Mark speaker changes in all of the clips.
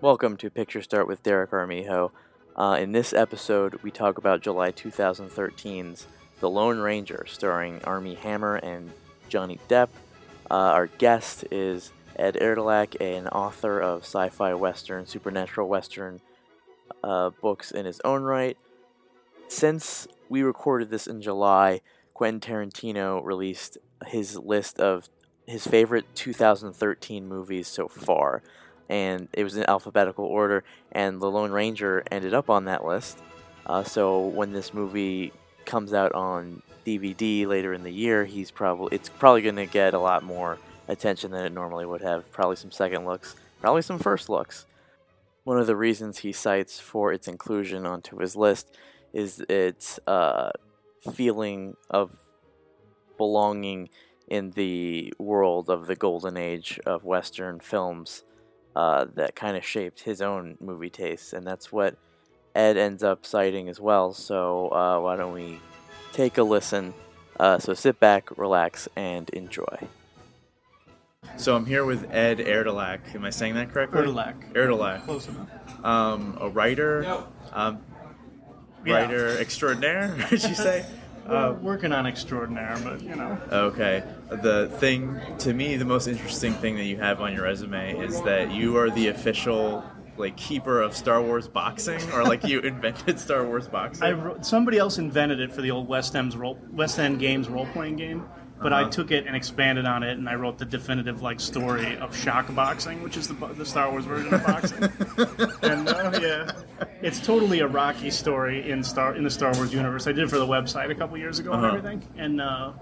Speaker 1: Welcome to Picture Start with Derek Armijo. Uh, in this episode, we talk about July 2013's The Lone Ranger, starring Army Hammer and Johnny Depp. Uh, our guest is Ed Erdelak, an author of sci fi Western, supernatural Western uh, books in his own right. Since we recorded this in July, Quentin Tarantino released his list of his favorite 2013 movies so far and it was in alphabetical order, and The Lone Ranger ended up on that list. Uh, so when this movie comes out on DVD later in the year, he's probably it's probably going to get a lot more attention than it normally would have. Probably some second looks, probably some first looks. One of the reasons he cites for its inclusion onto his list is its uh, feeling of belonging in the world of the golden age of Western films. Uh, that kind of shaped his own movie tastes, and that's what Ed ends up citing as well. So uh, why don't we take a listen? Uh, so sit back, relax, and enjoy.
Speaker 2: So I'm here with Ed Erdelak. Am I saying that correctly?
Speaker 3: Erdelak.
Speaker 2: Erdelak,
Speaker 3: Close enough.
Speaker 2: um, a writer,
Speaker 3: No.
Speaker 2: um,
Speaker 3: Yeah.
Speaker 2: writer extraordinaire. Would you say?
Speaker 3: Uh, working on extraordinaire, but you know,
Speaker 2: Okay. The thing to me, the most interesting thing that you have on your resume is that you are the official like keeper of Star Wars boxing, or like you invented Star Wars boxing.
Speaker 3: I wrote, somebody else invented it for the old West End's role, West End Games role playing game, but I
Speaker 2: Uh-huh.
Speaker 3: took it and expanded on it, and I wrote the definitive like story of shock boxing, which is the, bo- the Star Wars version of boxing. and uh, yeah, it's totally a Rocky story in Star in the Star Wars universe. I did it for the website a couple years ago
Speaker 2: Uh-huh.
Speaker 3: and everything, and. Uh,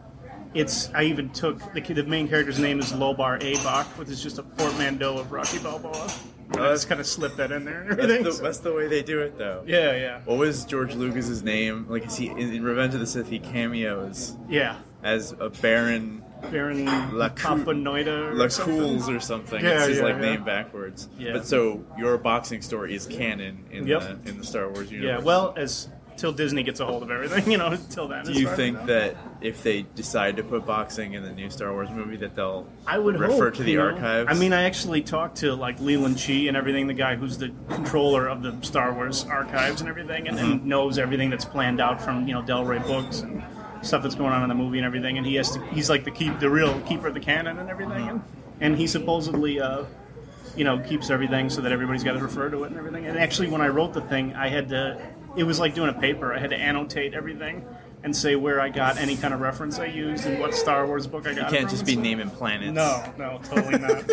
Speaker 3: it's. I even took the, kid- the main character's name is Lobar Abach, which is just a portmanteau of Rocky Balboa. And I just kind of slipped that in there. And
Speaker 2: that's,
Speaker 3: everything.
Speaker 2: the, Oh.
Speaker 3: so-
Speaker 2: that's the way they do it, though.
Speaker 3: Yeah, yeah,
Speaker 2: What was George Lucas's name? Like, is he in, in Revenge of the Sith? He cameos
Speaker 3: yeah.
Speaker 2: as a Baron
Speaker 3: Baron
Speaker 2: La Cou-
Speaker 3: Papanoida. or something.
Speaker 2: LaCools or something.
Speaker 3: Yeah,
Speaker 2: it's his
Speaker 3: yeah,
Speaker 2: like
Speaker 3: yeah.
Speaker 2: name backwards.
Speaker 3: Yeah.
Speaker 2: But so your boxing story is canon in
Speaker 3: Yep.
Speaker 2: the in the Star Wars universe.
Speaker 3: Yeah, well, as till Disney gets a hold of everything, you know, until then.
Speaker 2: do
Speaker 3: as
Speaker 2: you
Speaker 3: far as I
Speaker 2: think
Speaker 3: know.
Speaker 2: that if they decide to put boxing in the new Star Wars movie, that they'll
Speaker 3: I would
Speaker 2: refer
Speaker 3: hope,
Speaker 2: to the
Speaker 3: you know?
Speaker 2: archives?
Speaker 3: I mean, I actually talked to like Leland Chi and everything, the guy who's the controller of the Star Wars archives and everything, and,
Speaker 2: Mm-hmm.
Speaker 3: and knows everything that's planned out from you know Del Rey books and stuff that's going on in the movie and everything. And he has to, he's like the keep the real keeper of the canon and everything, and,
Speaker 2: Mm-hmm.
Speaker 3: and he supposedly. Uh, you know, keeps everything so that everybody's got to refer to it and everything. And actually, when I wrote the thing, I had to, it was like doing a paper. I had to annotate everything and say where I got any kind of reference I used and what Star Wars book I
Speaker 2: you
Speaker 3: got. it
Speaker 2: can't
Speaker 3: from
Speaker 2: just
Speaker 3: and
Speaker 2: be
Speaker 3: stuff.
Speaker 2: naming planets.
Speaker 3: No, no, totally not.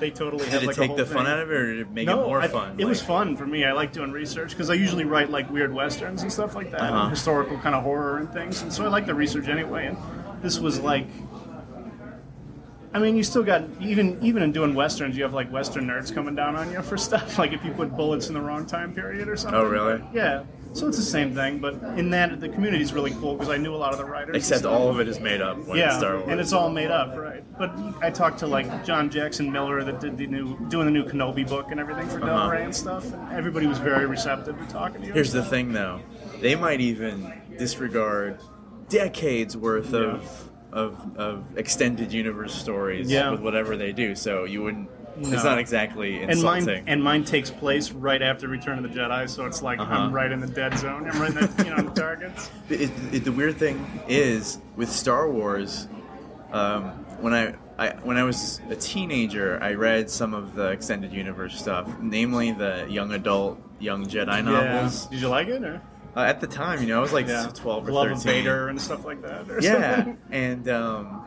Speaker 3: they totally
Speaker 2: Did
Speaker 3: had
Speaker 2: it
Speaker 3: like a
Speaker 2: take
Speaker 3: whole
Speaker 2: the
Speaker 3: thing.
Speaker 2: fun out of it, or did it make
Speaker 3: no,
Speaker 2: it more
Speaker 3: I-
Speaker 2: fun?
Speaker 3: It was
Speaker 2: Like-
Speaker 3: fun for me. I like doing research because I usually write like weird westerns and stuff like that,
Speaker 2: Uh-huh.
Speaker 3: and historical kind of horror and things. And so I like the research anyway. And this was like, I mean, you still got even even in doing westerns, you have like western nerds coming down on you for stuff like if you put bullets in the wrong time period or something.
Speaker 2: Oh, really?
Speaker 3: Yeah. So it's the same thing, but in that the community is really cool because I knew a lot of the writers. and
Speaker 2: Except
Speaker 3: stuff
Speaker 2: all of it is made up when it's Star Wars.
Speaker 3: and it's all made up, right? But I talked to like John Jackson Miller that did the new doing the new Kenobi book and everything for
Speaker 2: Uh-huh.
Speaker 3: Del Rey and stuff. And everybody was very receptive to talking to you.
Speaker 2: Here's the thing, though. They might even disregard decades worth of, of of extended universe stories
Speaker 3: Yeah.
Speaker 2: with whatever they do. So you wouldn't. It's
Speaker 3: No.
Speaker 2: not exactly
Speaker 3: and mine
Speaker 2: insulting.
Speaker 3: and mine takes place right after Return of the Jedi, so it's like
Speaker 2: Uh-huh.
Speaker 3: I'm right in the dead zone. I'm right in the you know the targets.
Speaker 2: it, it- the weird thing is with Star Wars, um, when I, I when I was a teenager, I read some of the extended universe stuff, namely the young adult, young Jedi novels.
Speaker 3: Yeah. Did you like it? Or?
Speaker 2: Uh, at the time, you know, I was like
Speaker 3: Yeah.
Speaker 2: twelve or
Speaker 3: Love
Speaker 2: thirteen.
Speaker 3: of Vader and stuff like that. Or
Speaker 2: yeah
Speaker 3: something?
Speaker 2: and um,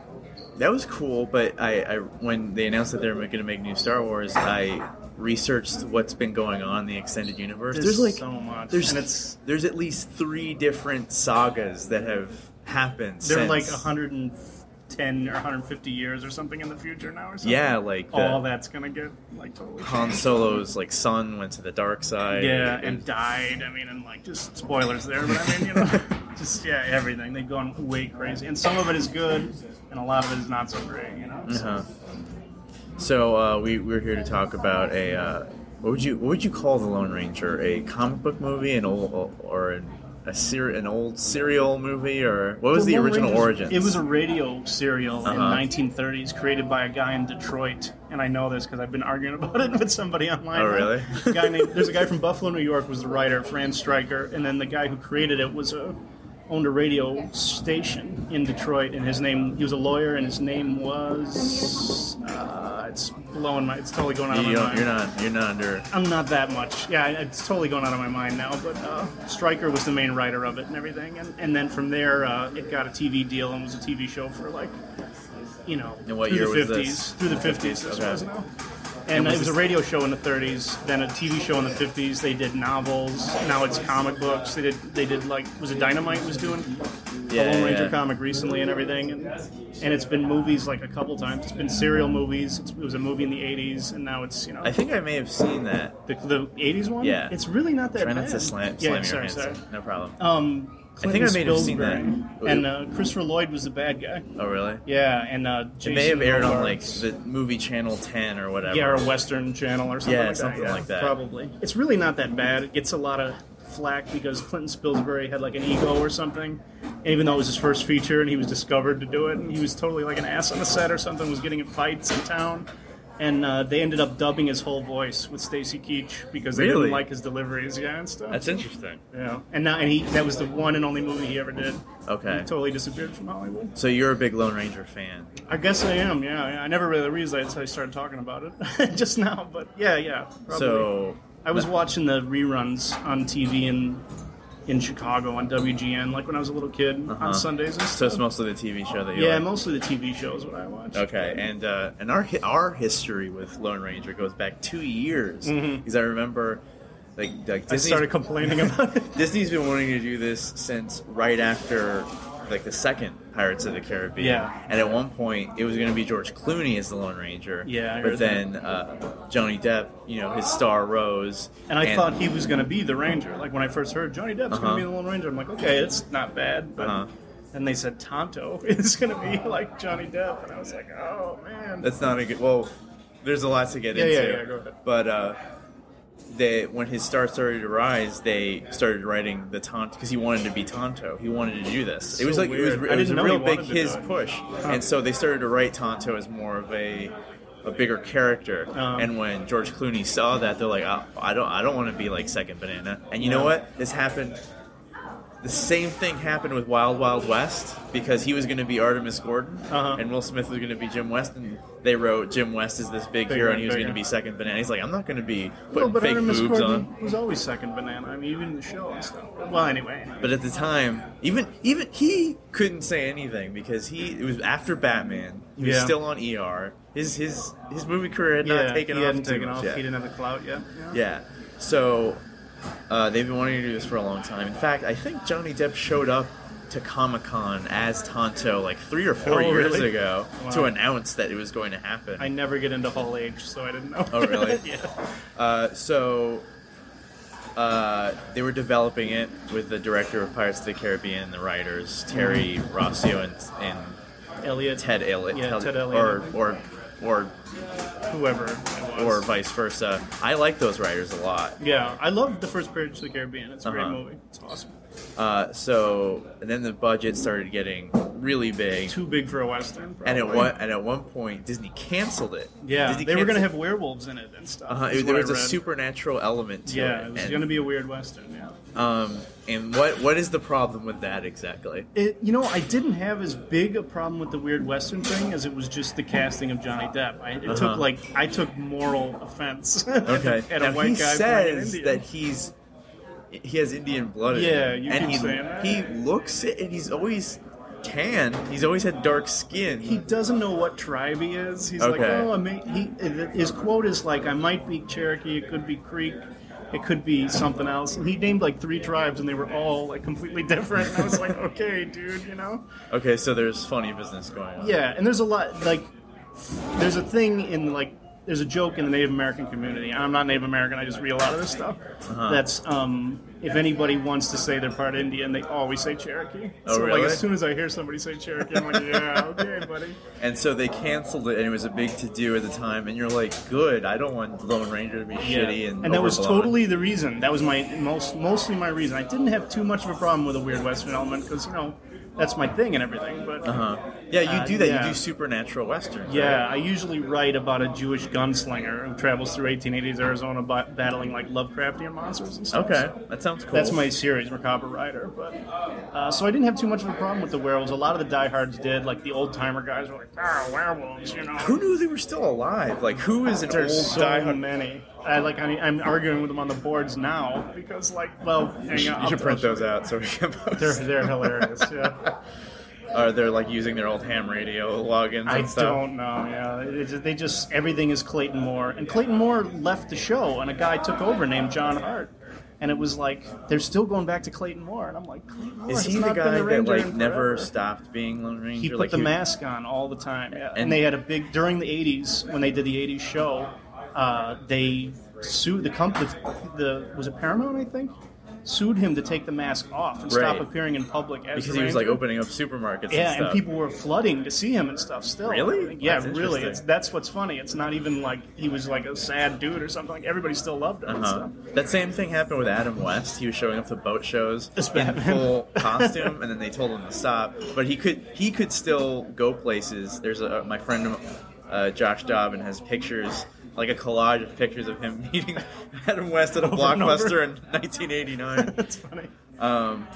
Speaker 2: that was cool but I, I when they announced that they were going to make new star wars i researched what's been going on in the extended universe
Speaker 3: There's
Speaker 2: there's, like
Speaker 3: so much,
Speaker 2: there's
Speaker 3: and it's
Speaker 2: there's at least three different sagas that have happened
Speaker 3: they're
Speaker 2: since.
Speaker 3: like 110 or 150 years or something in the future now, or something.
Speaker 2: yeah like the,
Speaker 3: all that's gonna get like totally.
Speaker 2: han solo's like son went to the dark side
Speaker 3: Yeah, and died. I mean, and like just spoilers there, but I mean, you know, just yeah, everything. They've gone way crazy, and some of it is good, and a lot of it is not so great. You know, So-
Speaker 2: uh-huh. so uh, we, we're here to talk about a uh, what would you what would you call the lone ranger a comic book movie an old or an a ser- an old serial movie, or what was the,
Speaker 3: Lone
Speaker 2: original
Speaker 3: Rangers-
Speaker 2: origins?
Speaker 3: It was a radio serial
Speaker 2: Uh-huh.
Speaker 3: in 1930s, created by a guy in Detroit, and I know this because I've been arguing about it with somebody online.
Speaker 2: Oh, really?
Speaker 3: A guy named, there's a guy from Buffalo, New York, was the writer, Franz Stryker, and then the guy who created it was a owned a radio station in Detroit, and his name he was a lawyer, and his name was uh, it's blowing my it's totally going out of my
Speaker 2: you don't,
Speaker 3: mind.
Speaker 2: you're not you're not under.
Speaker 3: I'm not that much. Yeah, it's totally going out of my mind now. But uh, Stryker was the main writer of it and everything, and, and then from there uh, it got a TV deal and was a TV show for like, you know,
Speaker 2: And what
Speaker 3: through
Speaker 2: year
Speaker 3: the
Speaker 2: was
Speaker 3: 50s,
Speaker 2: this?
Speaker 3: through the 50s. This
Speaker 2: Okay.
Speaker 3: was now. And,
Speaker 2: was
Speaker 3: it was a
Speaker 2: this-
Speaker 3: radio show in the 30s, then a TV show in the 50s. They did novels. Now it's comic books. They did they did like was it Dynamite was doing
Speaker 2: Yeah,
Speaker 3: the Lone
Speaker 2: yeah,
Speaker 3: Ranger
Speaker 2: yeah.
Speaker 3: comic recently and everything, and, and it's been movies like a couple times. It's been serial movies. It's, it was a movie in the 80s, and now it's you know
Speaker 2: I think I may have seen that.
Speaker 3: the, the 80s one?
Speaker 2: Yeah.
Speaker 3: It's really not that
Speaker 2: Try
Speaker 3: bad.
Speaker 2: not to slam, slam
Speaker 3: yeah,
Speaker 2: your
Speaker 3: sorry,
Speaker 2: hands.
Speaker 3: sorry.
Speaker 2: No problem.
Speaker 3: Um,
Speaker 2: I think I
Speaker 3: Clinton
Speaker 2: may have seen that.
Speaker 3: Spielberg And uh, Christopher Lloyd was the bad guy.
Speaker 2: oh really?
Speaker 3: Yeah, and uh,
Speaker 2: It
Speaker 3: Jason
Speaker 2: may have aired on like
Speaker 3: Robards.
Speaker 2: the movie channel ten or whatever.
Speaker 3: yeah, or a Western channel or something
Speaker 2: Yeah,
Speaker 3: like
Speaker 2: something
Speaker 3: that.
Speaker 2: like that.
Speaker 3: Probably. It's really not that bad. It gets a lot of flack because Clinton Spilsbury had like an ego or something. And even though it was his first feature and he was discovered to do it, and he was totally like an ass on the set or something, was getting in fights in town. And uh, they ended up dubbing his whole voice with Stacy Keach because they
Speaker 2: Really?
Speaker 3: didn't like his deliveries, yeah, and stuff.
Speaker 2: That's interesting.
Speaker 3: Yeah, and now and he that was the one and only movie he ever did. He
Speaker 2: Okay.
Speaker 3: totally disappeared from Hollywood.
Speaker 2: So you're a big Lone Ranger fan.
Speaker 3: I guess I am. Yeah, yeah. I never really realized until I started talking about it just now. But yeah, yeah. Probably.
Speaker 2: So
Speaker 3: I was watching the reruns on TV in in Chicago on WGN, like when I was a little kid
Speaker 2: Uh-huh.
Speaker 3: on Sundays. And
Speaker 2: so
Speaker 3: stuff.
Speaker 2: it's mostly the TV show that you
Speaker 3: yeah,
Speaker 2: like.
Speaker 3: mostly the TV shows what I watch.
Speaker 2: Okay, and uh, and our hi- our history with Lone Ranger goes back two years because
Speaker 3: Mhm.
Speaker 2: I remember like like
Speaker 3: I
Speaker 2: Disney's,
Speaker 3: started complaining about it.
Speaker 2: Disney's been wanting to do this since right after like the second Pirates of the Caribbean.
Speaker 3: Yeah.
Speaker 2: And at one point, it was going to be George Clooney as the Lone Ranger.
Speaker 3: Yeah, I
Speaker 2: But
Speaker 3: heard
Speaker 2: then uh, Johnny Depp, you know, his star rose.
Speaker 3: And I thought he was going to be the ranger. Like when I first heard Johnny Depp's
Speaker 2: Uh-huh.
Speaker 3: going to be the Lone Ranger, I'm like, okay, it's not bad. But
Speaker 2: Uh-huh.
Speaker 3: then they said Tonto is going to be like Johnny Depp, and I was like, oh man.
Speaker 2: That's not a good. Well, there's a lot to get
Speaker 3: Yeah,
Speaker 2: into.
Speaker 3: yeah, yeah, go ahead.
Speaker 2: But uh, they, when his star started to rise, they started writing the Tonto because he wanted to be Tonto. He wanted to do this. it was
Speaker 3: So
Speaker 2: like it was,
Speaker 3: weird.
Speaker 2: it
Speaker 3: I
Speaker 2: was
Speaker 3: didn't
Speaker 2: a
Speaker 3: know he
Speaker 2: real big
Speaker 3: wanted to
Speaker 2: his
Speaker 3: do it.
Speaker 2: push,
Speaker 3: Huh.
Speaker 2: and so they started to write Tonto as more of a a bigger character.
Speaker 3: Um.
Speaker 2: and when George Clooney saw that, they're like, oh, I don't, I don't want to be like Second Banana. And you know what? This happened. The same thing happened with Wild Wild West because he was going to be Artemis Gordon
Speaker 3: Uh-huh.
Speaker 2: and Will Smith was going to be Jim West, and they wrote Jim West is this big
Speaker 3: Big
Speaker 2: hero,
Speaker 3: one,
Speaker 2: and he was
Speaker 3: big
Speaker 2: going to be
Speaker 3: one.
Speaker 2: second banana. He's like, I'm not going to be
Speaker 3: Well,
Speaker 2: putting
Speaker 3: but
Speaker 2: fake
Speaker 3: Artemis
Speaker 2: boobs
Speaker 3: Gordon
Speaker 2: on.
Speaker 3: was always second banana. I mean, even in the show and stuff. Well, anyway.
Speaker 2: But at the time, even even he couldn't say anything because he it was after Batman. He was
Speaker 3: Yeah.
Speaker 2: still on ER. His his his movie career had
Speaker 3: yeah,
Speaker 2: not taken
Speaker 3: he
Speaker 2: off.
Speaker 3: hadn't
Speaker 2: too
Speaker 3: taken
Speaker 2: much
Speaker 3: off.
Speaker 2: yet.
Speaker 3: He didn't have the clout yet.
Speaker 2: Yeah. So uh, they've been wanting to do this for a long time. In fact, I think Johnny Depp showed up to Comic Con as Tonto like three or four
Speaker 3: Oh,
Speaker 2: years
Speaker 3: really?
Speaker 2: ago to
Speaker 3: Wow.
Speaker 2: announce that it was going to happen.
Speaker 3: I never get into Hall H, so I didn't know.
Speaker 2: Oh, really?
Speaker 3: yeah.
Speaker 2: Uh, so uh, they were developing it with the director of Pirates of the Caribbean, the writers Terry Rossio and, and
Speaker 3: Elliot,
Speaker 2: Ted Elliott,
Speaker 3: Mm-hmm. Yeah,
Speaker 2: Ted-
Speaker 3: Ted Elliott,
Speaker 2: or
Speaker 3: I think.
Speaker 2: or or
Speaker 3: whoever it was.
Speaker 2: or vice versa. I like those writers a lot.
Speaker 3: yeah, I love the first Pirates of the Caribbean. It's a great
Speaker 2: Uh-huh.
Speaker 3: movie. It's awesome.
Speaker 2: Uh, so and then the budget started getting really big,
Speaker 3: Too big for a western. Probably.
Speaker 2: and at one and at one point Disney canceled it.
Speaker 3: Oh, Yeah,
Speaker 2: Disney
Speaker 3: they were going to
Speaker 2: canceled-
Speaker 3: have werewolves in it and stuff.
Speaker 2: Uh-huh,
Speaker 3: is
Speaker 2: it- there
Speaker 3: what I
Speaker 2: was a
Speaker 3: read.
Speaker 2: supernatural element to
Speaker 3: Yeah,
Speaker 2: it.
Speaker 3: it was
Speaker 2: and,
Speaker 3: going to be a weird western. Yeah.
Speaker 2: um, and what what is the problem with that exactly?
Speaker 3: It, you know, I didn't have as big a problem with the weird western thing as it was just the casting of Johnny Depp. I, it
Speaker 2: Uh-huh.
Speaker 3: took like I took moral offense at,
Speaker 2: Okay.
Speaker 3: the, at a
Speaker 2: Now,
Speaker 3: white
Speaker 2: he
Speaker 3: guy playing an
Speaker 2: says
Speaker 3: Indian.
Speaker 2: that he's he has Indian blood. In
Speaker 3: Yeah,
Speaker 2: him,
Speaker 3: you
Speaker 2: and
Speaker 3: keep
Speaker 2: he
Speaker 3: saying that.
Speaker 2: he looks it, and he's always tan. He's always had dark skin.
Speaker 3: he doesn't know what tribe he is. He's like,
Speaker 2: Okay.
Speaker 3: oh, I may, he, his quote is like, I might be Cherokee, it could be Creek, it could be something else. And he named like three tribes, and they were all like completely different. And I was like, okay, dude, you know.
Speaker 2: okay, so there's funny business going on.
Speaker 3: Yeah, and there's a lot like there's a thing in like there's a joke in the Native American community. I'm not Native American. I just read a lot of this stuff.
Speaker 2: Uh-huh.
Speaker 3: That's um, if anybody wants to say they're part Indian, they always say Cherokee.
Speaker 2: Oh,
Speaker 3: so
Speaker 2: really?
Speaker 3: like as soon as I hear somebody say Cherokee, I'm like, yeah, okay, buddy.
Speaker 2: And so they canceled it, and it was a big to do at the time. And you're like, good. I don't want Lone Ranger to be shitty and
Speaker 3: that was
Speaker 2: overblown.
Speaker 3: totally the reason. That was my most mostly my reason. I didn't have too much of a problem with a weird Western element because you know that's my thing and everything. But
Speaker 2: Uh-huh. Yeah, you
Speaker 3: Uh,
Speaker 2: do that.
Speaker 3: yeah.
Speaker 2: You do supernatural westerns.
Speaker 3: yeah,
Speaker 2: right?
Speaker 3: I usually write about a Jewish gunslinger who travels through 1880s Arizona by, battling like Lovecraftian monsters and stuff.
Speaker 2: Okay,
Speaker 3: So
Speaker 2: that sounds cool.
Speaker 3: That's my series, Macabre Rider. But uh, so I didn't have too much of a problem with the werewolves. A lot of the diehards did, like the old timer guys were like, "Ah, werewolves," you know.
Speaker 2: Who knew they were still alive? Like, who is an
Speaker 3: There's
Speaker 2: old
Speaker 3: so
Speaker 2: diehard?
Speaker 3: many. I like. I mean, I'm arguing with them on the boards now because, like, well, hang
Speaker 2: You should,
Speaker 3: on,
Speaker 2: you should
Speaker 3: I'll-
Speaker 2: print those out so we can post.
Speaker 3: They're they're hilarious. Yeah,
Speaker 2: Are they like using their old ham radio logins and
Speaker 3: I
Speaker 2: stuff?
Speaker 3: don't know. Yeah, they just, they just everything is Clayton Moore, and Clayton Moore left the show, and a guy took over named John Hart. And it was like they're still going back to Clayton Moore, and I'm like, Clayton Moore
Speaker 2: Is
Speaker 3: has
Speaker 2: he the
Speaker 3: not been
Speaker 2: guy that
Speaker 3: Ranger
Speaker 2: like
Speaker 3: in
Speaker 2: never
Speaker 3: forever.
Speaker 2: stopped being Lone Ranger?
Speaker 3: He put
Speaker 2: like,
Speaker 3: the mask on all the time, yeah. and,
Speaker 2: And-
Speaker 3: they had a big during the '80s when they did the '80s show. Uh, they sued the company. The, the was it Paramount, I think, sued him to take the mask off and
Speaker 2: Right.
Speaker 3: stop appearing in public as
Speaker 2: because
Speaker 3: the
Speaker 2: he was like
Speaker 3: Ranger.
Speaker 2: opening up supermarkets. and,
Speaker 3: Yeah,
Speaker 2: stuff.
Speaker 3: and people were flooding to see him and stuff. Still,
Speaker 2: Really?
Speaker 3: Yeah,
Speaker 2: That's
Speaker 3: really.
Speaker 2: interesting.
Speaker 3: It's that's what's funny. It's not even like he was like a sad dude or something. Like everybody still loved him. and
Speaker 2: Uh-huh.
Speaker 3: stuff.
Speaker 2: That same thing happened with Adam West. He was showing up to boat shows
Speaker 3: As
Speaker 2: in
Speaker 3: Batman.
Speaker 2: full costume, and then they told him to stop. But he could he could still go places. There's a my friend uh, Josh Dobbin has pictures like a collage of pictures of him meeting Adam West at a
Speaker 3: and over.
Speaker 2: blockbuster in 1989.
Speaker 3: that's funny.
Speaker 2: Um,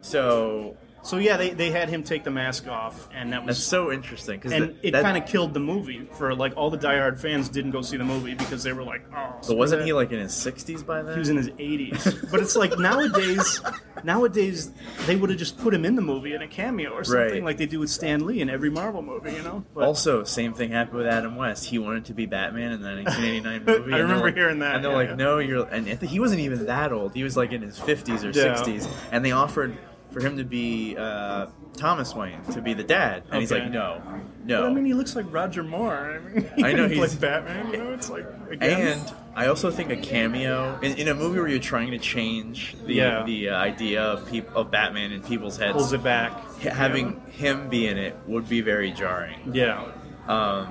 Speaker 2: so
Speaker 3: So yeah, they, they had him take the mask off, and that was
Speaker 2: that's so interesting because
Speaker 3: and it kind of killed the movie for like all the diehard fans didn't go see the movie because they were like, oh,
Speaker 2: But wasn't he like in his 60s by then?
Speaker 3: he was in his 80s? but it's like nowadays, nowadays they would have just put him in the movie in a cameo or something
Speaker 2: Right.
Speaker 3: like they do with Stan Lee in every Marvel movie, you know? But
Speaker 2: Also, same thing happened with Adam West. He wanted to be Batman in the 1989 movie.
Speaker 3: I
Speaker 2: and they're
Speaker 3: remember
Speaker 2: like-
Speaker 3: hearing that,
Speaker 2: And they're
Speaker 3: yeah,
Speaker 2: like,
Speaker 3: yeah.
Speaker 2: "No, you're." And I think he wasn't even that old. He was like in his 50s or
Speaker 3: Yeah.
Speaker 2: 60s. And they offered for him to be uh, Thomas Wayne to be the dad, and he's
Speaker 3: Okay.
Speaker 2: like, "No, no."
Speaker 3: But, I mean, he looks like Roger Moore. I mean, he
Speaker 2: Oh. I know
Speaker 3: could
Speaker 2: he's-
Speaker 3: play Batman. You know, it's like again.
Speaker 2: and I also think a cameo in, in a movie where you're trying to change the
Speaker 3: Yeah.
Speaker 2: the uh, idea of peop- of Batman in people's
Speaker 3: pulls
Speaker 2: heads,
Speaker 3: it back.
Speaker 2: ha- having him be in it would be very jarring.
Speaker 3: Yeah.
Speaker 2: Um,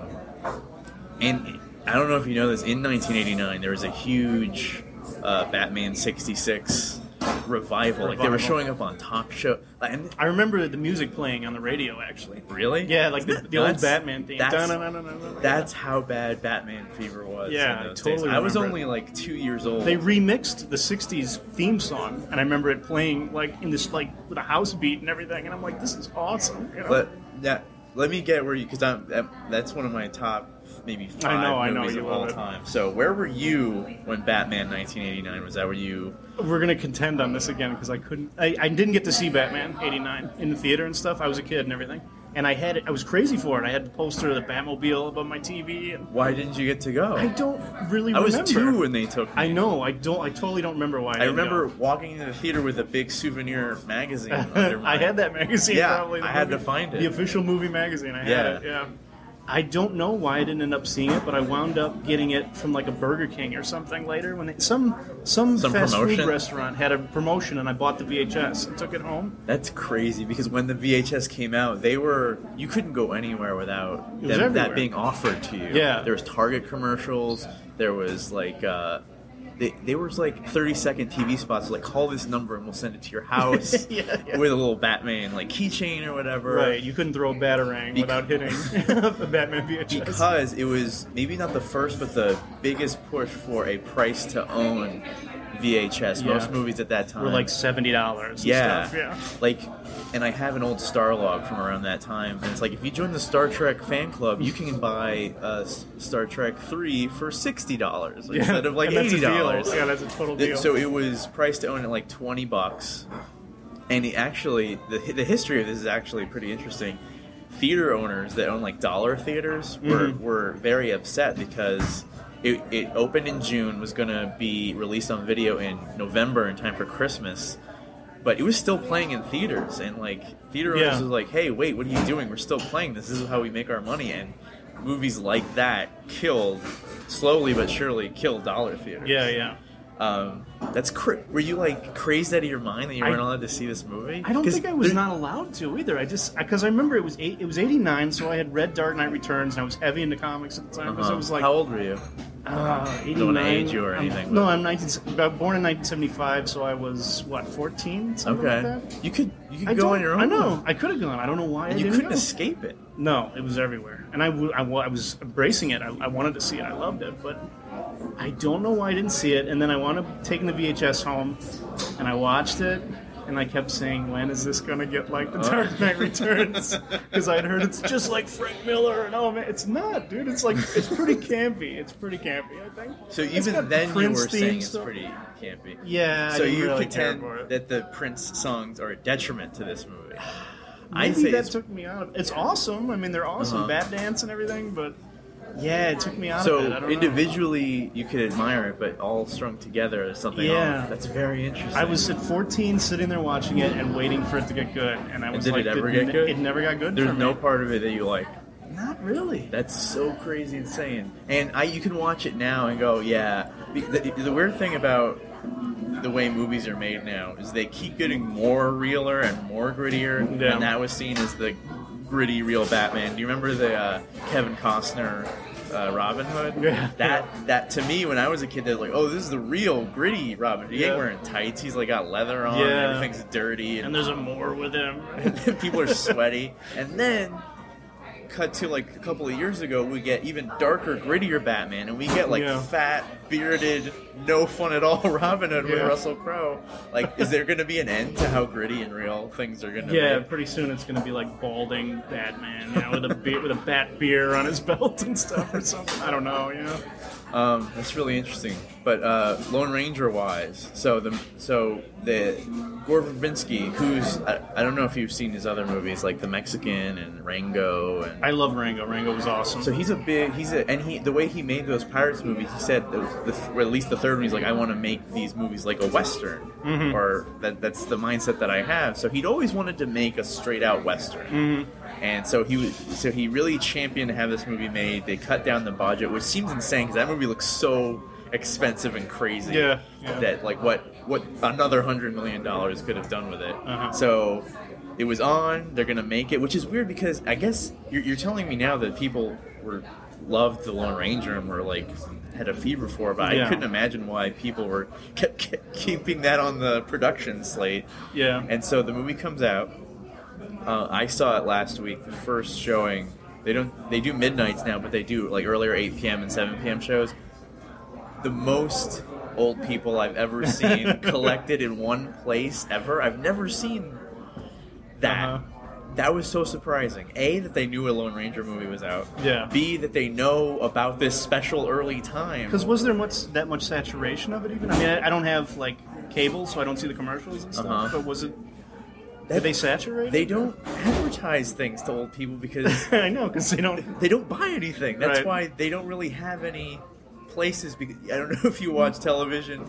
Speaker 2: and I don't know if you know this. In 1989, there was a huge uh, Batman '66 revival. Like they were
Speaker 3: Revival.
Speaker 2: showing up on Top Show. Like, and
Speaker 3: I remember the music playing on the radio actually.
Speaker 2: really?
Speaker 3: Yeah, like the,
Speaker 2: Isn't that
Speaker 3: the old
Speaker 2: nuts?
Speaker 3: Batman theme.
Speaker 2: That's,
Speaker 3: Dun-dun-dun-dun-dun.
Speaker 2: that's how bad Batman fever was.
Speaker 3: Yeah,
Speaker 2: in
Speaker 3: I
Speaker 2: those
Speaker 3: totally
Speaker 2: days. I was
Speaker 3: remember
Speaker 2: only like two years old.
Speaker 3: They remixed the '60s theme song, and I remember it playing like in this like with a house beat and everything, and I'm like, this is awesome. You know?
Speaker 2: let that. Let me get where you because I'm. that- That's one of my top maybe five
Speaker 3: I know, I know,
Speaker 2: movies
Speaker 3: you
Speaker 2: of all
Speaker 3: love it.
Speaker 2: time. So where were you when Batman 1989 was? That were you?
Speaker 3: We're gonna contend on this again because I couldn't. I, I didn't get to see Batman '89 in the theater and stuff. I was a kid and everything, and I had it. I was crazy for it. I had the poster of the Batmobile above my TV, and
Speaker 2: Why didn't you get to go?
Speaker 3: I don't really.
Speaker 2: I was
Speaker 3: remember.
Speaker 2: two when they took me.
Speaker 3: I know. I don't. I totally don't remember why. I,
Speaker 2: I
Speaker 3: didn't
Speaker 2: remember
Speaker 3: go.
Speaker 2: walking into the theater with a big souvenir magazine. under my-
Speaker 3: I had that magazine.
Speaker 2: Yeah,
Speaker 3: probably, the
Speaker 2: I had
Speaker 3: movie-
Speaker 2: to find it.
Speaker 3: The official movie magazine. I had
Speaker 2: Yeah.
Speaker 3: it. Yeah. I don't know why I didn't end up seeing it, but I wound up getting it from like a Burger King or something later when they, some some,
Speaker 2: Some
Speaker 3: fast food
Speaker 2: promotion?
Speaker 3: restaurant had a promotion, and I bought the VHS and took it home.
Speaker 2: That's crazy because when the VHS came out, they were you couldn't go anywhere without
Speaker 3: It was
Speaker 2: them, that
Speaker 3: everywhere.
Speaker 2: being offered to you.
Speaker 3: Yeah.
Speaker 2: there was Target commercials. There was like. Uh, they, they was like 30 second TV spots like call this number and we'll send it to your house
Speaker 3: Yeah, yeah.
Speaker 2: with a little Batman like keychain or whatever.
Speaker 3: Right, you couldn't throw a batarang
Speaker 2: Bec-
Speaker 3: without hitting the Batman VHS.
Speaker 2: because it was maybe not the first but the biggest push for a price to own VHS.
Speaker 3: Yeah.
Speaker 2: Most movies at that time
Speaker 3: we're like seventy dollars.
Speaker 2: yeah.
Speaker 3: stuff. yeah.
Speaker 2: Like, and I have an old Starlog from around that time, and it's like if you join the Star Trek fan club, you can buy uh, S- Star Trek three for sixty dollars instead of like
Speaker 3: And that's a
Speaker 2: eighty
Speaker 3: deal.
Speaker 2: dollars.
Speaker 3: Yeah, that's a total deal.
Speaker 2: So it was priced to own at like twenty bucks, and it actually the the history of this is actually pretty interesting. Theater owners that own like dollar theaters were
Speaker 3: Mhm.
Speaker 2: were very upset because. It, it opened in June, was going to be released on video in November in time for Christmas, but it was still playing in theaters and like theater owners
Speaker 3: Yeah.
Speaker 2: was like hey wait what are you doing we're still playing this, this is how we make our money and movies like that killed slowly but surely killed dollar theaters.
Speaker 3: Yeah, yeah.
Speaker 2: Um, that's cra- were you like crazed out of your mind that you
Speaker 3: I-
Speaker 2: weren't allowed to see this movie?
Speaker 3: I don't
Speaker 2: 'Cause
Speaker 3: think I was
Speaker 2: there-
Speaker 3: not allowed to either. I just because I remember it was eight, it was eighty nine, so I had read Dark Knight Returns, and I was heavy into comics at the time because
Speaker 2: Uh-huh.
Speaker 3: I was like
Speaker 2: How old were you?
Speaker 3: Uh,
Speaker 2: Don't wanna
Speaker 3: 89.
Speaker 2: age you or
Speaker 3: I'm-
Speaker 2: anything,
Speaker 3: no,
Speaker 2: but-
Speaker 3: I'm 19, about- born in 1975, so I was what 14, something
Speaker 2: Okay,
Speaker 3: like that.
Speaker 2: you could you could
Speaker 3: I
Speaker 2: go
Speaker 3: don't-
Speaker 2: on your own.
Speaker 3: I know. I could have gone. I don't know why I
Speaker 2: and you
Speaker 3: didn't
Speaker 2: couldn't
Speaker 3: go.
Speaker 2: escape it.
Speaker 3: No, it was everywhere, and I, w- I, wa- I was embracing it. I, I wanted to see it. I loved it, but I don't know why I didn't see it. And then I wound up taking the VHS home, and I watched it, and I kept saying, "When is this gonna get like
Speaker 2: Uh.
Speaker 3: The Dark Knight Returns?" Because I had heard it's just like Frank Miller, and oh man, it's not, dude. It's like it's pretty campy. It's pretty campy, I think.
Speaker 2: So
Speaker 3: It's
Speaker 2: even
Speaker 3: got
Speaker 2: then,
Speaker 3: Prince
Speaker 2: you were
Speaker 3: themed
Speaker 2: saying it's
Speaker 3: stuff.
Speaker 2: pretty campy.
Speaker 3: Yeah, I
Speaker 2: So
Speaker 3: didn't
Speaker 2: you
Speaker 3: really care
Speaker 2: contend
Speaker 3: for it.
Speaker 2: that the Prince songs are a detriment to this movie. I
Speaker 3: Maybe
Speaker 2: say
Speaker 3: that
Speaker 2: it's
Speaker 3: took me out of It's awesome. I mean, they're awesome.
Speaker 2: Uh-huh.
Speaker 3: Bat dance and everything, but yeah, it took me out of it. I
Speaker 2: So
Speaker 3: don't know.
Speaker 2: individually, you could admire it, but all strung together is something.
Speaker 3: Yeah.
Speaker 2: off. that's very interesting.
Speaker 3: I was at 14, sitting there watching it and waiting for it to get good, and I was
Speaker 2: did
Speaker 3: like,
Speaker 2: it ever
Speaker 3: didn't-
Speaker 2: get good?
Speaker 3: It never got good.
Speaker 2: There's
Speaker 3: for
Speaker 2: no
Speaker 3: me.
Speaker 2: part of it that you like.
Speaker 3: not really.
Speaker 2: That's so crazy insane. And I, you can watch it now and go, yeah. Be- The, the weird thing about the way movies are made now is they keep getting more realer and more grittier.
Speaker 3: Yeah.
Speaker 2: And that was seen as the gritty, real Batman. Do you remember the uh, Kevin Costner? Uh, Robin Hood.
Speaker 3: Yeah.
Speaker 2: That that to me when I was a kid, they're like, oh, this is the real gritty Robin. He
Speaker 3: Yeah.
Speaker 2: ain't wearing tights. He's like got leather on.
Speaker 3: Yeah.
Speaker 2: Everything's dirty.
Speaker 3: And there's a more with him.
Speaker 2: people are sweaty. And then cut to like a couple of years ago, we get even darker, grittier Batman, and we get like
Speaker 3: Yeah.
Speaker 2: fat, bearded, no fun at all Robin Hood with
Speaker 3: Yeah.
Speaker 2: Russell Crowe. Like, is there going to be an end to how gritty and real things are going to
Speaker 3: yeah,
Speaker 2: be?
Speaker 3: pretty soon it's gonna be like balding Batman, you know, with a be- with a bat beer on his belt and stuff or something. I don't know, you know.
Speaker 2: Um, that's really interesting. But uh, Lone Ranger wise, so the so the Gore Verbinski, who's I, I don't know if you've seen his other movies like The Mexican and Rango and
Speaker 3: I love Rango. Rango was awesome.
Speaker 2: So he's a big he's a and he the way he made those pirates movies he said that was the, or at least the third one he's like I want to make these movies like a western
Speaker 3: Mhm.
Speaker 2: or that that's the mindset that I have so he'd always wanted to make a straight out western
Speaker 3: Mhm.
Speaker 2: and so he was so he really championed to have this movie made they cut down the budget which seems insane because that movie looks so expensive and crazy
Speaker 3: Yeah, yeah.
Speaker 2: that like what what another hundred million dollars could have done with it
Speaker 3: Uh-huh.
Speaker 2: so it was on. They're gonna make it, which is weird because I guess you're, you're telling me now that people were loved the Lone Ranger and were like had a fever for, it, but
Speaker 3: Yeah.
Speaker 2: I couldn't imagine why people were kept, kept keeping that on the production slate.
Speaker 3: yeah.
Speaker 2: And so the movie comes out. Uh, I saw it last week, the first showing. They don't they do midnights now, but they do like earlier 8 p.m. and 7 p.m. shows. The most old people I've ever seen collected in one place ever. I've never seen that.
Speaker 3: Uh-huh.
Speaker 2: That was so surprising. A that they knew a Lone Ranger movie was out.
Speaker 3: Yeah.
Speaker 2: B that they know about this special early time.
Speaker 3: Because was there much that much saturation of it? Even I mean, I, I don't have like cable, so I don't see the commercials and stuff.
Speaker 2: Uh-huh.
Speaker 3: But was it?
Speaker 2: That-
Speaker 3: did they saturate?
Speaker 2: they don't advertise things to old people because
Speaker 3: I know because they don't.
Speaker 2: they don't buy anything. That's
Speaker 3: Right.
Speaker 2: why they don't really have any places. Because I don't know if you watch television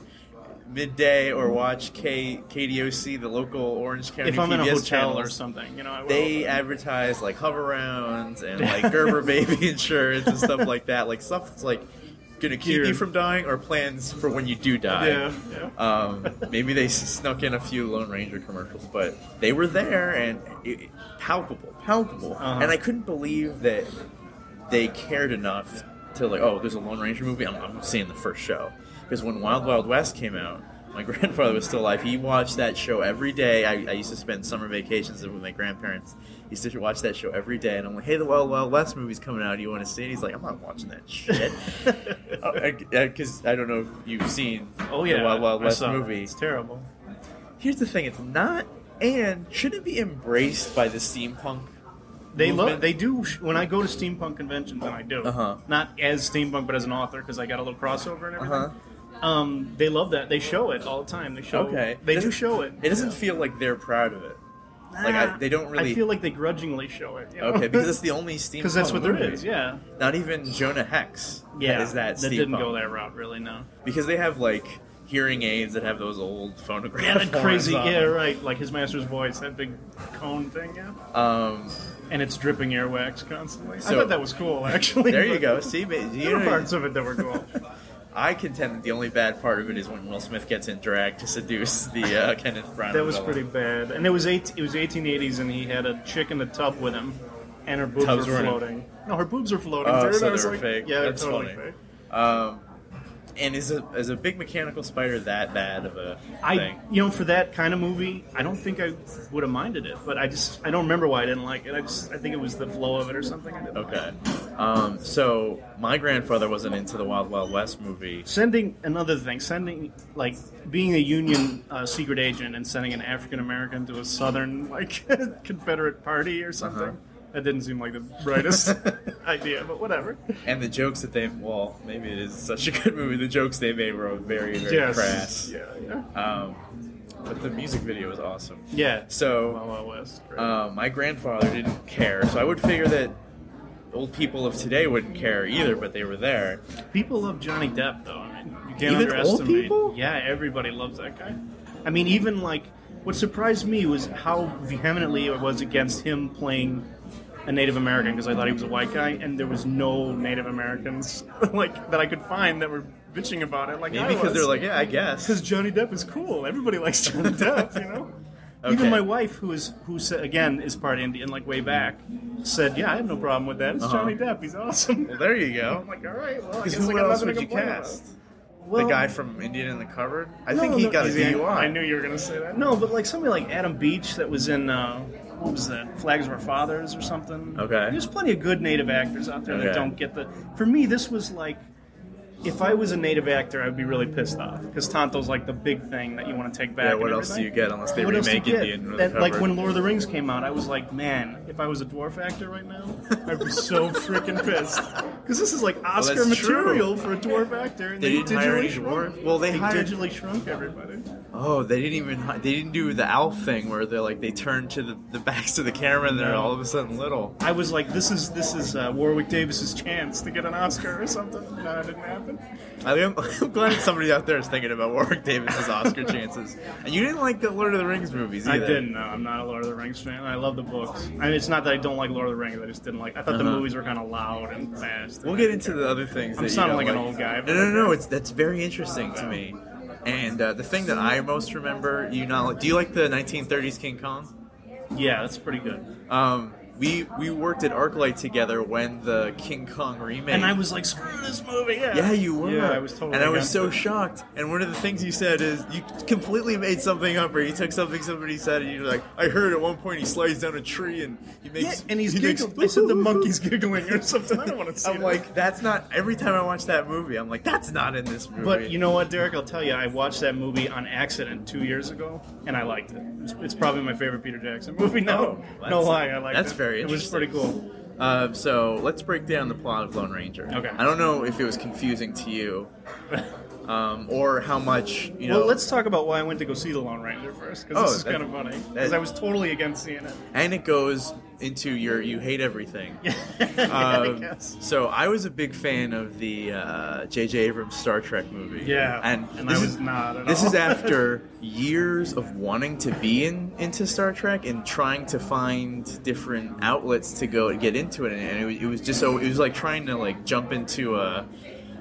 Speaker 2: midday or watch K KDOC, the local Orange County.
Speaker 3: If I'm in a
Speaker 2: PBS
Speaker 3: hotel or
Speaker 2: channels,
Speaker 3: something, you know, I will.
Speaker 2: They advertise like hover rounds and like Gerber baby insurance and stuff like that. Like stuff that's like gonna keep you
Speaker 3: Geared.
Speaker 2: from dying or plans for when you do die.
Speaker 3: yeah, yeah.
Speaker 2: Um, maybe they snuck in a few Lone Ranger commercials, but they were there and it, it- palpable, palpable.
Speaker 3: Uh-huh.
Speaker 2: And I couldn't believe that they cared enough to like, oh, there's a Lone Ranger movie. I'm, I'm seeing the first show because when Wild Wild West came out, my grandfather was still alive. He watched that show every day. I, I used to spend summer vacations with my grandparents. He used to watch that show every day, and I'm like, "Hey, the Wild Wild West movie's coming out. Do you want to see it?" He's like, "I'm not watching that shit," because Oh, I, don't know if you've seen
Speaker 3: oh yeah,
Speaker 2: the Wild Wild
Speaker 3: I
Speaker 2: West
Speaker 3: saw it.
Speaker 2: movie.
Speaker 3: It's terrible.
Speaker 2: Here's the thing: it's not, and shouldn't be embraced by the steampunk.
Speaker 3: They
Speaker 2: Movement.
Speaker 3: look. They do. sh- When I go to steampunk conventions, and I do
Speaker 2: Uh-huh.
Speaker 3: not as steampunk, but as an author, because I got a little crossover and everything.
Speaker 2: Uh-huh.
Speaker 3: Um, they love that. They show it all the time. They show.
Speaker 2: Okay.
Speaker 3: They do
Speaker 2: Doesn't-
Speaker 3: show it.
Speaker 2: It doesn't feel like they're proud of it. Like I, they don't really.
Speaker 3: I feel like they grudgingly show it. you know?
Speaker 2: okay, because it's the only steampunk.
Speaker 3: 'Cause that's what there
Speaker 2: movie.
Speaker 3: is. Yeah.
Speaker 2: Not even Jonah Hex.
Speaker 3: Yeah,
Speaker 2: is that
Speaker 3: that
Speaker 2: steampunk.
Speaker 3: didn't go that route, really. No,
Speaker 2: because they have like hearing aids that have those old phonograph.
Speaker 3: yeah, that
Speaker 2: horns
Speaker 3: crazy.
Speaker 2: on
Speaker 3: Yeah,
Speaker 2: them.
Speaker 3: right. Like his master's voice, that big cone thing. Yeah,
Speaker 2: Um,
Speaker 3: and it's dripping earwax constantly. I
Speaker 2: So-
Speaker 3: thought that was cool, actually.
Speaker 2: There you
Speaker 3: but
Speaker 2: go. See, ma-
Speaker 3: There
Speaker 2: you
Speaker 3: were
Speaker 2: know,
Speaker 3: parts of it that were cool.
Speaker 2: I contend that the only bad part of it is when Will Smith gets in drag to seduce the uh, Kenneth Branagh.
Speaker 3: That was
Speaker 2: villain.
Speaker 3: pretty bad. And it was eight, it was 1880s, and he had a chick in the tub with him, and her boobs
Speaker 2: Tubs
Speaker 3: were
Speaker 2: were in it.
Speaker 3: floating. No, her boobs are floating.
Speaker 2: Oh,
Speaker 3: dude.
Speaker 2: so
Speaker 3: I was
Speaker 2: they were
Speaker 3: like,
Speaker 2: fake.
Speaker 3: Yeah, they're
Speaker 2: That's
Speaker 3: totally
Speaker 2: funny.
Speaker 3: fake.
Speaker 2: Um, and is a is a big mechanical spider that bad of a
Speaker 3: I,
Speaker 2: thing?
Speaker 3: you know, for that kind of movie, I don't think I would have minded it, but I just, I don't remember why I didn't like it. I just, I think it was the flow of it or something. I didn't like.
Speaker 2: Okay. Um, so my grandfather wasn't into the Wild Wild West movie.
Speaker 3: Sending another thing, sending like being a Union uh, secret agent and sending an African American to a Southern like Confederate party
Speaker 2: Uh-huh.
Speaker 3: or something. That didn't seem like the brightest idea, but whatever.
Speaker 2: And the jokes that they well, maybe it is such a good movie. The jokes they made were very, very
Speaker 3: Yes.
Speaker 2: crass.
Speaker 3: Yeah, yeah.
Speaker 2: Um, but the music video was awesome.
Speaker 3: Yeah.
Speaker 2: So
Speaker 3: Wild Wild West. Great.
Speaker 2: uh, my grandfather didn't care, so I would figure that old people of today wouldn't care either, but they were there.
Speaker 3: people love Johnny Depp, though. I mean, you can't
Speaker 2: Even old
Speaker 3: underestimate.
Speaker 2: people?
Speaker 3: Yeah, everybody loves that guy. I mean, even like what surprised me was how vehemently it was against him playing a Native American because I thought he was a white guy, and there was no Native Americans like that I could find that were bitching about it. Like
Speaker 2: Maybe because they're like, yeah, I
Speaker 3: because
Speaker 2: guess.
Speaker 3: Johnny Depp is cool. Everybody likes Johnny Depp, you know.
Speaker 2: Okay.
Speaker 3: Even my wife, who is who said, again is part Indian, like way back, said, "Yeah, I have no problem with that. It's
Speaker 2: Uh-huh.
Speaker 3: Johnny Depp. He's awesome."
Speaker 2: Well, there you go.
Speaker 3: I'm like, all right, well, I
Speaker 2: Because
Speaker 3: guess I
Speaker 2: who
Speaker 3: got
Speaker 2: else
Speaker 3: nothing
Speaker 2: would
Speaker 3: to
Speaker 2: you
Speaker 3: complain about."
Speaker 2: cast?
Speaker 3: Well,
Speaker 2: the guy from Indian in the Cupboard? I
Speaker 3: no,
Speaker 2: think he
Speaker 3: no,
Speaker 2: got a
Speaker 3: is he-
Speaker 2: DUI.
Speaker 3: I knew you were going to say that. No, but like somebody like Adam Beach that was in uh, what was that? Flags Were Fathers or something.
Speaker 2: Okay.
Speaker 3: There's plenty of good native actors out there
Speaker 2: Okay.
Speaker 3: that don't get the. For me, this was like. If I was a native actor, I would be really pissed off because Tonto's like the big thing that you want to take back.
Speaker 2: Yeah,
Speaker 3: and
Speaker 2: what else do
Speaker 3: everything.
Speaker 2: you get unless they
Speaker 3: What else do you
Speaker 2: remake
Speaker 3: get?
Speaker 2: Indian in the
Speaker 3: That-
Speaker 2: Cupboard?
Speaker 3: like when Lord of the Rings came out, I was like, man, if I was a dwarf actor right now, I'd be so freaking pissed because this is like Oscar
Speaker 2: that's true.
Speaker 3: material for a dwarf actor. And
Speaker 2: They didn't hire
Speaker 3: digitally
Speaker 2: any
Speaker 3: shrunk.
Speaker 2: dwarf- well, they hired-
Speaker 3: digitally shrunk everybody.
Speaker 2: Oh, they didn't even they didn't do the owl thing where they're like they turn to the, the backs of the camera and they're
Speaker 3: No.
Speaker 2: all of a sudden little.
Speaker 3: I was like, this is this is uh, Warwick Davis's chance to get an Oscar or something. No, it didn't happen.
Speaker 2: I am, I'm glad that somebody out there is thinking about Warwick Davis's Oscar chances. And you didn't like the Lord of the Rings movies
Speaker 3: I
Speaker 2: either.
Speaker 3: didn't. No, I'm not a Lord of the Rings fan. I love the books. I mean, it's not that I don't like Lord of the Rings. I just didn't like. I thought the
Speaker 2: Uh-huh.
Speaker 3: movies were kind of loud and fast.
Speaker 2: We'll get into the other things.
Speaker 3: I'm
Speaker 2: that you
Speaker 3: sounding
Speaker 2: don't
Speaker 3: like an old guy,
Speaker 2: No,
Speaker 3: but
Speaker 2: no, no. It's that's very interesting to me. And uh, the thing that I most remember, you not like, do you like the 1930s King Kong?
Speaker 3: Yeah, that's pretty good.
Speaker 2: Um, we we worked at ArcLight together when the King Kong remake.
Speaker 3: And I was like, screw this movie. Yeah,
Speaker 2: Yeah, you were.
Speaker 3: Yeah, I was totally.
Speaker 2: And I was
Speaker 3: against
Speaker 2: so
Speaker 3: it.
Speaker 2: shocked. And one of the things you said is you completely made something up, or you took something somebody said, and you're like, I heard at one point he slides down a tree and he
Speaker 3: Yeah,
Speaker 2: makes.
Speaker 3: and he's
Speaker 2: he makes-
Speaker 3: giggling. They said the monkey's giggling or something. I don't want to see.
Speaker 2: I'm
Speaker 3: that.
Speaker 2: like, that's not. Every time I watch that movie, I'm like, that's not in this movie.
Speaker 3: But you know what, Derek? I'll tell you, I watched that movie on accident two years ago, and I liked it. It's, it's probably my favorite Peter Jackson movie
Speaker 2: Oh,
Speaker 3: now.
Speaker 2: that's-
Speaker 3: no lie, I liked
Speaker 2: that's
Speaker 3: it.
Speaker 2: very
Speaker 3: It was pretty cool.
Speaker 2: Uh, so let's break down the plot of Lone Ranger.
Speaker 3: Okay.
Speaker 2: I don't know if it was confusing to you, um, or how much you know.
Speaker 3: Well, let's talk about why I went to go see The Lone Ranger first, because
Speaker 2: Oh,
Speaker 3: this is
Speaker 2: that-
Speaker 3: kind of funny. Because
Speaker 2: that-
Speaker 3: I was totally against seeing it.
Speaker 2: And it goes into your you hate everything.
Speaker 3: I
Speaker 2: Um,
Speaker 3: guess.
Speaker 2: so I was a big fan of the uh, J.J. Abrams Star Trek movie.
Speaker 3: Yeah,
Speaker 2: and,
Speaker 3: and
Speaker 2: this
Speaker 3: I was
Speaker 2: is,
Speaker 3: not at
Speaker 2: This
Speaker 3: all.
Speaker 2: is after years of wanting to be in into Star Trek and trying to find different outlets to go and get into it, and it was, it was just so it was like trying to like jump into a. a-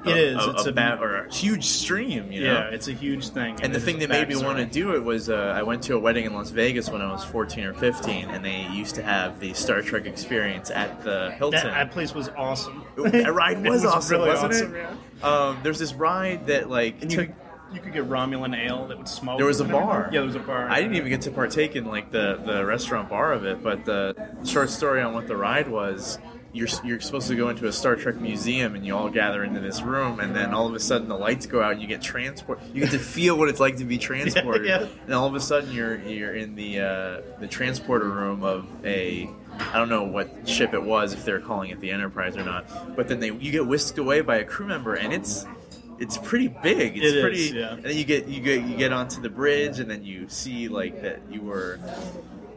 Speaker 3: It is.
Speaker 2: a,
Speaker 3: It's
Speaker 2: a,
Speaker 3: a-
Speaker 2: bat or a huge stream, you know.
Speaker 3: Yeah, it's a huge thing.
Speaker 2: And the
Speaker 3: it
Speaker 2: thing that
Speaker 3: just
Speaker 2: made me
Speaker 3: backs
Speaker 2: want to
Speaker 3: around.
Speaker 2: do it was uh, I went to a wedding in Las Vegas when I was 14 or 15, and they used to have the Star Trek experience at the Hilton.
Speaker 3: that, that place was awesome.
Speaker 2: that ride
Speaker 3: It
Speaker 2: was, awesome,
Speaker 3: really
Speaker 2: wasn't
Speaker 3: awesome,
Speaker 2: it?
Speaker 3: yeah.
Speaker 2: Um, there's this ride that like
Speaker 3: And you
Speaker 2: took.
Speaker 3: could, you could get Romulan ale that would smoke.
Speaker 2: There was a
Speaker 3: and everything.
Speaker 2: bar.
Speaker 3: Yeah, there was a bar.
Speaker 2: I didn't even get to partake in like the, the restaurant bar of it, but the short story on what the ride was. You're, you're supposed to go into a Star Trek museum and you all gather into this room, and then all of a sudden the lights go out and you get transport. You get to feel what it's like to be transported,
Speaker 3: yeah.
Speaker 2: and all of a sudden you're you're in the uh, the transporter room of a I don't know what ship it was if they're calling it the Enterprise or not, but then they you get whisked away by a crew member, and it's it's pretty big. It's
Speaker 3: It is,
Speaker 2: pretty
Speaker 3: yeah.
Speaker 2: and then you get you get you get onto the bridge, and then you see like that you were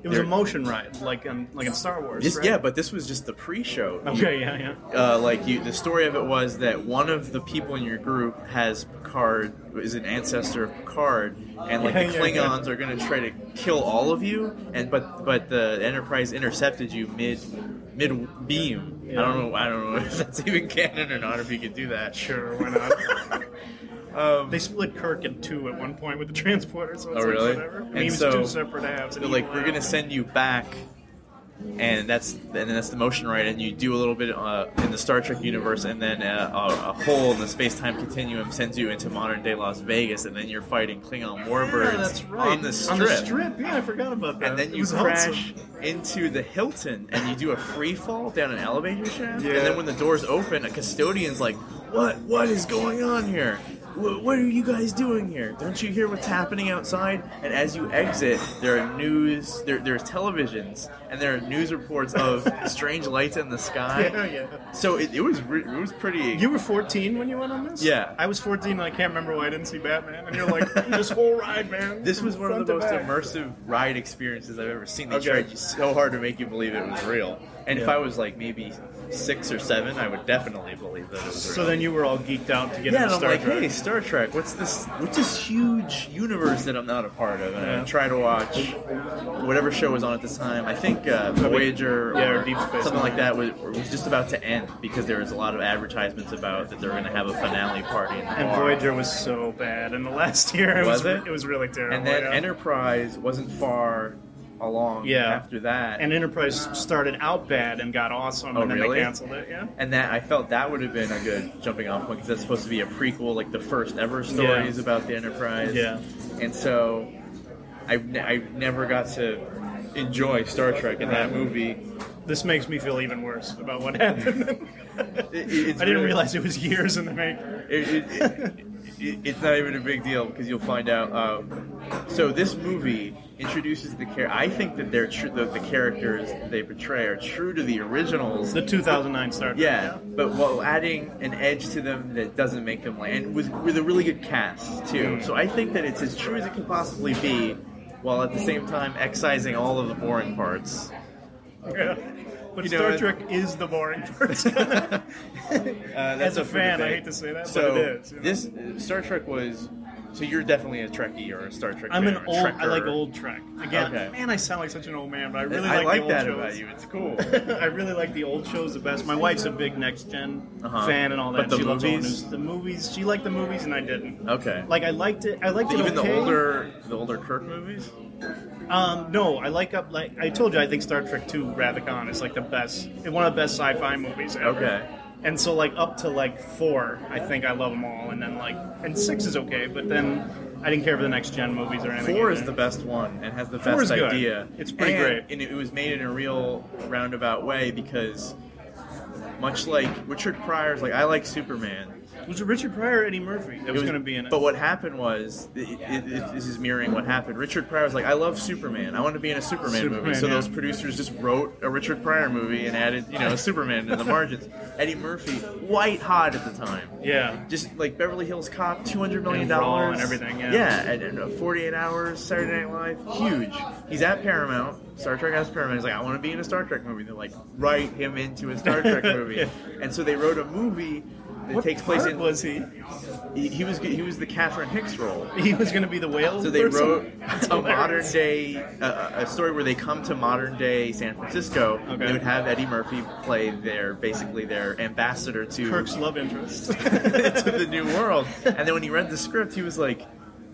Speaker 3: It was a
Speaker 2: There-
Speaker 3: motion ride, like in, like in Star Wars.
Speaker 2: This,
Speaker 3: right?
Speaker 2: yeah, but this was just the pre-show.
Speaker 3: Okay, yeah, yeah.
Speaker 2: uh, like you, the story of it was that one of the people in your group has Picard is an ancestor of Picard, and like
Speaker 3: Yeah,
Speaker 2: the
Speaker 3: yeah,
Speaker 2: Klingons
Speaker 3: yeah.
Speaker 2: are going to try to kill all of you, and but but the Enterprise intercepted you mid mid beam. I don't know. I don't know if that's even canon or not. If you could do that,
Speaker 3: Sure, why not?
Speaker 2: Um,
Speaker 3: they split Kirk in two at one point with the transporter, so it's
Speaker 2: Oh,
Speaker 3: like
Speaker 2: really?
Speaker 3: whatever. I mean,
Speaker 2: And
Speaker 3: he was
Speaker 2: so-
Speaker 3: two separate halves.
Speaker 2: So like we're gonna send you back, and that's and then that's the motion right, and you do a little bit uh, in the Star Trek universe, and then uh, a, a hole in the space time continuum sends you into modern day Las Vegas, and then you're fighting Klingon warbirds
Speaker 3: yeah, that's right.
Speaker 2: on the strip.
Speaker 3: On the strip, yeah, I forgot about that.
Speaker 2: And then
Speaker 3: It
Speaker 2: you
Speaker 3: was
Speaker 2: crash
Speaker 3: awesome.
Speaker 2: into the Hilton, and you do a free fall down an elevator shaft.
Speaker 3: Yeah.
Speaker 2: And then when the doors open, a custodian's like, "What? What is going on here? What, what are you guys doing here? Don't you hear what's happening outside?" And as you exit, there are news, there, there's televisions, and there are news reports of strange lights in the sky.
Speaker 3: Yeah, yeah.
Speaker 2: So it, it was re- it was pretty.
Speaker 3: You were 14 when you went on this?
Speaker 2: Yeah.
Speaker 3: I was 14 and I can't remember why I didn't see Batman. And you're like, this whole ride, man.
Speaker 2: this was
Speaker 3: from
Speaker 2: one of
Speaker 3: front
Speaker 2: the
Speaker 3: to
Speaker 2: most
Speaker 3: back.
Speaker 2: immersive ride experiences I've ever seen. They
Speaker 3: Okay.
Speaker 2: tried so hard to make you believe it was real. And if
Speaker 3: Yeah.
Speaker 2: I was like maybe six or seven, I would definitely believe that it was real.
Speaker 3: So then you were all geeked out to get
Speaker 2: yeah, and
Speaker 3: into
Speaker 2: I'm
Speaker 3: Star
Speaker 2: like,
Speaker 3: Trek.
Speaker 2: hey, Star Trek, what's this? What's this huge universe that I'm not a part of? And
Speaker 3: Yeah.
Speaker 2: I try to watch whatever show was on at the time. I think uh, Voyager,
Speaker 3: yeah, or Deep Space
Speaker 2: something like
Speaker 3: Nine.
Speaker 2: that, was, was just about to end because there was a lot of advertisements about that they were going to have a finale party. In the
Speaker 3: and
Speaker 2: bar.
Speaker 3: Voyager was so bad. And the last year, it was,
Speaker 2: Was it?
Speaker 3: it was really terrible.
Speaker 2: and then
Speaker 3: yeah.
Speaker 2: Enterprise wasn't far along
Speaker 3: Yeah.
Speaker 2: after that.
Speaker 3: And Enterprise started out bad and got awesome,
Speaker 2: Oh,
Speaker 3: and then
Speaker 2: really?
Speaker 3: they canceled it. Yeah.
Speaker 2: And that I felt that would have been a good jumping off point because that's supposed to be a prequel, like the first ever stories about the Enterprise.
Speaker 3: Yeah.
Speaker 2: And so I ne- I never got to enjoy Star Trek in that movie.
Speaker 3: This makes me feel even worse about what happened.
Speaker 2: It- it- it's
Speaker 3: I didn't
Speaker 2: really-
Speaker 3: realize it was years in the making.
Speaker 2: it, it, it, it, it's not even a big deal because you'll find out. Um, so this movie introduces the character. I think that they're true. The, the characters they portray are true to the originals.
Speaker 3: The 2009 Star Trek.
Speaker 2: Yeah, but while adding an edge to them that doesn't make them like, and with with a really good cast too. So I think that it's as true as it can possibly be, while at the same time excising all of the boring parts.
Speaker 3: Yeah. But
Speaker 2: You know,
Speaker 3: Star
Speaker 2: it-
Speaker 3: Trek is the boring part.
Speaker 2: Uh,
Speaker 3: As a
Speaker 2: up for
Speaker 3: fan, I
Speaker 2: debate.
Speaker 3: hate to say that,
Speaker 2: So
Speaker 3: but it is. you know?
Speaker 2: this uh, Star Trek was. So you're definitely a Trekkie or a Star Trek.
Speaker 3: I'm
Speaker 2: fan or
Speaker 3: an
Speaker 2: a
Speaker 3: old. I
Speaker 2: Trekker.
Speaker 3: like old Trek. Again,
Speaker 2: Okay.
Speaker 3: man, I sound like such an old man, but I really
Speaker 2: I
Speaker 3: like,
Speaker 2: like
Speaker 3: the old
Speaker 2: that
Speaker 3: shows.
Speaker 2: about you. It's cool.
Speaker 3: I really like the old shows the best. My wife's a big Next general
Speaker 2: Uh-huh.
Speaker 3: fan and all that.
Speaker 2: But the
Speaker 3: she loves all the
Speaker 2: movies?
Speaker 3: news- the movies. She liked the movies, and I didn't.
Speaker 2: okay.
Speaker 3: Like I liked it. I liked it
Speaker 2: even
Speaker 3: okay.
Speaker 2: the older the older Kirk movies.
Speaker 3: Um, no, I like up. Like I told you, I think Star Trek Two: Wrath of Khan is like the best, one of the best sci-fi movies ever.
Speaker 2: Okay.
Speaker 3: And so, like up to like four, I think I love them all, and then like and six is okay, but then I didn't care for the next gen movies or anything.
Speaker 2: Four is
Speaker 3: either.
Speaker 2: the best one and has the
Speaker 3: Four
Speaker 2: best
Speaker 3: is good.
Speaker 2: idea.
Speaker 3: It's pretty
Speaker 2: And-
Speaker 3: great.
Speaker 2: And it was made in a real roundabout way because, much like Richard Pryor's, like I like Superman.
Speaker 3: was it Richard Pryor, or Eddie Murphy that
Speaker 2: It
Speaker 3: was, going to be in it.
Speaker 2: But what happened was, it, it, it, this is mirroring what happened. Richard Pryor was like, I love Superman. I want to be in a Superman,
Speaker 3: Superman,
Speaker 2: movie. So
Speaker 3: yeah.
Speaker 2: those producers just wrote a Richard Pryor movie and added, you know, Superman in the margins. Eddie Murphy, white hot at the time
Speaker 3: yeah,
Speaker 2: just like Beverly Hills Cop, two hundred million
Speaker 3: And Raw
Speaker 2: dollars
Speaker 3: and everything, yeah.
Speaker 2: and, and, uh, forty-eight hours, Saturday Night Live, huge. He's at Paramount. Star Trek has Paramount. He's like, I want to be in a Star Trek movie. They're like, write him into a Star Trek movie,
Speaker 3: Yeah.
Speaker 2: and so they wrote a movie that
Speaker 3: what
Speaker 2: takes place
Speaker 3: part
Speaker 2: in.
Speaker 3: was he?
Speaker 2: he, he was he was the Catherine Hicks role.
Speaker 3: He was going to be the whale.
Speaker 2: So they
Speaker 3: person?
Speaker 2: wrote
Speaker 3: That's
Speaker 2: a modern
Speaker 3: hilarious.
Speaker 2: day uh, a story where they come to modern day San Francisco.
Speaker 3: Okay.
Speaker 2: They would have Eddie Murphy play their basically their ambassador to
Speaker 3: Kirk's love interest.
Speaker 2: to the new world. And then when he read the script, he was like,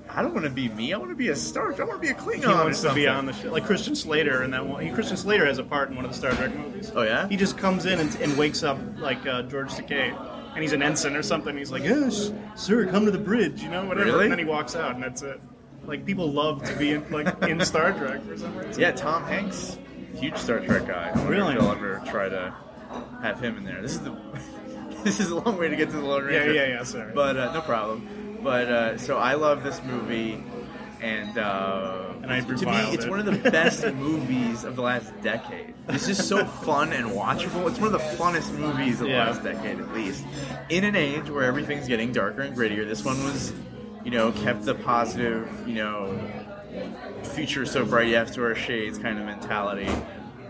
Speaker 2: "I don't want to be me. I want to be a Star. I want to be a Klingon."
Speaker 3: He wants to be on the show, like Christian Slater in that one. he- Christian Slater has a part in one of the Star Trek movies.
Speaker 2: Oh, yeah?
Speaker 3: he just comes in and, and wakes up like uh, George Takei, and he's an ensign or something. He's like, "Yes, sir, come to the bridge," you know, whatever.
Speaker 2: Really?
Speaker 3: And then he walks out, and that's it. Like people love to be in, like in Star Trek for some reason.
Speaker 2: Yeah, Tom Hanks, huge Star Trek guy. I wonder
Speaker 3: Really?
Speaker 2: If they'll ever try to have him in there. This is the. this is a long way to get to the Lone Ranger.
Speaker 3: yeah, yeah, sorry.
Speaker 2: But uh, no problem. But uh, so I love this movie, and uh,
Speaker 3: And I
Speaker 2: to me,
Speaker 3: reviled
Speaker 2: it's
Speaker 3: it.
Speaker 2: one of the best movies of the last decade. It's just so fun and watchable. It's one of the funnest movies of
Speaker 3: Yeah.
Speaker 2: the last decade, at least. In an age where everything's getting darker and grittier, this one was, you know, kept the positive, you know, future so bright you have to wear shades kind of mentality.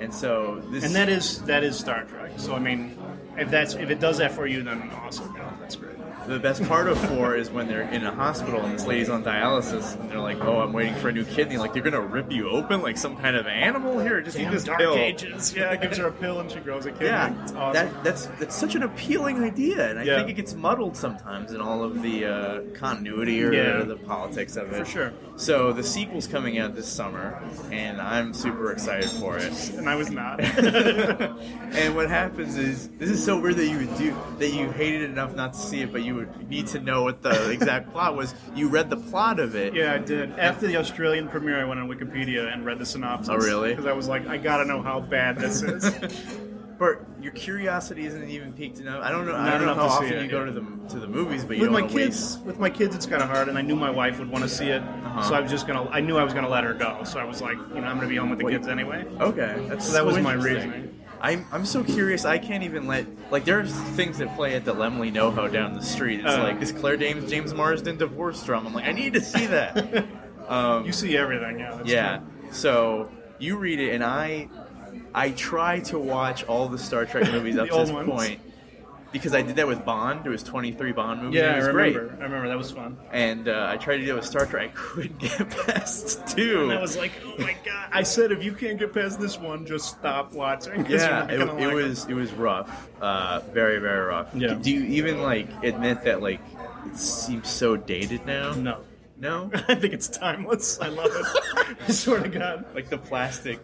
Speaker 2: And so this
Speaker 3: And that is that is Star Trek. So I mean, if that's if it does that for you, then awesome. You know, that's great.
Speaker 2: The best part of four is when they're in a hospital and this lady's on dialysis and they're like, "Oh, I'm waiting for a new kidney." Like they're gonna rip you open like some kind of animal here. Just eat
Speaker 3: Damn
Speaker 2: this
Speaker 3: Dark
Speaker 2: pill.
Speaker 3: Ages. Yeah, it gives her a pill and she grows a kid.
Speaker 2: Yeah,
Speaker 3: It's awesome.
Speaker 2: that, that's that's such an appealing idea, and I
Speaker 3: Yeah.
Speaker 2: think it gets muddled sometimes in all of the uh, continuity or
Speaker 3: Yeah.
Speaker 2: the politics of it.
Speaker 3: For sure.
Speaker 2: So the sequel's coming out this summer, and I'm super excited for it.
Speaker 3: and I was not.
Speaker 2: and what happens is this is so weird that you would do that you hated it enough not to see it, but you would need to know what the exact plot was. You read the plot of it.
Speaker 3: yeah, I did. After the Australian premiere, I went on Wikipedia and read the synopsis.
Speaker 2: Oh, really?
Speaker 3: Because I was like, I gotta know how bad this is.
Speaker 2: But your curiosity isn't even peaked enough. I don't know. I
Speaker 3: Not
Speaker 2: don't know
Speaker 3: enough
Speaker 2: how
Speaker 3: to see
Speaker 2: often
Speaker 3: it,
Speaker 2: you go
Speaker 3: yeah.
Speaker 2: to the to the movies, but you
Speaker 3: with
Speaker 2: don't
Speaker 3: my
Speaker 2: wanna
Speaker 3: kids, with my kids, it's kind of hard, and I knew my wife would want to see it,
Speaker 2: Uh-huh.
Speaker 3: so I was just gonna. I knew I was gonna let her go, so I was like, you know, I'm gonna be home with the
Speaker 2: Wait.
Speaker 3: kids anyway.
Speaker 2: wait. Okay, that's
Speaker 3: So that was my
Speaker 2: interesting.
Speaker 3: reasoning.
Speaker 2: I'm, I'm so curious. I can't even let like there are things that play at the Lemley NoHo down the street. It's
Speaker 3: Uh.
Speaker 2: like this Claire Dames James Marsden divorce drama. I'm like I need to see that.
Speaker 3: You see everything, yeah. That's
Speaker 2: Um, yeah.
Speaker 3: true.
Speaker 2: So you read it, and I I try to watch all the Star Trek movies up
Speaker 3: The
Speaker 2: to
Speaker 3: old
Speaker 2: this
Speaker 3: ones.
Speaker 2: point because I did that with Bond. There was 23 Bond movies.
Speaker 3: Yeah,
Speaker 2: it
Speaker 3: I
Speaker 2: was
Speaker 3: remember.
Speaker 2: great.
Speaker 3: I remember that was fun.
Speaker 2: And uh, I tried to do it with Star Trek. I couldn't get past two.
Speaker 3: And I was like, oh my god! I said, if you can't get past this one, just stop watching. 'cause
Speaker 2: yeah,
Speaker 3: you're
Speaker 2: it,
Speaker 3: not gonna
Speaker 2: it
Speaker 3: like
Speaker 2: was it was rough, uh, very very rough.
Speaker 3: Yeah.
Speaker 2: Do you even like admit that like it seems so dated now?
Speaker 3: it. No,
Speaker 2: No.
Speaker 3: I think it's timeless. I love it. I swear to God.
Speaker 2: like the plastic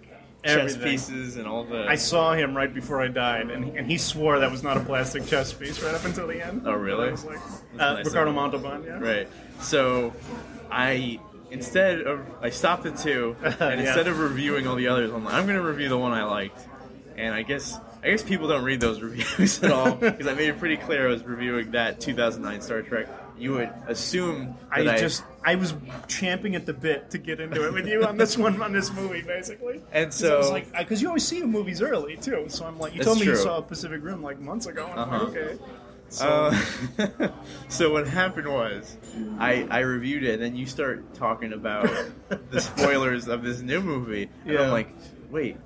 Speaker 2: chess
Speaker 3: Everything.
Speaker 2: pieces and all the.
Speaker 3: I saw him right before I died, and, and he swore that was not a plastic chess piece right up until the end.
Speaker 2: Oh, really?
Speaker 3: And I was like, uh,
Speaker 2: nice
Speaker 3: Ricardo
Speaker 2: of
Speaker 3: Montalban, yeah.
Speaker 2: Right. So, I instead of I stopped at two, and
Speaker 3: Yeah.
Speaker 2: instead of reviewing all the others, I'm like, I'm gonna review the one I liked, and I guess. I guess people don't read those reviews at all because I made it pretty clear I was reviewing that 2009 Star Trek. You would assume that
Speaker 3: I just I was champing at the bit to get into it with you on this one on this movie basically.
Speaker 2: And
Speaker 3: 'Cause I was
Speaker 2: so-
Speaker 3: like because you always see your movies early too, so I'm like you
Speaker 2: That's
Speaker 3: told me you
Speaker 2: true.
Speaker 3: saw Pacific Rim like months ago, and I'm
Speaker 2: Uh-huh.
Speaker 3: like okay. So,
Speaker 2: Uh, so what happened was, I, I reviewed it, and then you start talking about the spoilers of this new movie, and
Speaker 3: Yeah.
Speaker 2: I'm like, wait,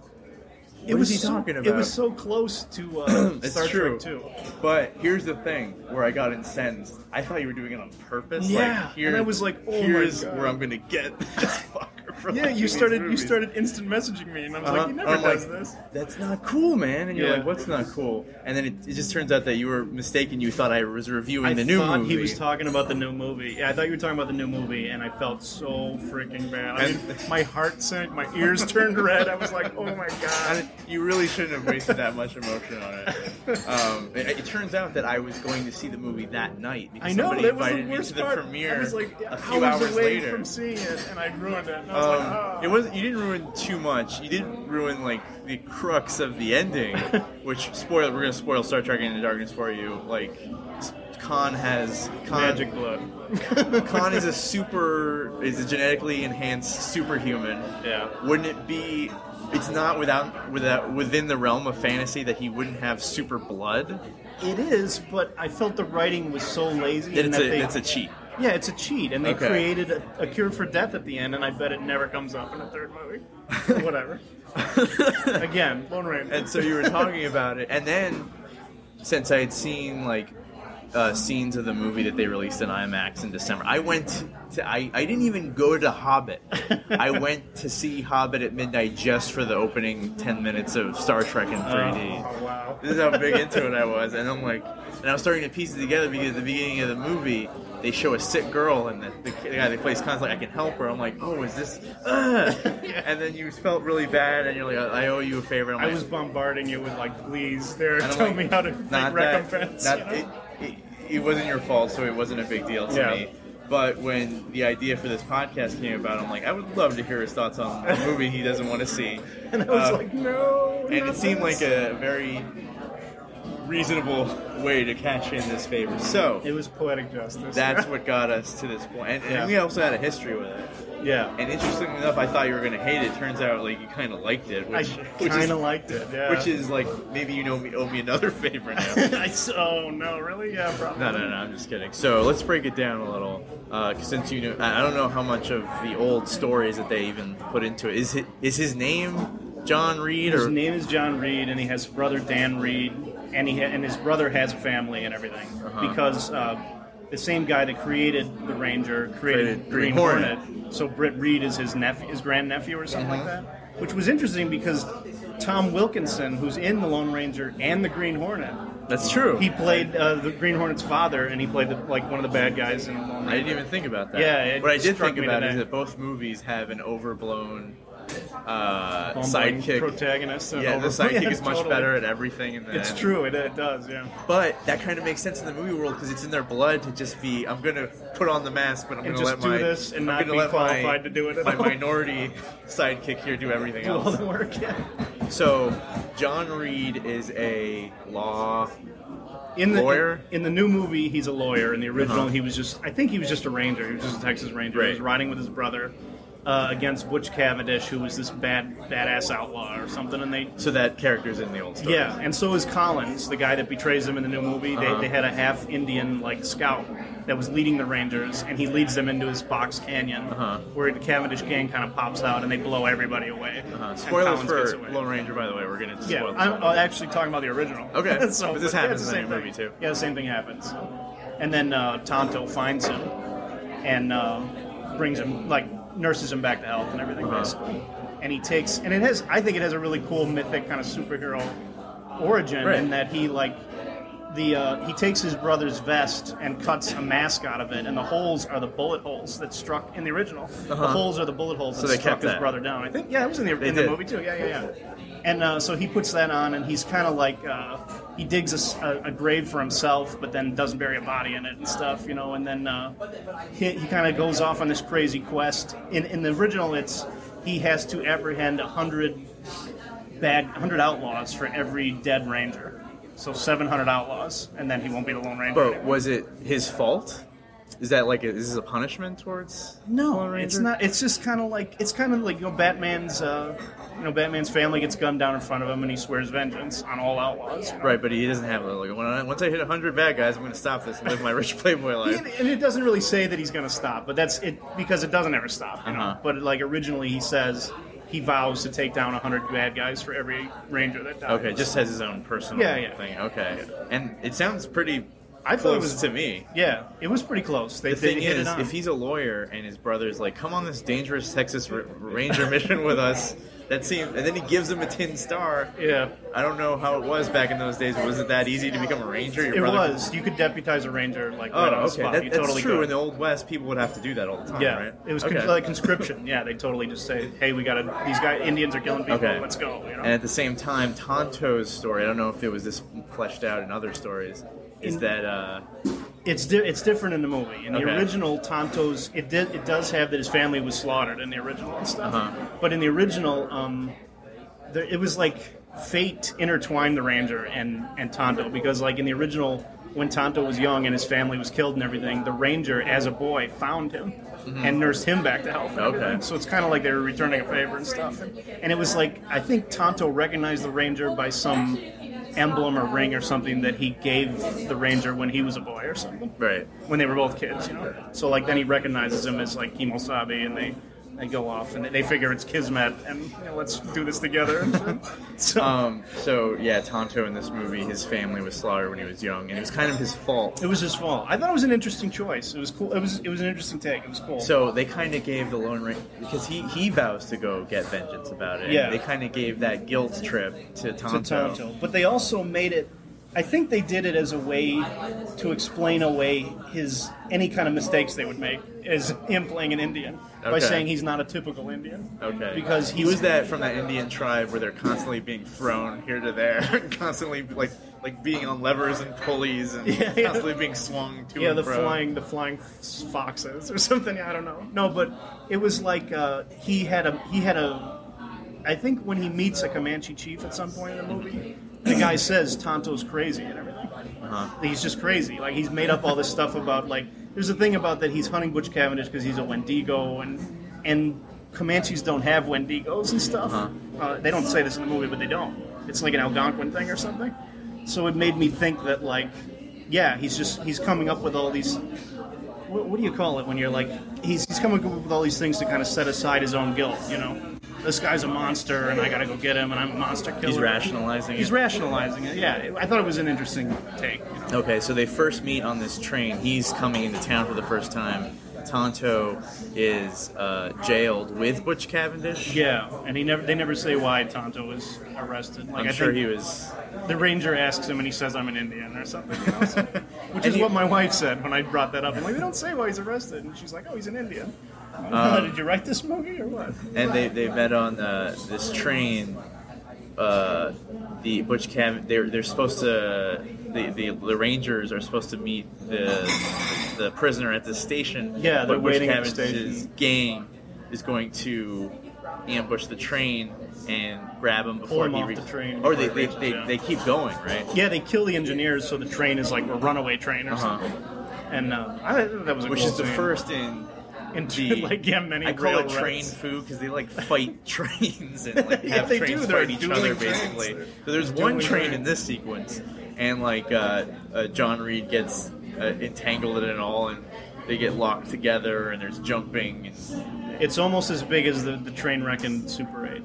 Speaker 3: it
Speaker 2: what
Speaker 3: was
Speaker 2: is he
Speaker 3: so-
Speaker 2: talking about?
Speaker 3: It was so close to uh,
Speaker 2: It's
Speaker 3: Star
Speaker 2: true.
Speaker 3: Trek too.
Speaker 2: But here's the thing, where I got incensed. I thought you were doing it on purpose.
Speaker 3: Yeah,
Speaker 2: like, here,
Speaker 3: and I was like, oh my
Speaker 2: here's
Speaker 3: God.
Speaker 2: where I'm gonna get this fucker. For
Speaker 3: Yeah,
Speaker 2: liking
Speaker 3: you
Speaker 2: these
Speaker 3: started you
Speaker 2: movies."
Speaker 3: started instant messaging me, and I was
Speaker 2: Uh-huh.
Speaker 3: like, he never
Speaker 2: I'm
Speaker 3: does
Speaker 2: like,
Speaker 3: this.
Speaker 2: That's not cool, man. And you're
Speaker 3: Yeah.
Speaker 2: like, what's not cool? And then it, it just turns out that you were mistaken. You thought I was reviewing
Speaker 3: I
Speaker 2: the new
Speaker 3: thought
Speaker 2: movie.
Speaker 3: he was talking about the new movie. Yeah, I thought you were talking about the new movie, and I felt so freaking bad. I mean,
Speaker 2: And-
Speaker 3: my heart sank, my ears turned red. I was like, oh my god.
Speaker 2: I- you really shouldn't have wasted that much emotion on it. Um, it, it turns out that I was going to see the movie that night because
Speaker 3: I know
Speaker 2: somebody
Speaker 3: that was the
Speaker 2: invited me
Speaker 3: worst
Speaker 2: to the
Speaker 3: part.
Speaker 2: premiere
Speaker 3: I was like
Speaker 2: a few
Speaker 3: hours
Speaker 2: hours
Speaker 3: away
Speaker 2: later.
Speaker 3: from seeing it, and I ruined it. And I was
Speaker 2: um,
Speaker 3: like, oh.
Speaker 2: It wasn't. You didn't ruin too much. You didn't ruin like the crux of the ending, which spoil. We're gonna spoil Star Trek Into Darkness for you. Like, Khan has Khan,
Speaker 3: magic blood.
Speaker 2: Khan is a super is a genetically enhanced superhuman.
Speaker 3: Yeah.
Speaker 2: Wouldn't it be it's not without without within the realm of fantasy that he wouldn't have super blood?
Speaker 3: It is, but I felt the writing was so lazy.
Speaker 2: That
Speaker 3: and
Speaker 2: it's
Speaker 3: that
Speaker 2: a
Speaker 3: they,
Speaker 2: that's a cheat.
Speaker 3: yeah, it's a cheat, and they
Speaker 2: Okay.
Speaker 3: created a, a cure for death at the end, and I bet it never comes up in a third movie. Whatever. Again, Lone Ranger.
Speaker 2: and so you were talking about it and then since I had seen like uh, scenes of the movie that they released in IMAX in December. I went to I, I didn't even go to Hobbit. I went to see Hobbit at midnight just for the opening ten minutes of Star Trek in three D.
Speaker 3: Oh, wow.
Speaker 2: This is how big into it I was, and I'm like, and I was starting to piece it together because at the beginning of the movie, they show a sick girl, and the, the guy that plays Khan's like, I can help her. I'm like, oh, is this? Uh? And then you felt really bad, and you're like, I owe you a favor. And I'm
Speaker 3: I
Speaker 2: like,
Speaker 3: was bombarding you with like, please, there,
Speaker 2: and I'm
Speaker 3: tell
Speaker 2: like,
Speaker 3: me how to
Speaker 2: not
Speaker 3: make
Speaker 2: that-
Speaker 3: recompense.
Speaker 2: not-
Speaker 3: you know?
Speaker 2: it, it, it wasn't your fault, so it wasn't a big deal to
Speaker 3: Yeah.
Speaker 2: me. But when the idea for this podcast came about, I'm like, I would love to hear his thoughts on the movie he doesn't want to see.
Speaker 3: and I was
Speaker 2: Uh,
Speaker 3: like, no.
Speaker 2: and
Speaker 3: not
Speaker 2: it seemed
Speaker 3: this."
Speaker 2: like a very reasonable way to cash in this favor. So
Speaker 3: It was poetic justice.
Speaker 2: that's what got us to this point. And, and
Speaker 3: Yeah.
Speaker 2: we also had a history with it.
Speaker 3: Yeah.
Speaker 2: And interestingly enough, I thought you were going to hate it. Turns out, like you kind of liked it,
Speaker 3: I
Speaker 2: which which is,
Speaker 3: kind of liked it. Yeah.
Speaker 2: which is like maybe you know me owe me another favor now.
Speaker 3: I s- oh no, really? Yeah, probably.
Speaker 2: No, no, no, I'm just kidding. So let's break it down a little. Uh, 'cause since you know, I I don't know how much of the old stories that they even put into it. Is it is his name John Reed
Speaker 3: His
Speaker 2: or
Speaker 3: name is John Reed, and he has brother Dan Reed, and he ha- and his brother has a family and everything
Speaker 2: Uh-huh.
Speaker 3: because uh, the same guy that created the Ranger created,
Speaker 2: Created Green
Speaker 3: Green, Hornet. So Britt Reed is his nephew, his grandnephew, or something
Speaker 2: Uh-huh.
Speaker 3: like that. Which was interesting because Tom Wilkinson, who's in the Lone Ranger and the Green Hornet,
Speaker 2: That's true.
Speaker 3: he played uh, the Green Hornet's father, and he played the, like one of the bad guys in Lone Ranger.
Speaker 2: I didn't even think about that.
Speaker 3: Yeah, it
Speaker 2: what I did
Speaker 3: struck
Speaker 2: think
Speaker 3: me
Speaker 2: about
Speaker 3: today.
Speaker 2: is that both movies have an overblown uh,
Speaker 3: Bumbling
Speaker 2: sidekick.
Speaker 3: protagonist. And
Speaker 2: yeah, the
Speaker 3: over-
Speaker 2: sidekick
Speaker 3: Yeah,
Speaker 2: is much
Speaker 3: totally.
Speaker 2: better at everything. And
Speaker 3: It's true. It, it does. Yeah.
Speaker 2: but that kind of makes sense in the movie world because it's in their blood to just be. I'm gonna put on the mask, but I'm
Speaker 3: And
Speaker 2: gonna
Speaker 3: just
Speaker 2: let
Speaker 3: do
Speaker 2: my
Speaker 3: this and
Speaker 2: I'm
Speaker 3: not
Speaker 2: gonna
Speaker 3: be
Speaker 2: let my-
Speaker 3: qualified to do it at
Speaker 2: My
Speaker 3: all.
Speaker 2: minority sidekick here do everything
Speaker 3: Do all
Speaker 2: else.
Speaker 3: the work. Yeah.
Speaker 2: So, John Reed is a law.
Speaker 3: in the
Speaker 2: Lawyer?
Speaker 3: In, the new movie, he's a lawyer. In the original,
Speaker 2: Uh-huh.
Speaker 3: he was just—I think he was just a ranger. He was just a Texas ranger. He was
Speaker 2: Right.
Speaker 3: riding with his brother uh, against Butch Cavendish, who was this bad badass outlaw or something. And they,
Speaker 2: So that character's in the old story.
Speaker 3: yeah, and so is Collins, the guy that betrays him in the new movie. They,
Speaker 2: Uh-huh.
Speaker 3: they had a half Indian like scout that was leading the rangers, and he leads them into his box canyon,
Speaker 2: Uh-huh.
Speaker 3: where the Cavendish gang kind of pops out, and they blow everybody away.
Speaker 2: Uh,
Speaker 3: And
Speaker 2: spoilers
Speaker 3: Collins gets
Speaker 2: for
Speaker 3: away.
Speaker 2: Lone Ranger, by the way. We're gonna spoil
Speaker 3: Yeah,
Speaker 2: this
Speaker 3: I'm
Speaker 2: one.
Speaker 3: uh, actually talking about the original.
Speaker 2: Okay, but this
Speaker 3: yeah,
Speaker 2: happens
Speaker 3: it's
Speaker 2: in the
Speaker 3: same
Speaker 2: movie,
Speaker 3: thing.
Speaker 2: too.
Speaker 3: Yeah, the same thing happens. And then uh, Tonto finds him and uh, brings him, like, nurses him back to health and everything,
Speaker 2: Uh-huh.
Speaker 3: basically. And he takes, and it has, I think it has a really cool mythic kind of superhero origin
Speaker 2: Right.
Speaker 3: in that he, like, the uh, he takes his brother's vest and cuts a mask out of it, and the holes are the bullet holes that struck in the original. The
Speaker 2: Uh-huh.
Speaker 3: holes are the bullet holes
Speaker 2: So
Speaker 3: that
Speaker 2: they
Speaker 3: struck
Speaker 2: kept
Speaker 3: his
Speaker 2: that.
Speaker 3: brother down. I think, yeah, it was in the,
Speaker 2: They
Speaker 3: in the
Speaker 2: did.
Speaker 3: movie too. Yeah, yeah, yeah. And uh, so he puts that on, and he's kind of like uh, he digs a s- a, a grave for himself, but then doesn't bury a body in it and stuff, you know. And then uh, he, he kind of goes off on this crazy quest. In in the original, it's he has to apprehend a hundred bad hundred outlaws for every dead ranger. So seven hundred outlaws, and then he won't be the lone ranger.
Speaker 2: But
Speaker 3: anymore.
Speaker 2: was it his fault? Is that like a, is this a punishment towards?
Speaker 3: No,
Speaker 2: Lone Ranger?
Speaker 3: it's not. It's just kind of like it's kind of like you know Batman's. Uh, you know, Batman's family gets gunned down in front of him, and he swears vengeance on all outlaws. you know?
Speaker 2: Right, but he doesn't have it. Like, when I, once I hit hundred bad guys, I'm gonna stop this and live my rich playboy
Speaker 3: He-
Speaker 2: life.
Speaker 3: and it doesn't really say that he's going to stop, but that's it because it doesn't ever stop. You know?
Speaker 2: Uh-huh.
Speaker 3: But like originally, he says he vows to take down hundred bad guys for every ranger that dies.
Speaker 2: Okay, just has his own personal
Speaker 3: Yeah, yeah.
Speaker 2: thing. Okay, and it sounds pretty.
Speaker 3: I thought it
Speaker 2: close
Speaker 3: was-
Speaker 2: to me.
Speaker 3: yeah, it was pretty close. They,
Speaker 2: The
Speaker 3: they
Speaker 2: thing
Speaker 3: hit it
Speaker 2: is,
Speaker 3: on.
Speaker 2: if he's a lawyer and his brother's like, "Come on this dangerous Texas r- Ranger mission with us," that seems, and then he gives him a tin star.
Speaker 3: yeah,
Speaker 2: I don't know how it was back in those days. Was it that easy to become a ranger? Your
Speaker 3: it
Speaker 2: brother-
Speaker 3: was. You could deputize a ranger like
Speaker 2: Oh,
Speaker 3: right on the
Speaker 2: okay.
Speaker 3: spot.
Speaker 2: That,
Speaker 3: you
Speaker 2: that's
Speaker 3: totally
Speaker 2: true.
Speaker 3: could.
Speaker 2: In the old west, people would have to do that all the time,
Speaker 3: Yeah,
Speaker 2: right?
Speaker 3: it was
Speaker 2: okay.
Speaker 3: con- like conscription. Yeah, they totally just say, "Hey, we got to these guys. Indians are killing people.
Speaker 2: Okay.
Speaker 3: Let's go." You know?
Speaker 2: And at the same time, Tonto's story, I don't know if it was this fleshed out in other stories, is
Speaker 3: In-
Speaker 2: that uh,
Speaker 3: it's di- it's different in the movie. In the
Speaker 2: Okay.
Speaker 3: original, Tonto's it did it does have that his family was slaughtered in the original and stuff.
Speaker 2: Uh-huh.
Speaker 3: But in the original, um, there, it was like fate intertwined the ranger and and Tonto because like in the original, when Tonto was young and his family was killed and everything, the ranger as a boy found him and nursed him back to health. and
Speaker 2: Mm-hmm. Okay.
Speaker 3: everything. So it's kind of like they were returning a favor and stuff. And it was like I think Tonto recognized the ranger by some emblem or ring or something that he gave the ranger when he was a boy or something
Speaker 2: right?
Speaker 3: when they were both kids, you know. So like then he recognizes him as like Kimosabe, and they they go off and they figure it's kismet, and you know, let's do this together. so
Speaker 2: Um, so yeah, Tonto in this movie, his family was slaughtered when he was young, and it was kind of his fault.
Speaker 3: it was his fault. I thought it was an interesting choice. It was cool. It was it was an interesting take. It was cool.
Speaker 2: So they kind of gave the Lone Ranger because he he vows to go get vengeance about it. and
Speaker 3: Yeah.
Speaker 2: they kind of gave that guilt trip to Tonto.
Speaker 3: to Tonto, but they also made it. I think they did it as a way to explain away his any kind of mistakes they would make as him playing an Indian by
Speaker 2: Okay.
Speaker 3: saying he's not a typical Indian.
Speaker 2: Okay.
Speaker 3: Because
Speaker 2: he
Speaker 3: he's-
Speaker 2: was that from that Indian tribe where they're constantly being thrown here to there, constantly like like being on levers and pulleys and
Speaker 3: Yeah, yeah.
Speaker 2: constantly being swung to
Speaker 3: yeah,
Speaker 2: and
Speaker 3: the
Speaker 2: fro.
Speaker 3: flying, the flying f- foxes or something. I don't know. No, but it was like uh, he had a he had a. I think when he meets a Comanche chief at some point in the movie, the guy says Tonto's crazy and everything.
Speaker 2: Uh-huh.
Speaker 3: He's just crazy. Like he's made up all this stuff about like there's a thing about that he's hunting Butch Cavendish because he's a Wendigo and and Comanches don't have Wendigos and stuff.
Speaker 2: Uh-huh.
Speaker 3: uh they don't say this in the movie, but they don't. It's like an Algonquin thing or something. So it made me think that like yeah, he's just he's coming up with all these what, what do you call it when you're like he's, he's coming up with all these things to kind of set aside his own guilt you know this guy's a monster and i gotta go get him and i'm a monster killer
Speaker 2: He's rationalizing
Speaker 3: he's
Speaker 2: it.
Speaker 3: rationalizing it yeah it- i thought it was an interesting take you know?
Speaker 2: Okay, so they first meet on this train. He's coming into town for the first time. Tonto is uh, jailed with Butch Cavendish.
Speaker 3: yeah and he never they never say why tonto was arrested like
Speaker 2: I'm
Speaker 3: I
Speaker 2: sure
Speaker 3: think
Speaker 2: he was.
Speaker 3: the ranger asks him and he says i'm an indian or something you know? so- which
Speaker 2: And
Speaker 3: is
Speaker 2: he-
Speaker 3: what my wife said when i brought that up i'm like they don't say why he's arrested and she's like oh he's an indian did you write this movie or what
Speaker 2: And they, they met on uh, this train. Uh, the Butch Cav. They're they're supposed to. The, the, the Rangers are supposed to meet the the prisoner at the station.
Speaker 3: Yeah, they're
Speaker 2: but
Speaker 3: waiting
Speaker 2: Butch
Speaker 3: at the
Speaker 2: Cavendish's
Speaker 3: station.
Speaker 2: gang is going to ambush the train and grab him before
Speaker 3: him
Speaker 2: he
Speaker 3: off
Speaker 2: re-
Speaker 3: the train
Speaker 2: Or they
Speaker 3: before
Speaker 2: they,
Speaker 3: he reaches
Speaker 2: they,
Speaker 3: down.
Speaker 2: they keep going right.
Speaker 3: Yeah, they kill the engineers, so the train is like a runaway train or
Speaker 2: Uh-huh.
Speaker 3: something. And uh, I, that was a
Speaker 2: which
Speaker 3: cool
Speaker 2: is the
Speaker 3: scene.
Speaker 2: first in
Speaker 3: in
Speaker 2: the
Speaker 3: like yeah, many
Speaker 2: I call it
Speaker 3: railroads.
Speaker 2: train foo because they like fight trains and like have
Speaker 3: Yeah, they
Speaker 2: trains
Speaker 3: do. They're
Speaker 2: fight each
Speaker 3: dueling
Speaker 2: other
Speaker 3: trains.
Speaker 2: basically.
Speaker 3: They're
Speaker 2: So there's one
Speaker 3: dueling
Speaker 2: train in
Speaker 3: trains.
Speaker 2: this sequence, and like uh, uh, John Reed gets uh, entangled in it all, and they get locked together, and there's jumping. And,
Speaker 3: It's almost as big as the, the train wreck in Super Eight.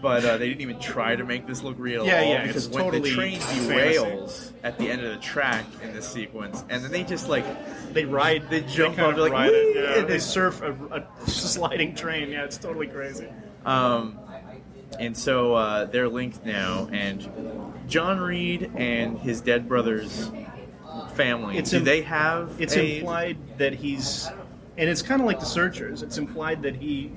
Speaker 2: but uh, they didn't even try to make this look real. at
Speaker 3: Yeah,
Speaker 2: all,
Speaker 3: yeah,
Speaker 2: Because
Speaker 3: it's
Speaker 2: when
Speaker 3: totally
Speaker 2: the train
Speaker 3: fantasy.
Speaker 2: derails at the end of the track in this sequence, and then they just like
Speaker 3: They ride,
Speaker 2: They jump
Speaker 3: kind
Speaker 2: up,
Speaker 3: of
Speaker 2: they're like,
Speaker 3: ride it.
Speaker 2: "Whee!"
Speaker 3: Yeah,
Speaker 2: and
Speaker 3: they
Speaker 2: they-
Speaker 3: surf a, a sliding train. Yeah, it's totally crazy.
Speaker 2: Um, and so uh, they're linked now, and John Reed and his dead brother's family.
Speaker 3: It's
Speaker 2: do
Speaker 3: im-
Speaker 2: they have?
Speaker 3: It's
Speaker 2: a-
Speaker 3: implied that he's, and it's kind of like the Searchers. It's implied that he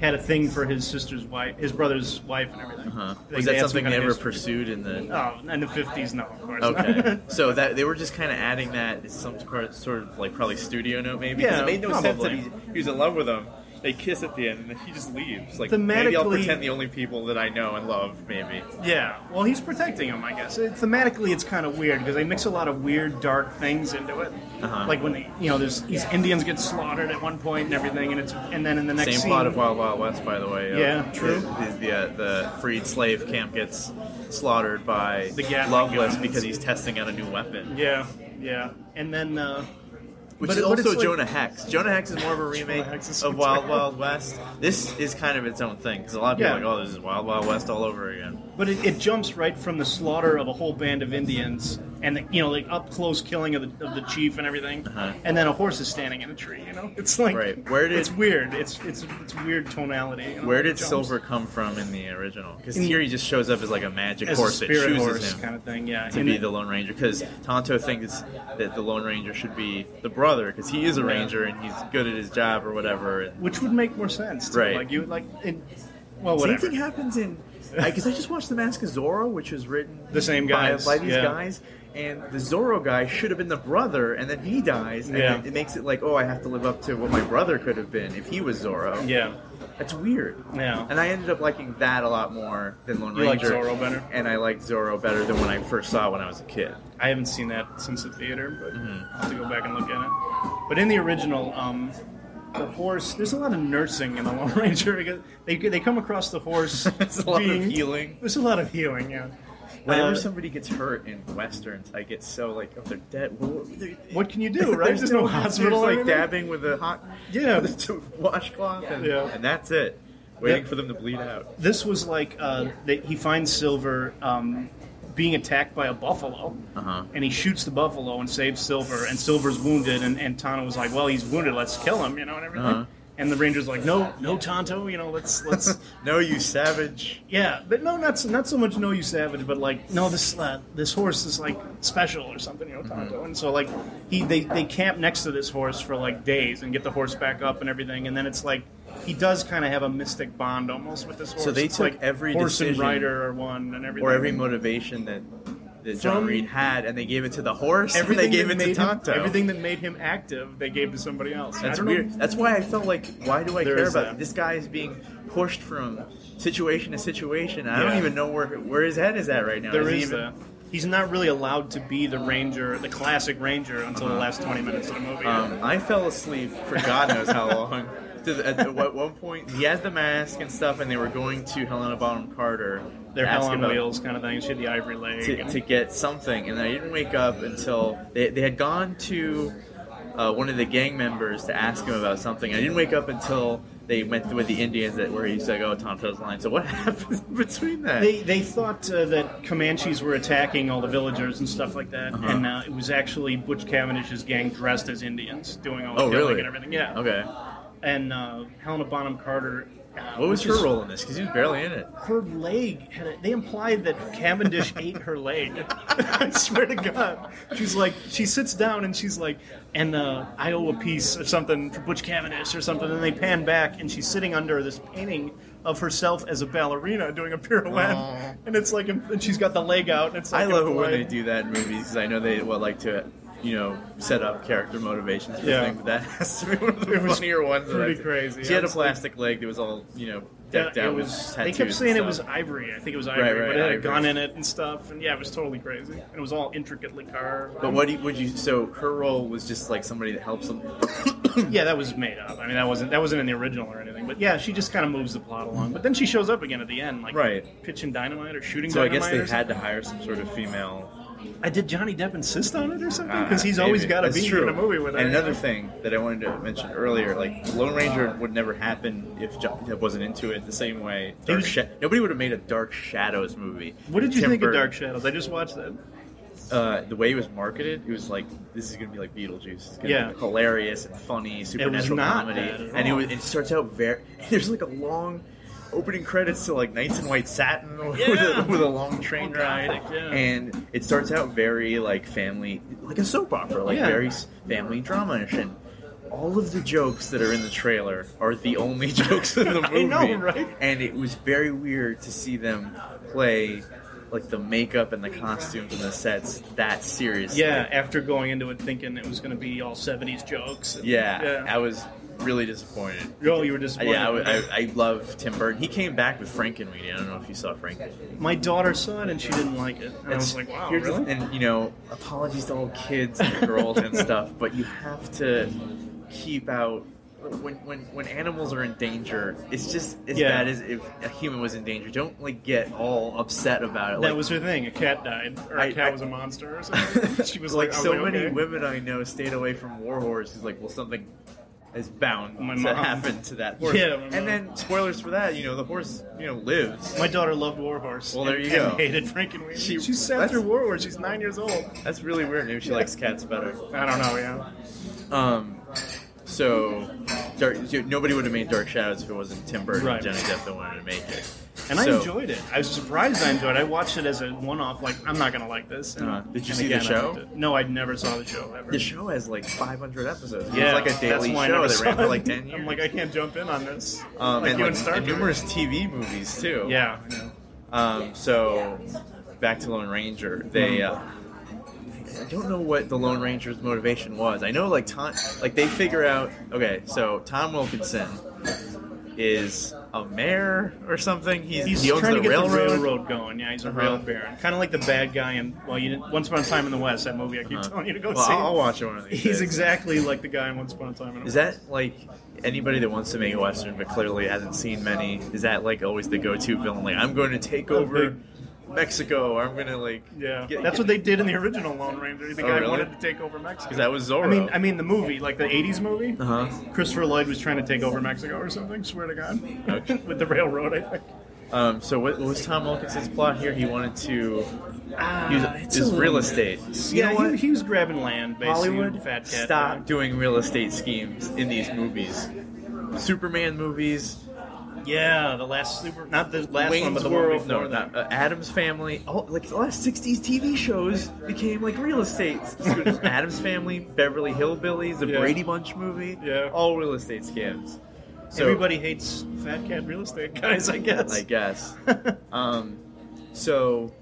Speaker 3: had a thing for his sister's wife, his brother's wife, and everything.
Speaker 2: Huh.
Speaker 3: Like,
Speaker 2: Uh-huh. Was
Speaker 3: they
Speaker 2: that
Speaker 3: had some
Speaker 2: something
Speaker 3: kind of
Speaker 2: never
Speaker 3: history.
Speaker 2: pursued in the?
Speaker 3: Oh, in the fifties, no, of course. not.
Speaker 2: Okay, so that they were just kind of adding that as some cor- sort of like probably studio note maybe. 'cause
Speaker 3: Yeah,
Speaker 2: it made no sense that
Speaker 3: probably.
Speaker 2: he, he was in love with them. They kiss at the end, and then he just leaves. Like maybe I'll
Speaker 3: Thematically-
Speaker 2: pretend the only people that I know and love. Maybe.
Speaker 3: Yeah, well, he's protecting him, I guess. It, thematically, it's kind of weird because they mix a lot of weird, dark things into it.
Speaker 2: Uh-huh.
Speaker 3: Like when they, you know, there's these Indians get slaughtered at one point and everything, and it's and then in the next
Speaker 2: Same
Speaker 3: scene,
Speaker 2: plot of Wild Wild West, by the way.
Speaker 3: Yeah,
Speaker 2: the-
Speaker 3: true.
Speaker 2: The, the, uh, the freed slave camp gets slaughtered by
Speaker 3: The Gatling
Speaker 2: Loveless
Speaker 3: gun.
Speaker 2: because he's testing out a new weapon,
Speaker 3: yeah, yeah, and then uh,
Speaker 2: which is
Speaker 3: But it- but it's
Speaker 2: also
Speaker 3: like-
Speaker 2: Jonah Hex. Jonah Hex is more of a remake
Speaker 3: Hex is so
Speaker 2: of Wild
Speaker 3: terrible.
Speaker 2: Wild West. This is kind of its own thing because a lot of people
Speaker 3: Yeah.
Speaker 2: are like, oh, this is Wild Wild West all over again.
Speaker 3: but it, it jumps right from the slaughter of a whole band of Indians and the, you know, like up close killing of the, of the chief and everything,
Speaker 2: Uh-huh.
Speaker 3: and then a horse is standing in a tree. You know, it's like
Speaker 2: Right. Where did-
Speaker 3: it's weird. It's it's it's weird tonality. you know,
Speaker 2: Where
Speaker 3: it
Speaker 2: did
Speaker 3: jumps.
Speaker 2: Silver come from in the original? Because
Speaker 3: In-
Speaker 2: here he just shows up as like a magic
Speaker 3: as a
Speaker 2: horse that
Speaker 3: spirit
Speaker 2: chooses
Speaker 3: horse
Speaker 2: him.
Speaker 3: kind of thing? Yeah,
Speaker 2: to
Speaker 3: And
Speaker 2: be
Speaker 3: it-
Speaker 2: the Lone Ranger because Tonto thinks that the Lone Ranger should be the brother because he is a
Speaker 3: Yeah.
Speaker 2: ranger and he's good at his job or whatever. And
Speaker 3: which would make more sense, too.
Speaker 2: Right.
Speaker 3: Like you like, in, well, whatever.
Speaker 2: Same thing happens in because I just watched The Mask of Zorro, which was written
Speaker 3: The same
Speaker 2: by-
Speaker 3: guys,
Speaker 2: by, these
Speaker 3: yeah.
Speaker 2: guys, and the Zorro guy should have been the brother, and then he dies, and
Speaker 3: Yeah.
Speaker 2: it, it makes it like, oh, I have to live up to what my brother could have been if he was Zorro.
Speaker 3: yeah,
Speaker 2: that's weird.
Speaker 3: Yeah.
Speaker 2: and I ended up liking that a lot more than Lone
Speaker 3: You like
Speaker 2: Ranger.
Speaker 3: Zorro better?
Speaker 2: and I like Zorro better than when I first saw it when I was a kid.
Speaker 3: I haven't seen that since the theater, but
Speaker 2: Mm-hmm.
Speaker 3: I'll have to go back and look at it. But in the original, um, the horse. There's a lot of nursing in the Lone Ranger because they they come across the horse.
Speaker 2: There's a lot of
Speaker 3: being-
Speaker 2: healing.
Speaker 3: There's a lot of healing. Yeah.
Speaker 2: Whenever
Speaker 3: Uh,
Speaker 2: somebody gets hurt in westerns, I get so like, oh, they're dead. What, what- they're-
Speaker 3: What can you do, right? There's no hospital
Speaker 2: There's,
Speaker 3: or
Speaker 2: like
Speaker 3: anything.
Speaker 2: dabbing with a hot
Speaker 3: Yeah.
Speaker 2: with a washcloth, and,
Speaker 3: Yeah.
Speaker 2: and that's it. Waiting
Speaker 3: Yep.
Speaker 2: for them to bleed out.
Speaker 3: this was like uh, that he finds Silver um, being attacked by a buffalo,
Speaker 2: Uh-huh.
Speaker 3: and he shoots the buffalo and saves Silver, and Silver's wounded, and, and Tonto was like, "Well, he's wounded, let's kill him," you know, and everything.
Speaker 2: Uh-huh.
Speaker 3: And the Ranger's like, "No, no, Tonto, you know, let's let's."
Speaker 2: no, you savage.
Speaker 3: Yeah, but no, not so, not so much no you savage, but like no this uh, this horse is like special or something, you know,
Speaker 2: Mm-hmm.
Speaker 3: Tonto. And so like he they they camp next to this horse for like days and get the horse back up and everything, and then it's like he does kind of have a mystic bond almost with this horse.
Speaker 2: they
Speaker 3: It's
Speaker 2: took
Speaker 3: like
Speaker 2: every
Speaker 3: horse
Speaker 2: decision-
Speaker 3: and rider are one and everything,
Speaker 2: Or every motivation that that John
Speaker 3: From-
Speaker 2: Reed had, and they gave it to the horse, and they gave
Speaker 3: that
Speaker 2: it to
Speaker 3: made him,
Speaker 2: Tonto.
Speaker 3: Everything that made him active, they gave to somebody else. I
Speaker 2: That's
Speaker 3: don't know-
Speaker 2: weird. That's why I felt like, why do I
Speaker 3: There
Speaker 2: care
Speaker 3: is
Speaker 2: about
Speaker 3: that.
Speaker 2: this guy is being pushed from situation to situation? I
Speaker 3: Yeah.
Speaker 2: don't even know where where his head is at right now.
Speaker 3: There
Speaker 2: Is he
Speaker 3: is
Speaker 2: even-
Speaker 3: that. He's not really allowed to be the ranger, the classic ranger, until the last twenty minutes of the movie.
Speaker 2: Uh-huh. Um, I fell asleep for God knows how long. To the- at, at one point, he had the mask and stuff, and they were going to Helena Bonham Carter. to
Speaker 3: They're hell
Speaker 2: ask
Speaker 3: on
Speaker 2: about-
Speaker 3: wheels kind of thing. She had the ivory leg.
Speaker 2: to,
Speaker 3: and-
Speaker 2: to get something, and I didn't wake up until they, they had gone to uh, one of the gang members to ask him about something. I didn't wake up until they went with the Indians that where he's like, "Oh, Tonto's line." So what happened between that?
Speaker 3: They, they thought uh, that Comanches were attacking all the villagers and stuff like that,
Speaker 2: Uh-huh.
Speaker 3: and uh, it was actually Butch Cavendish's gang dressed as Indians doing all the
Speaker 2: Oh,
Speaker 3: killing
Speaker 2: really?
Speaker 3: and everything. Yeah.
Speaker 2: okay,
Speaker 3: And uh, Helena Bonham Carter. Uh,
Speaker 2: what was
Speaker 3: which
Speaker 2: her
Speaker 3: is-
Speaker 2: role in this? Because he was barely in it.
Speaker 3: Her leg. Had a, they implied that Cavendish ate her leg. I swear to God. She's like, she sits down and she's like, and uh, I owe a piece or something for Butch Cavendish or something. And they pan back and she's sitting under this painting of herself as a ballerina doing a pirouette.
Speaker 2: Aw.
Speaker 3: And it's like, and she's got the leg out. And it's
Speaker 2: I
Speaker 3: like
Speaker 2: love it when
Speaker 3: implied-
Speaker 2: they do that in movies because I know they well, like to. You know, set up character motivations for
Speaker 3: Yeah.
Speaker 2: things, but that has to be one of the
Speaker 3: It was
Speaker 2: funnier ones. that
Speaker 3: pretty
Speaker 2: I've-
Speaker 3: crazy.
Speaker 2: She had a
Speaker 3: I was like-
Speaker 2: plastic leg that was all, you know,
Speaker 3: Yeah,
Speaker 2: decked
Speaker 3: it
Speaker 2: out with
Speaker 3: was. They
Speaker 2: tattoos
Speaker 3: kept
Speaker 2: and
Speaker 3: saying it
Speaker 2: stuff.
Speaker 3: was ivory. I think it was
Speaker 2: Right,
Speaker 3: ivory,
Speaker 2: right,
Speaker 3: but it had
Speaker 2: ivory.
Speaker 3: a gun in it and stuff. And yeah, it was totally crazy. And it was all intricately carved.
Speaker 2: But what do you, would you? So her role was just like somebody that helps them.
Speaker 3: Yeah, that was made up. I mean, that wasn't that wasn't in the original or anything. But yeah, she just kind of moves the plot along. But then she shows up again at the end, like
Speaker 2: Right.
Speaker 3: pitching dynamite or shooting
Speaker 2: So I
Speaker 3: dynamite.
Speaker 2: guess
Speaker 3: or
Speaker 2: they
Speaker 3: something.
Speaker 2: had to hire some sort of female.
Speaker 3: I did Johnny Depp insist on it or something
Speaker 2: uh,
Speaker 3: because he's always
Speaker 2: maybe.
Speaker 3: got to
Speaker 2: That's
Speaker 3: be
Speaker 2: true.
Speaker 3: in a movie with her.
Speaker 2: And another thing that I wanted to mention earlier, like Lone Ranger would never happen if Johnny Depp wasn't into it. The same way, Dark
Speaker 3: was-
Speaker 2: Sha- nobody would have made a Dark Shadows movie.
Speaker 3: What did you
Speaker 2: Tim
Speaker 3: think of
Speaker 2: Burton.
Speaker 3: Dark Shadows? I just watched that.
Speaker 2: uh, the way it was marketed, it was like this is gonna be like Beetlejuice. It's gonna
Speaker 3: Yeah.
Speaker 2: be hilarious and funny, supernatural
Speaker 3: not
Speaker 2: comedy,
Speaker 3: bad at
Speaker 2: and it
Speaker 3: all.
Speaker 2: was, it starts out very. There's like a long opening credits to like Knights in White Satin with,
Speaker 3: Yeah.
Speaker 2: a, with a long train
Speaker 3: Oh,
Speaker 2: ride,
Speaker 3: gothic, yeah.
Speaker 2: and it starts out very like family, like a soap opera, like
Speaker 3: Yeah.
Speaker 2: very s- family drama-ish, and all of the jokes that are in the trailer are the only jokes in the movie.
Speaker 3: I know, right?
Speaker 2: And it was very weird to see them play like the makeup and the costumes and the sets that seriously.
Speaker 3: Yeah, after going into it thinking it was going to be all '70s jokes. and-
Speaker 2: Yeah.
Speaker 3: yeah.
Speaker 2: I was really disappointed.
Speaker 3: Oh, you were
Speaker 2: I-
Speaker 3: disappointed.
Speaker 2: Yeah, I, I, I love Tim Burton. He came back with Frankenweenie. I don't know if you saw Frankenweenie.
Speaker 3: My daughter saw it and she didn't like it. And I was like, wow,
Speaker 2: here's the-
Speaker 3: really?
Speaker 2: And you know, apologies to all kids and girls and stuff, but you have to keep out when when when animals are in danger. It's just as
Speaker 3: Yeah.
Speaker 2: bad as if a human was in danger. Don't like get all upset about it.
Speaker 3: that
Speaker 2: like,
Speaker 3: was her thing. A cat died, or a
Speaker 2: I-
Speaker 3: cat
Speaker 2: I-
Speaker 3: was a monster, or something. She was like,
Speaker 2: like
Speaker 3: I was
Speaker 2: so
Speaker 3: like,
Speaker 2: many
Speaker 3: okay.
Speaker 2: women I know stayed away from war horse. Is like, well, something is bound
Speaker 3: My
Speaker 2: to
Speaker 3: mom.
Speaker 2: happen to that horse.
Speaker 3: Yeah, my mom.
Speaker 2: and then spoilers for that. You know, the horse you know lives.
Speaker 3: My daughter loved Warhorse.
Speaker 2: Well, there
Speaker 3: and,
Speaker 2: you
Speaker 3: and
Speaker 2: go.
Speaker 3: hated Frankenweenie.
Speaker 2: She-
Speaker 3: She, she sat
Speaker 2: that's-
Speaker 3: through Warhorse. She's nine years old.
Speaker 2: That's really weird. Maybe she likes cats better.
Speaker 3: I don't know, yeah.
Speaker 2: Um, so dark, so nobody would have made Dark Shadows if it wasn't Tim Burton
Speaker 3: Right.
Speaker 2: and Johnny Depp that wanted to make it.
Speaker 3: And I
Speaker 2: So,
Speaker 3: enjoyed it. I was surprised I enjoyed it. I watched it as a one off, like, I'm not going to like this. And,
Speaker 2: Uh, did you
Speaker 3: and
Speaker 2: see the
Speaker 3: again, I
Speaker 2: show?
Speaker 3: liked it. No, I never saw the show ever.
Speaker 2: The show has like 500 episodes.
Speaker 3: yeah,
Speaker 2: it's like a daily
Speaker 3: that's why I
Speaker 2: show
Speaker 3: never
Speaker 2: that
Speaker 3: saw
Speaker 2: ran for
Speaker 3: it.
Speaker 2: like 10 years.
Speaker 3: I'm like, I can't jump in on this.
Speaker 2: um,
Speaker 3: like
Speaker 2: and,
Speaker 3: you
Speaker 2: like,
Speaker 3: and Star
Speaker 2: and
Speaker 3: Trek.
Speaker 2: numerous TV movies too.
Speaker 3: Yeah, I know.
Speaker 2: Um, so back to Lone Ranger. They.
Speaker 3: Hmm.
Speaker 2: Uh, I don't know what the Lone Ranger's motivation was. I know, like Tom, like they figure out. Okay, so Tom Wilkinson is a mayor or something. He's,
Speaker 3: He's
Speaker 2: he owns
Speaker 3: trying
Speaker 2: the,
Speaker 3: to get
Speaker 2: railroad.
Speaker 3: the railroad going. Yeah, he's a
Speaker 2: Uh-huh.
Speaker 3: rail baron, kind of like the bad guy in well, you didn't, Once Upon a Time in the West. That movie I keep
Speaker 2: Uh-huh.
Speaker 3: telling you to go
Speaker 2: Well,
Speaker 3: see.
Speaker 2: I'll, I'll watch it one of these.
Speaker 3: He's
Speaker 2: days.
Speaker 3: exactly like the guy in Once Upon a Time in the
Speaker 2: Is
Speaker 3: West.
Speaker 2: that like anybody that wants to make a western but clearly hasn't seen many? Is that like always the go-to villain? Like I'm going to take over Mexico. Or I'm going to like
Speaker 3: Yeah,
Speaker 2: get-
Speaker 3: that's
Speaker 2: get-
Speaker 3: what they did in the original Lone Ranger. The
Speaker 2: Oh,
Speaker 3: guy
Speaker 2: really?
Speaker 3: wanted to take over Mexico.
Speaker 2: 'Cause that was Zorro.
Speaker 3: I mean, I mean the movie, like the '80s movie.
Speaker 2: Uh huh.
Speaker 3: Christopher Lloyd was trying to take over Mexico or something. Swear to God,
Speaker 2: Okay.
Speaker 3: with the railroad, I think.
Speaker 2: Um, so what, what was Tom Wilkinson's plot here? He wanted to use
Speaker 3: Ah, it's
Speaker 2: his
Speaker 3: a
Speaker 2: real
Speaker 3: little-
Speaker 2: estate. You know
Speaker 3: yeah,
Speaker 2: what?
Speaker 3: he, he was grabbing land. Basically,
Speaker 2: Hollywood,
Speaker 3: fat cat.
Speaker 2: stop doing real estate schemes in these movies. Superman movies,
Speaker 3: Yeah, the last super, not the last
Speaker 2: Wayne's
Speaker 3: one, but the
Speaker 2: World,
Speaker 3: one before
Speaker 2: no,
Speaker 3: that.
Speaker 2: not, uh, Adam's Family. Oh, like the last '60s TV shows became like real estate. Adam's Family, Beverly Hillbillies, the
Speaker 3: Yeah.
Speaker 2: Brady Bunch movie,
Speaker 3: Yeah.
Speaker 2: all real estate scams. So,
Speaker 3: Everybody hates fat cat real estate guys, I guess.
Speaker 2: I guess. um, so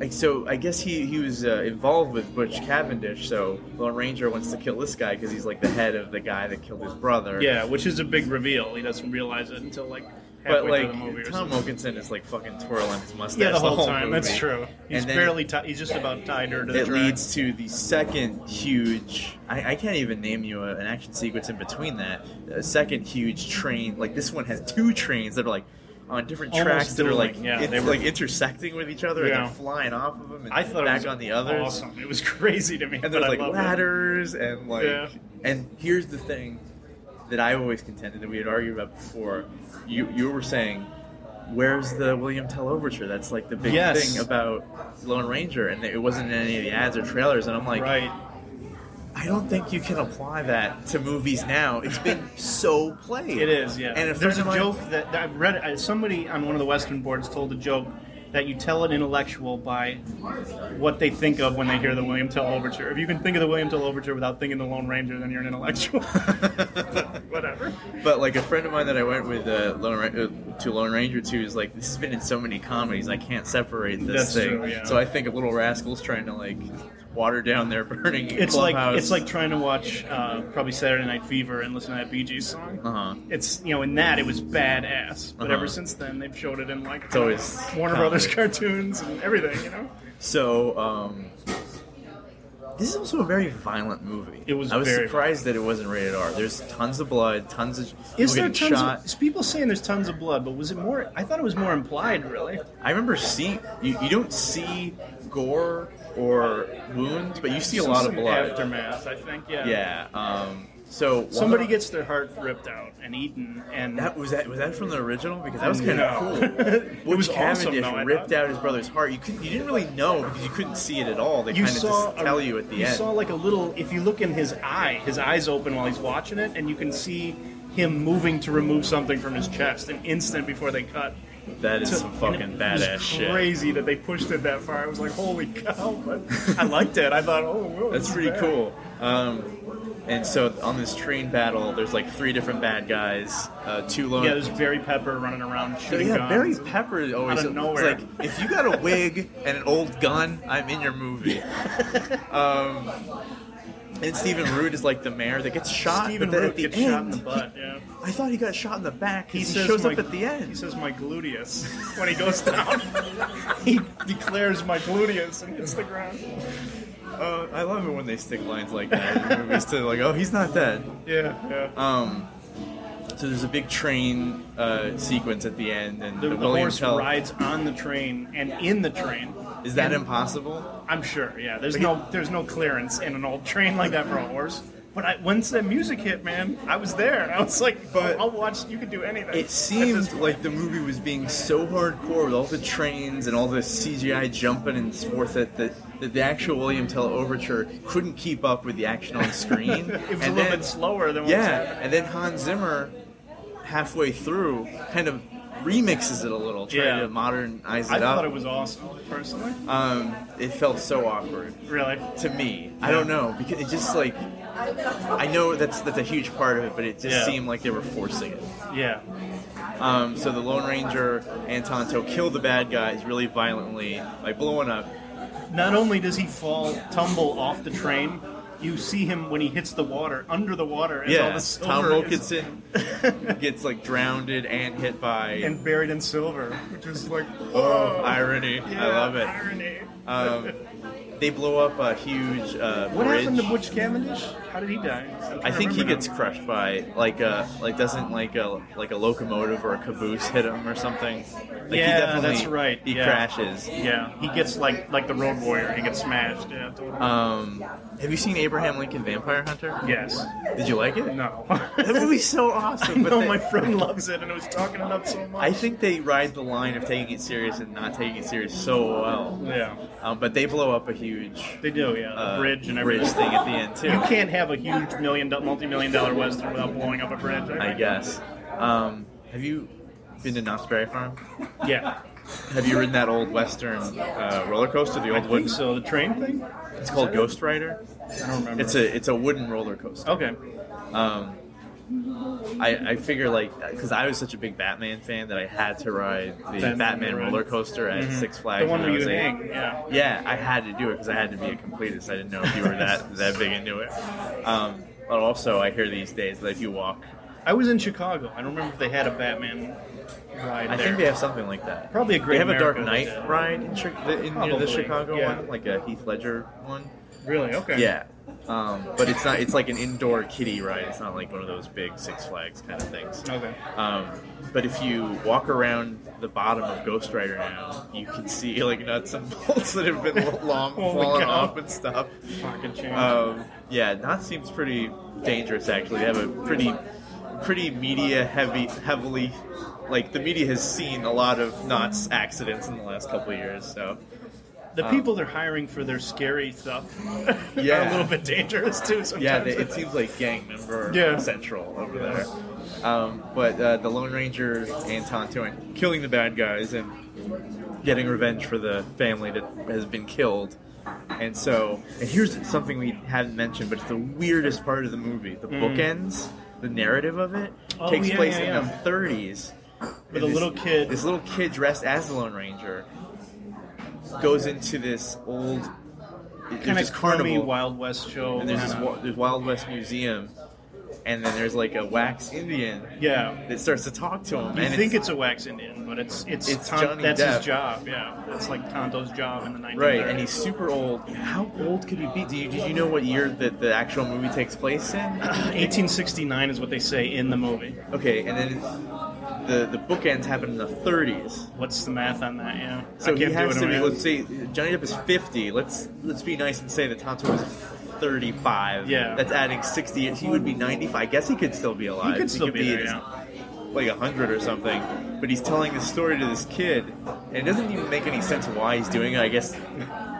Speaker 2: like, so I guess he he was uh, involved with Butch Cavendish. So Lone Ranger wants to kill this guy because he's like the head of the guy that killed his brother.
Speaker 3: Yeah, which is a big reveal. He doesn't realize it until like halfway
Speaker 2: But
Speaker 3: through
Speaker 2: like
Speaker 3: the movie. or
Speaker 2: Tom
Speaker 3: something.
Speaker 2: Wilkinson is like fucking twirling his mustache
Speaker 3: Yeah, the whole,
Speaker 2: whole
Speaker 3: time. That's
Speaker 2: movie.
Speaker 3: true. He's
Speaker 2: And then-
Speaker 3: barely. T- he's just about tied her to the
Speaker 2: it
Speaker 3: track.
Speaker 2: leads to the second huge I, I can't even name you a, an action sequence in between that a second huge train like this one has two trains that are like on different
Speaker 3: Almost
Speaker 2: tracks that are like
Speaker 3: dueling, yeah,
Speaker 2: it's
Speaker 3: they were-
Speaker 2: like intersecting with each other
Speaker 3: Yeah.
Speaker 2: and they're flying off of them and
Speaker 3: I thought
Speaker 2: back
Speaker 3: it was
Speaker 2: on the others
Speaker 3: Awesome. It was crazy to me.
Speaker 2: and
Speaker 3: but
Speaker 2: there's
Speaker 3: I
Speaker 2: like
Speaker 3: loved it.
Speaker 2: ladders and like
Speaker 3: Yeah.
Speaker 2: and here's the thing that I always contended that we had argued about before you you were saying where's the William Tell overture that's like the big
Speaker 3: Yes.
Speaker 2: thing about Lone Ranger and it wasn't in any of the ads or trailers and I'm like
Speaker 3: right.
Speaker 2: I don't think you can apply that to movies now it's been so played
Speaker 3: It is, yeah.
Speaker 2: and if
Speaker 3: there's a joke that, that I've read. uh, Somebody on one of the Western boards told a joke that you tell an intellectual by what they think of when they hear the William Tell Overture. If you can think of the William Tell Overture without thinking the Lone Ranger, then you're an intellectual. Whatever.
Speaker 2: But like a friend of mine that I went with uh, Lone Ra- uh, to Lone Ranger to is like this has been in so many comedies I can't separate this
Speaker 3: That's
Speaker 2: thing.
Speaker 3: true, yeah.
Speaker 2: So I think of Little Rascals trying to like water down their burning.
Speaker 3: It's
Speaker 2: clubhouse.
Speaker 3: like it's like trying to watch uh, probably Saturday Night Fever and listen to that Bee Gees song.
Speaker 2: uh-huh.
Speaker 3: It's you know in that it was badass, but
Speaker 2: Uh-huh.
Speaker 3: ever since then they've showed it in like
Speaker 2: It's always
Speaker 3: Warner
Speaker 2: comedy.
Speaker 3: Brothers cartoons and everything. You know,
Speaker 2: So um, this is also a very violent movie.
Speaker 3: It was
Speaker 2: I was
Speaker 3: very
Speaker 2: surprised that it wasn't rated R. There's tons of blood, tons of people
Speaker 3: is there
Speaker 2: getting
Speaker 3: tons?
Speaker 2: shot.
Speaker 3: Of, people saying there's tons of blood, but was it more? I thought it was more implied, really.
Speaker 2: I remember seeing you, you don't see gore or wounds, but you see a
Speaker 3: Some
Speaker 2: lot of
Speaker 3: sort
Speaker 2: blood.
Speaker 3: Aftermath, I think. Yeah.
Speaker 2: Yeah. Um, so
Speaker 3: Somebody
Speaker 2: gets.
Speaker 3: gets their heart ripped out and eaten, and
Speaker 2: That was that was that from the original because that was kind
Speaker 3: No.
Speaker 2: of cool.
Speaker 3: It
Speaker 2: Butch
Speaker 3: was awesome,
Speaker 2: Cavendish
Speaker 3: though, I
Speaker 2: ripped
Speaker 3: thought.
Speaker 2: out his brother's heart. You couldn't you didn't really know because you couldn't see it at all. They
Speaker 3: you
Speaker 2: kind of
Speaker 3: saw
Speaker 2: just
Speaker 3: a-
Speaker 2: tell you at the
Speaker 3: you
Speaker 2: end.
Speaker 3: saw like a little. If you look in his eye, his eyes open while he's watching it, and you can see him moving to remove something from his chest an instant before they cut.
Speaker 2: that is
Speaker 3: So-
Speaker 2: some
Speaker 3: and
Speaker 2: fucking
Speaker 3: it
Speaker 2: badass
Speaker 3: was
Speaker 2: shit.
Speaker 3: Crazy that they pushed it that far. I was like, holy cow! But I liked it. I thought, oh, whoa,
Speaker 2: That's
Speaker 3: this is
Speaker 2: pretty
Speaker 3: bad.
Speaker 2: cool. Um, and so on this train battle, there's like three different bad guys, uh, two lone.
Speaker 3: Yeah, there's Barry Pepper running around
Speaker 2: so
Speaker 3: shooting
Speaker 2: yeah,
Speaker 3: guns.
Speaker 2: Barry Pepper always
Speaker 3: Out of
Speaker 2: it's
Speaker 3: nowhere.
Speaker 2: like if you got a wig and an old gun, I'm in your movie. um, and Stephen Root is like the mayor that gets shot,
Speaker 3: Stephen
Speaker 2: but then
Speaker 3: Root
Speaker 2: at the
Speaker 3: gets
Speaker 2: end,
Speaker 3: shot in the butt. Yeah.
Speaker 2: I thought he got shot in the back. 'cause He,
Speaker 3: says
Speaker 2: shows
Speaker 3: my-
Speaker 2: up at the
Speaker 3: He
Speaker 2: end.
Speaker 3: says my gluteus when he goes down. he declares my gluteus and hits the ground.
Speaker 2: Uh, I love it when they stick lines like that in movies to like, oh, he's not dead.
Speaker 3: Yeah, yeah.
Speaker 2: Um, so there's a big train uh, sequence at the end, and
Speaker 3: the,
Speaker 2: the,
Speaker 3: the
Speaker 2: William
Speaker 3: horse
Speaker 2: Tell.
Speaker 3: rides on the train and in the train.
Speaker 2: Is that
Speaker 3: And
Speaker 2: impossible?
Speaker 3: I'm sure. Yeah, there's no there's no clearance in an old train like that for a horse. But I, once the music hit, man, I was there, and I was like,
Speaker 2: But-
Speaker 3: I'll watch. You can do anything." at
Speaker 2: It
Speaker 3: this
Speaker 2: seemed
Speaker 3: point.
Speaker 2: like the movie was being so hardcore with all the trains and all the CGI jumping and forth that the, that the actual William Tell overture couldn't keep up with the action on screen.
Speaker 3: it was a
Speaker 2: and
Speaker 3: little
Speaker 2: then,
Speaker 3: bit slower than what was
Speaker 2: Yeah,
Speaker 3: happening.
Speaker 2: and then Hans Zimmer, halfway through, kind of remixes it a little, trying
Speaker 3: Yeah.
Speaker 2: to modernize it
Speaker 3: I
Speaker 2: up.
Speaker 3: thought it was awesome, personally. Uh,
Speaker 2: um, it felt so awkward
Speaker 3: Really,
Speaker 2: to me. I don't know because it just like I know that's that's a huge part of it, but it just
Speaker 3: Yeah.
Speaker 2: seemed like they were forcing it.
Speaker 3: yeah.
Speaker 2: Um, so the Lone Ranger and Tonto kill the bad guys really violently by blowing up.
Speaker 3: Not only does he fall, tumble off the train, you see him when he hits the water, under the water, as
Speaker 2: Yeah,
Speaker 3: all the
Speaker 2: Tom
Speaker 3: silver is,
Speaker 2: Wilkinson gets like drowned and hit by
Speaker 3: and buried in silver, which is like,
Speaker 2: oh
Speaker 3: whoa.
Speaker 2: irony.
Speaker 3: Yeah,
Speaker 2: I love it.
Speaker 3: Irony.
Speaker 2: Um, they blow up a huge uh,
Speaker 3: what
Speaker 2: bridge.
Speaker 3: happened to Butch Cavendish? How did he die? I'm trying
Speaker 2: I
Speaker 3: to
Speaker 2: think he
Speaker 3: remember
Speaker 2: gets
Speaker 3: now.
Speaker 2: crushed by like a like doesn't like a like a locomotive or a caboose hit him or something. Like he
Speaker 3: Yeah,
Speaker 2: definitely-
Speaker 3: that's right,
Speaker 2: He
Speaker 3: yeah.
Speaker 2: crashes.
Speaker 3: Yeah, he gets like like the Road Warrior. He gets smashed. Yeah. totally.
Speaker 2: Um, have you seen Abraham Lincoln Vampire Hunter?
Speaker 3: yes.
Speaker 2: Did you like it?
Speaker 3: No.
Speaker 2: That movie's so awesome. But
Speaker 3: no,
Speaker 2: they-
Speaker 3: my friend loves it, and I was talking it up so much.
Speaker 2: I think they ride the line of taking it serious and not taking it serious so well.
Speaker 3: Yeah,
Speaker 2: Um, but they blow up a huge
Speaker 3: they do. Yeah, the
Speaker 2: uh,
Speaker 3: bridge and everything.
Speaker 2: thing at the end too.
Speaker 3: You can't have a huge million, do- multi-million dollar western without blowing up a bridge.
Speaker 2: I
Speaker 3: right?
Speaker 2: guess. Um, have you been to Knott's Berry Farm?
Speaker 3: Yeah.
Speaker 2: Have you ridden that old western uh, roller coaster? The
Speaker 3: I
Speaker 2: old wooden.
Speaker 3: think so. The train thing?
Speaker 2: It's called Ghost Rider.
Speaker 3: I don't remember. Oh.
Speaker 2: It's a it's a wooden roller coaster.
Speaker 3: okay.
Speaker 2: Um, I, I figure like because I was such a big Batman fan that I had to ride the
Speaker 3: Batman
Speaker 2: Batman,
Speaker 3: ride.
Speaker 2: roller coaster at Six Flags.
Speaker 3: The one
Speaker 2: when
Speaker 3: where
Speaker 2: I
Speaker 3: you
Speaker 2: was eight.
Speaker 3: hang. Yeah.
Speaker 2: Yeah, I had to do it because I had to be a completist. I didn't know if you were that that big into it. Um, but also, I hear these days that if you walk,
Speaker 3: I was in Chicago. I don't remember if they had a Batman ride
Speaker 2: I
Speaker 3: there.
Speaker 2: think they have something like that.
Speaker 3: Probably a
Speaker 2: They
Speaker 3: Great
Speaker 2: have a Dark
Speaker 3: America they
Speaker 2: Knight
Speaker 3: did.
Speaker 2: ride in, Chi- the, in near
Speaker 3: Probably,
Speaker 2: the Chicago
Speaker 3: yeah.
Speaker 2: one, like a Heath Ledger one.
Speaker 3: Really? Okay.
Speaker 2: Yeah. Um, but it's not. It's like an indoor kiddie ride. It's not like one of those big Six Flags kind of things.
Speaker 3: Okay.
Speaker 2: Um, but if you walk around the bottom of Ghost Rider now, you can see like nuts and bolts that have been long
Speaker 3: Holy
Speaker 2: fallen
Speaker 3: cow.
Speaker 2: off and stuff.
Speaker 3: Pocket change.
Speaker 2: Um, yeah, Knot seems pretty dangerous. Actually, they have a pretty, pretty media heavy, heavily, like the media has seen a lot of Knots accidents in the last couple of years. So
Speaker 3: the people they're hiring for their scary stuff are
Speaker 2: um, Yeah.
Speaker 3: a little bit dangerous too. Sometimes.
Speaker 2: yeah, they, it seems like gang member
Speaker 3: Yeah.
Speaker 2: central over there. Um, but uh, the Lone Ranger and Tonto and killing the bad guys and getting revenge for the family that has been killed. And so, and here's something we haven't mentioned, but it's the weirdest part of the movie. The bookends, the narrative of it,
Speaker 3: Mm-hmm. Oh,
Speaker 2: takes
Speaker 3: yeah,
Speaker 2: place
Speaker 3: yeah,
Speaker 2: in
Speaker 3: yeah.
Speaker 2: the 30s.
Speaker 3: With
Speaker 2: And
Speaker 3: a
Speaker 2: this-
Speaker 3: little kid.
Speaker 2: This little kid dressed as the Lone Ranger goes into this old
Speaker 3: kind of
Speaker 2: this carnival.
Speaker 3: crummy Wild West show.
Speaker 2: And there's this
Speaker 3: kinda-
Speaker 2: wa- there's Wild West Museum, and then there's like a wax Indian
Speaker 3: yeah.
Speaker 2: that starts to talk to him.
Speaker 3: You
Speaker 2: and
Speaker 3: think it's, a wax Indian, but it's it's,
Speaker 2: It's
Speaker 3: Ton-
Speaker 2: Johnny
Speaker 3: that's
Speaker 2: Depp.
Speaker 3: his job. Yeah, that's like Tonto's job in the 1930s.
Speaker 2: right, and he's super old. How old could he be? Do you, did you know what year that the actual movie takes place in?
Speaker 3: 1869 is what they say in the movie.
Speaker 2: Okay, and then it's- the the bookends happen in the 30s.
Speaker 3: What's the math on that? Yeah,
Speaker 2: So
Speaker 3: I
Speaker 2: he
Speaker 3: can't
Speaker 2: has
Speaker 3: do
Speaker 2: to
Speaker 3: it
Speaker 2: be.
Speaker 3: in my
Speaker 2: Let's
Speaker 3: head.
Speaker 2: say Johnny Depp is 50. Let's let's be nice and say that Tonto was 35.
Speaker 3: Yeah.
Speaker 2: that's adding 60 years. He would be 95. I guess he could still be alive.
Speaker 3: He could still be
Speaker 2: in
Speaker 3: there.
Speaker 2: his
Speaker 3: Yeah.
Speaker 2: like a hundred or something, but he's telling this story to this kid, and it doesn't even make any sense why he's doing it. I guess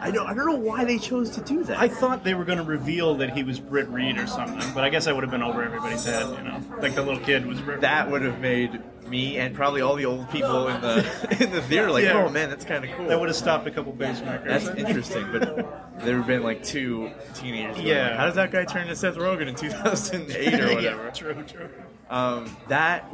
Speaker 2: I don't I don't know why they chose to do that.
Speaker 3: I thought they were going to reveal that he was Britt Reed or something, but I guess I would have been over everybody's head, you know. Like the little kid was Britt.
Speaker 2: that would have made me and probably all the old people in the in the theater like,
Speaker 3: Yeah.
Speaker 2: oh man, that's kind of cool.
Speaker 3: That would have stopped a couple basemakers.
Speaker 2: that's interesting, but there have been like two teenagers. going,
Speaker 3: Yeah.
Speaker 2: how does that guy turn to Seth Rogen in 2008 or
Speaker 3: yeah,
Speaker 2: whatever?
Speaker 3: true, true.
Speaker 2: Um, that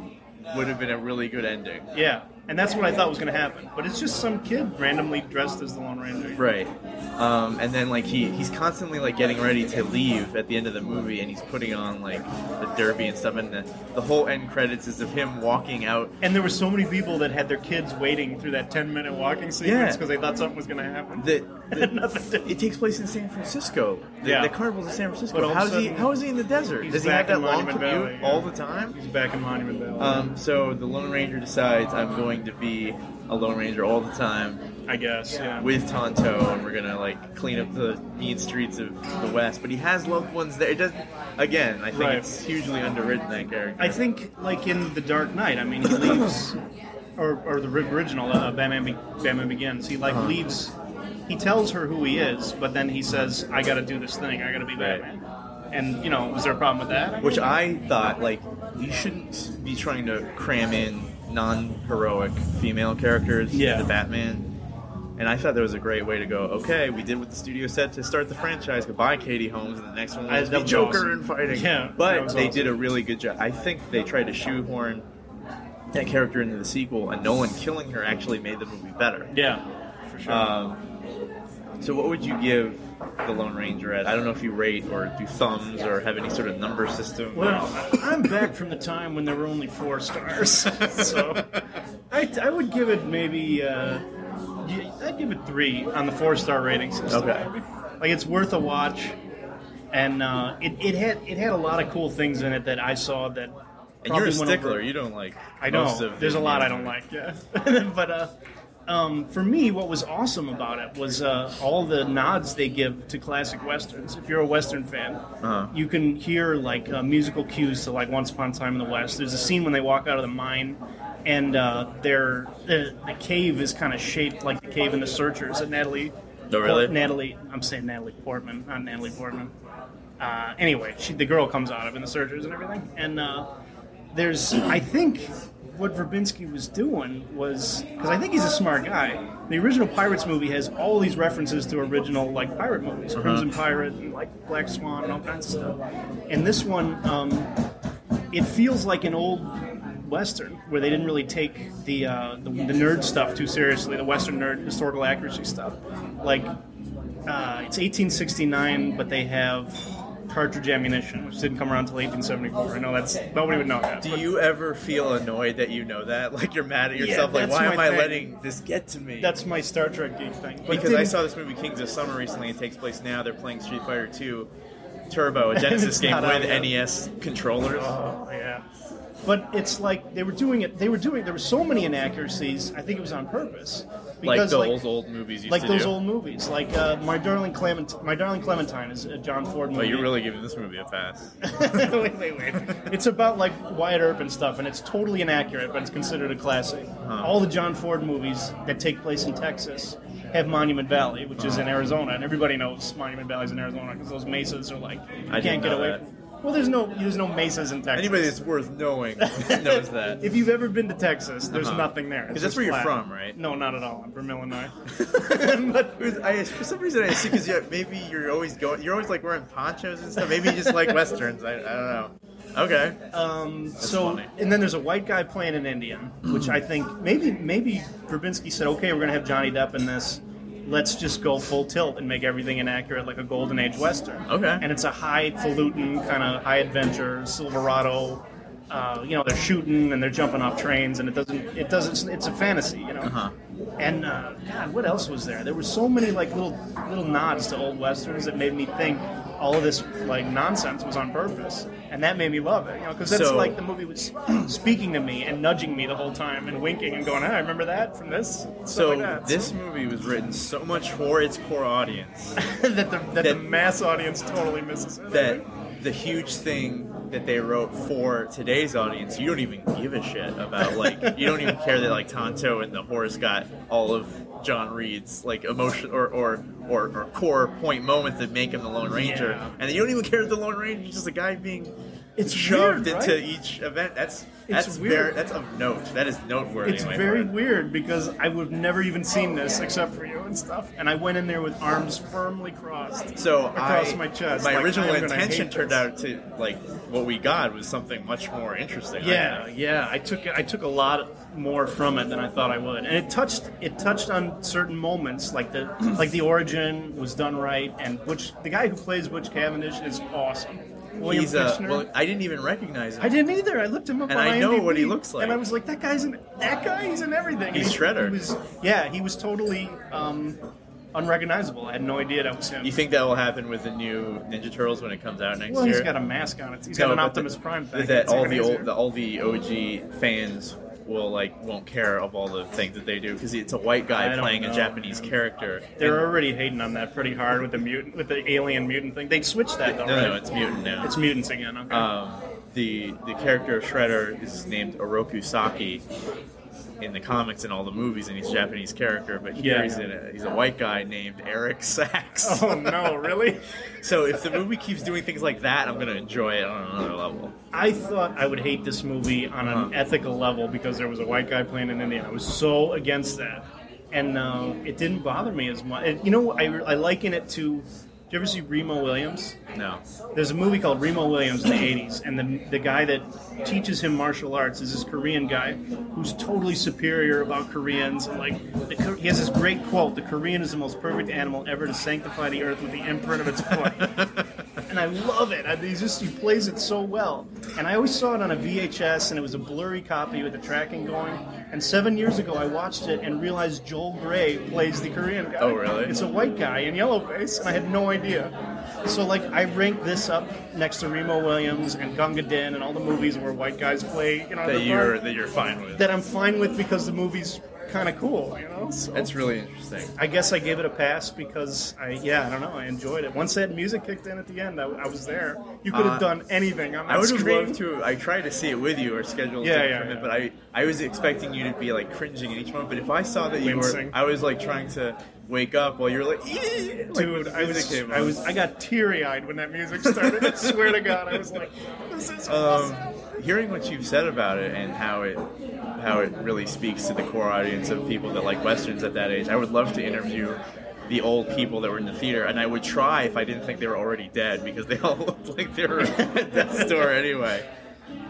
Speaker 2: would have been a really good ending.
Speaker 3: Yeah, and that's what I thought was going to happen. But it's just some kid randomly dressed as the Lone Ranger.
Speaker 2: Right. Um, and then like he, he's constantly like getting ready to leave at the end of the movie and he's putting on like the derby and stuff and the, the whole end credits is of him walking out
Speaker 3: And there were so many people that had their kids waiting through that 10 minute walking sequence
Speaker 2: Yeah.
Speaker 3: because they thought something was going to happen.
Speaker 2: that
Speaker 3: Had nothing to do.
Speaker 2: it takes place in San Francisco. The,
Speaker 3: Yeah.
Speaker 2: the carnival's in San
Speaker 3: But
Speaker 2: Francisco.
Speaker 3: all of a
Speaker 2: How's he
Speaker 3: sudden,
Speaker 2: how is he in the desert?
Speaker 3: he's
Speaker 2: Does he have
Speaker 3: back
Speaker 2: that
Speaker 3: in
Speaker 2: long
Speaker 3: Monument
Speaker 2: commute
Speaker 3: Valley, yeah.
Speaker 2: all the time?
Speaker 3: He's back in Monument Valley.
Speaker 2: Um, so the Lone Ranger decides I'm going to be a Lone Ranger all the time.
Speaker 3: I guess, yeah.
Speaker 2: with Tonto, and we're gonna like clean up the mean streets of the West. But he has loved ones there. It does again. I think
Speaker 3: Right.
Speaker 2: it's hugely underwritten that character.
Speaker 3: I think, like in The Dark Knight, I mean, he leaves, or, or the original uh, Batman, Be- Batman Begins. He
Speaker 2: Uh-huh.
Speaker 3: like leaves. He tells her who he is, but then he says, "I got to do this thing. I got to be
Speaker 2: Right.
Speaker 3: Batman." And you know, was there a problem with that?
Speaker 2: Which I thought like you shouldn't be trying to cram in non-heroic female characters
Speaker 3: Yeah.
Speaker 2: to the Batman. And I thought that was a great way to go. Okay, we did what the studio said to start the franchise. Goodbye, Katie Holmes, and the next one
Speaker 3: I-
Speaker 2: was
Speaker 3: that
Speaker 2: the
Speaker 3: was
Speaker 2: Joker
Speaker 3: awesome.
Speaker 2: and fighting.
Speaker 3: Yeah, that
Speaker 2: but
Speaker 3: was
Speaker 2: they
Speaker 3: awesome.
Speaker 2: did a really good job. I think they tried to shoehorn that character into the sequel, and Nolan killing her actually made the movie better.
Speaker 3: yeah, for sure.
Speaker 2: Um, so what would you give the Lone Ranger at? I don't know if you rate or do thumbs or have any sort of number system.
Speaker 3: well, I- I'm back from the time when there were only four stars, so I, I would give it maybe uh, y- I'd give it three on the four star rating system.
Speaker 2: Okay.
Speaker 3: like it's worth a watch, and uh, it, it had it had a lot of cool things in it that I saw that.
Speaker 2: and you're
Speaker 3: probably
Speaker 2: a
Speaker 3: went
Speaker 2: stickler.
Speaker 3: over-
Speaker 2: You don't like.
Speaker 3: I know.
Speaker 2: Most of
Speaker 3: There's
Speaker 2: the
Speaker 3: a lot I
Speaker 2: music.
Speaker 3: don't like. Yeah, but uh, um, for me, what was awesome about it was uh, all the nods they give to classic westerns. If you're a western fan,
Speaker 2: Uh-huh.
Speaker 3: you can hear like uh, musical cues to like Once Upon a Time in the West. There's a scene when they walk out of the mine. And uh, their the, the cave is kind of shaped like the cave in The Searchers. And Natalie,
Speaker 2: Oh, really?
Speaker 3: Natalie, I'm saying Natalie Portman, not Natalie Portman. Uh, anyway, she, the girl comes out of in the Searchers and everything. And uh, there's I think what Verbinski was doing was because I think he's a smart guy. The original Pirates movie has all these references to original like pirate movies, Crimson Pirate and like Black Swan and all kinds of stuff. And this one, um, it feels like an old western where they didn't really take the, uh, the the nerd stuff too seriously, the western nerd historical accuracy stuff. Like uh, it's 1869, but they have cartridge ammunition, which didn't come around until 1874. I know that's nobody would know that.
Speaker 2: Do
Speaker 3: but
Speaker 2: you ever feel annoyed that you know that? Like you're mad at yourself? like
Speaker 3: that's
Speaker 2: why
Speaker 3: my
Speaker 2: am I
Speaker 3: thing.
Speaker 2: letting this get to me?
Speaker 3: that's my Star Trek geek thing. It
Speaker 2: because I
Speaker 3: didn't-
Speaker 2: saw this movie Kings of Summer recently. It takes place now. They're playing Street Fighter Two Turbo, a Genesis
Speaker 3: It's
Speaker 2: game
Speaker 3: not
Speaker 2: with
Speaker 3: out yet.
Speaker 2: NES controllers.
Speaker 3: Oh yeah. But it's like they were doing it. They were doing. There were so many inaccuracies. I think it was on purpose.
Speaker 2: like
Speaker 3: Because,
Speaker 2: those old movies used
Speaker 3: like
Speaker 2: to
Speaker 3: those
Speaker 2: do.
Speaker 3: old movies, like uh, My Darling Clement, My Darling Clementine is a John Ford movie.
Speaker 2: But you're really giving this movie a pass.
Speaker 3: wait, wait, wait. It's about like Wyatt Earp and stuff, and it's totally inaccurate, but it's considered a classic. All the John Ford movies that take place in Texas have Monument Valley, which is in Arizona, and everybody knows Monument Valley's in Arizona because those mesas are like you
Speaker 2: I didn't
Speaker 3: can't get
Speaker 2: know
Speaker 3: away.
Speaker 2: that.
Speaker 3: From. Well, there's no there's no mesas in Texas.
Speaker 2: Anybody that's worth knowing knows that.
Speaker 3: If you've ever been to Texas, there's
Speaker 2: Uh-huh.
Speaker 3: nothing there.
Speaker 2: 'Cause
Speaker 3: It's
Speaker 2: that's
Speaker 3: just
Speaker 2: where you're
Speaker 3: flat.
Speaker 2: from, right?
Speaker 3: No, not at all. I'm from Illinois.
Speaker 2: It was- I, for some reason, I see because yeah, maybe you're always going. You're always like wearing ponchos and stuff. Maybe you just like westerns. I, I don't know. Okay.
Speaker 3: so
Speaker 2: funny.
Speaker 3: and then there's a white guy playing an Indian, which I think maybe maybe Verbinski said, okay, we're gonna have Johnny Depp in this. Let's just go full tilt and make everything inaccurate, like a golden age western.
Speaker 2: Okay.
Speaker 3: And it's a highfalutin kind of high adventure Silverado. Uh, you know, they're shooting and they're jumping off trains, and it doesn't it doesn't it's a fantasy, you know.
Speaker 2: Uh-huh.
Speaker 3: And uh, God, what else was there? There were so many like little little nods to old westerns that made me think all of this like nonsense was on purpose, and that made me love it. You know, because that's
Speaker 2: So-
Speaker 3: like the movie was speaking to me and nudging me the whole time and winking and going, "Ah, I remember that from this." Stuff
Speaker 2: So
Speaker 3: like that.
Speaker 2: this movie was written so much for its core audience
Speaker 3: that, the, that, the
Speaker 2: that-
Speaker 3: mass audience totally misses it. I
Speaker 2: that
Speaker 3: think.
Speaker 2: the huge thing that they wrote for today's audience, you don't even give a shit about. Like, you don't even care that like Tonto and the horse got all of John Reed's like emotion or or or, or core point moments that make him the Lone Ranger,
Speaker 3: Yeah.
Speaker 2: and you don't even care that the Lone Ranger is just a guy being.
Speaker 3: It's
Speaker 2: shoved
Speaker 3: weird,
Speaker 2: into
Speaker 3: right?
Speaker 2: each event. That's
Speaker 3: It's
Speaker 2: that's
Speaker 3: weird.
Speaker 2: very that's of note. That is noteworthy.
Speaker 3: It's
Speaker 2: my
Speaker 3: very
Speaker 2: friend.
Speaker 3: weird because I would have never even seen this except for you and stuff. And I went in there with arms firmly crossed.
Speaker 2: So
Speaker 3: across
Speaker 2: I,
Speaker 3: my chest,
Speaker 2: my
Speaker 3: like,
Speaker 2: original
Speaker 3: I'm gonna
Speaker 2: intention
Speaker 3: hate
Speaker 2: turned
Speaker 3: this.
Speaker 2: out to like what we got was something much more interesting. I
Speaker 3: Yeah,
Speaker 2: think.
Speaker 3: yeah. I took I took a lot more from it than I thought I would, and it touched it touched on certain moments like the like the origin was done right, and Butch the guy who plays Butch Cavendish is awesome. William
Speaker 2: He's uh,
Speaker 3: Fichtner.
Speaker 2: well, I didn't even recognize him.
Speaker 3: I didn't either. I looked him up,
Speaker 2: And
Speaker 3: on
Speaker 2: I know
Speaker 3: IMDb,
Speaker 2: what he looks like.
Speaker 3: and I was like, that guy's in that guy. He's in everything. And
Speaker 2: He's
Speaker 3: he-
Speaker 2: Shredder.
Speaker 3: He was, yeah, he was totally um, unrecognizable. I had no idea that was him.
Speaker 2: You think that will happen with the new Ninja Turtles when it comes out next
Speaker 3: well,
Speaker 2: year?
Speaker 3: he's got a mask on. It. He's
Speaker 2: No,
Speaker 3: got an
Speaker 2: but
Speaker 3: Optimus
Speaker 2: the-
Speaker 3: Prime thing.
Speaker 2: That
Speaker 3: It's
Speaker 2: all
Speaker 3: even
Speaker 2: the
Speaker 3: easier.
Speaker 2: old, the, all the OG fans will like won't care of all the things that they do because it's a white
Speaker 3: I
Speaker 2: guy
Speaker 3: don't
Speaker 2: playing a
Speaker 3: know,
Speaker 2: Japanese
Speaker 3: man.
Speaker 2: character.
Speaker 3: They're
Speaker 2: And-
Speaker 3: already hating on that pretty hard with the mutant, with the alien mutant thing. They switched that though,
Speaker 2: no,
Speaker 3: right?
Speaker 2: no, it's mutant now.
Speaker 3: It's mutants again. Okay.
Speaker 2: um, the the character of Shredder is named Oroku Saki in the comics and all the movies, and he's a Japanese character. But here
Speaker 3: Yeah.
Speaker 2: he's in a, he's a white guy named Eric Sachs.
Speaker 3: oh no, really?
Speaker 2: so if the movie keeps doing things like that, I'm gonna enjoy it on another level.
Speaker 3: I thought I would hate this movie on an
Speaker 2: Uh-huh.
Speaker 3: ethical level because there was a white guy playing an Indian. I was so against that, and uh, it didn't bother me as much. It- you know, I, I liken it to. Do you ever see Remo Williams?
Speaker 2: No,
Speaker 3: There's a movie called Remo Williams in the 80s, and the, the guy that teaches him martial arts is this Korean guy who's totally superior about Koreans. And like, the, Ko- he has this great quote: "The Korean is the most perfect animal ever to sanctify the earth with the imprint of its foot." and I love it. I, he just he plays it so well. And I always saw it on a VHS, and it was a blurry copy with the tracking going. And seven years ago, I watched it and realized Joel Gray plays the Korean guy.
Speaker 2: Oh, really?
Speaker 3: It's a white guy in yellow face, and I had no idea. So, like, I rank this up next to Remo Williams and Gunga Din and all the movies where white guys play, you know,
Speaker 2: that
Speaker 3: the part
Speaker 2: you're that you're fine with.
Speaker 3: that I'm fine with because the movie's kind of cool, you know? So
Speaker 2: That's really interesting.
Speaker 3: I guess I gave it a pass because I, yeah, I don't know, I enjoyed it. Once that music kicked in at the end, I, I was there. You could have
Speaker 2: Uh,
Speaker 3: done anything on that
Speaker 2: I would have
Speaker 3: screen.
Speaker 2: loved to. I tried to see it with you or schedule
Speaker 3: Yeah,
Speaker 2: something
Speaker 3: yeah,
Speaker 2: from
Speaker 3: yeah.
Speaker 2: it, but I I was expecting you to be like cringing at each moment. But if I saw that you
Speaker 3: Wincing.
Speaker 2: were, I was like trying to wake up while you were like, "Ee!" like when
Speaker 3: Dude,
Speaker 2: the
Speaker 3: I
Speaker 2: music
Speaker 3: was,
Speaker 2: came
Speaker 3: I
Speaker 2: on.
Speaker 3: was, I got teary-eyed when that music started. I swear to God, I was like, "This is awesome."
Speaker 2: Um, hearing what you've said about it and how it how it really speaks to the core audience of people that like westerns at that age, I would love to interview the old people that were in the theater, and I would try if I didn't think they were already dead because they all looked like they were at death's door anyway.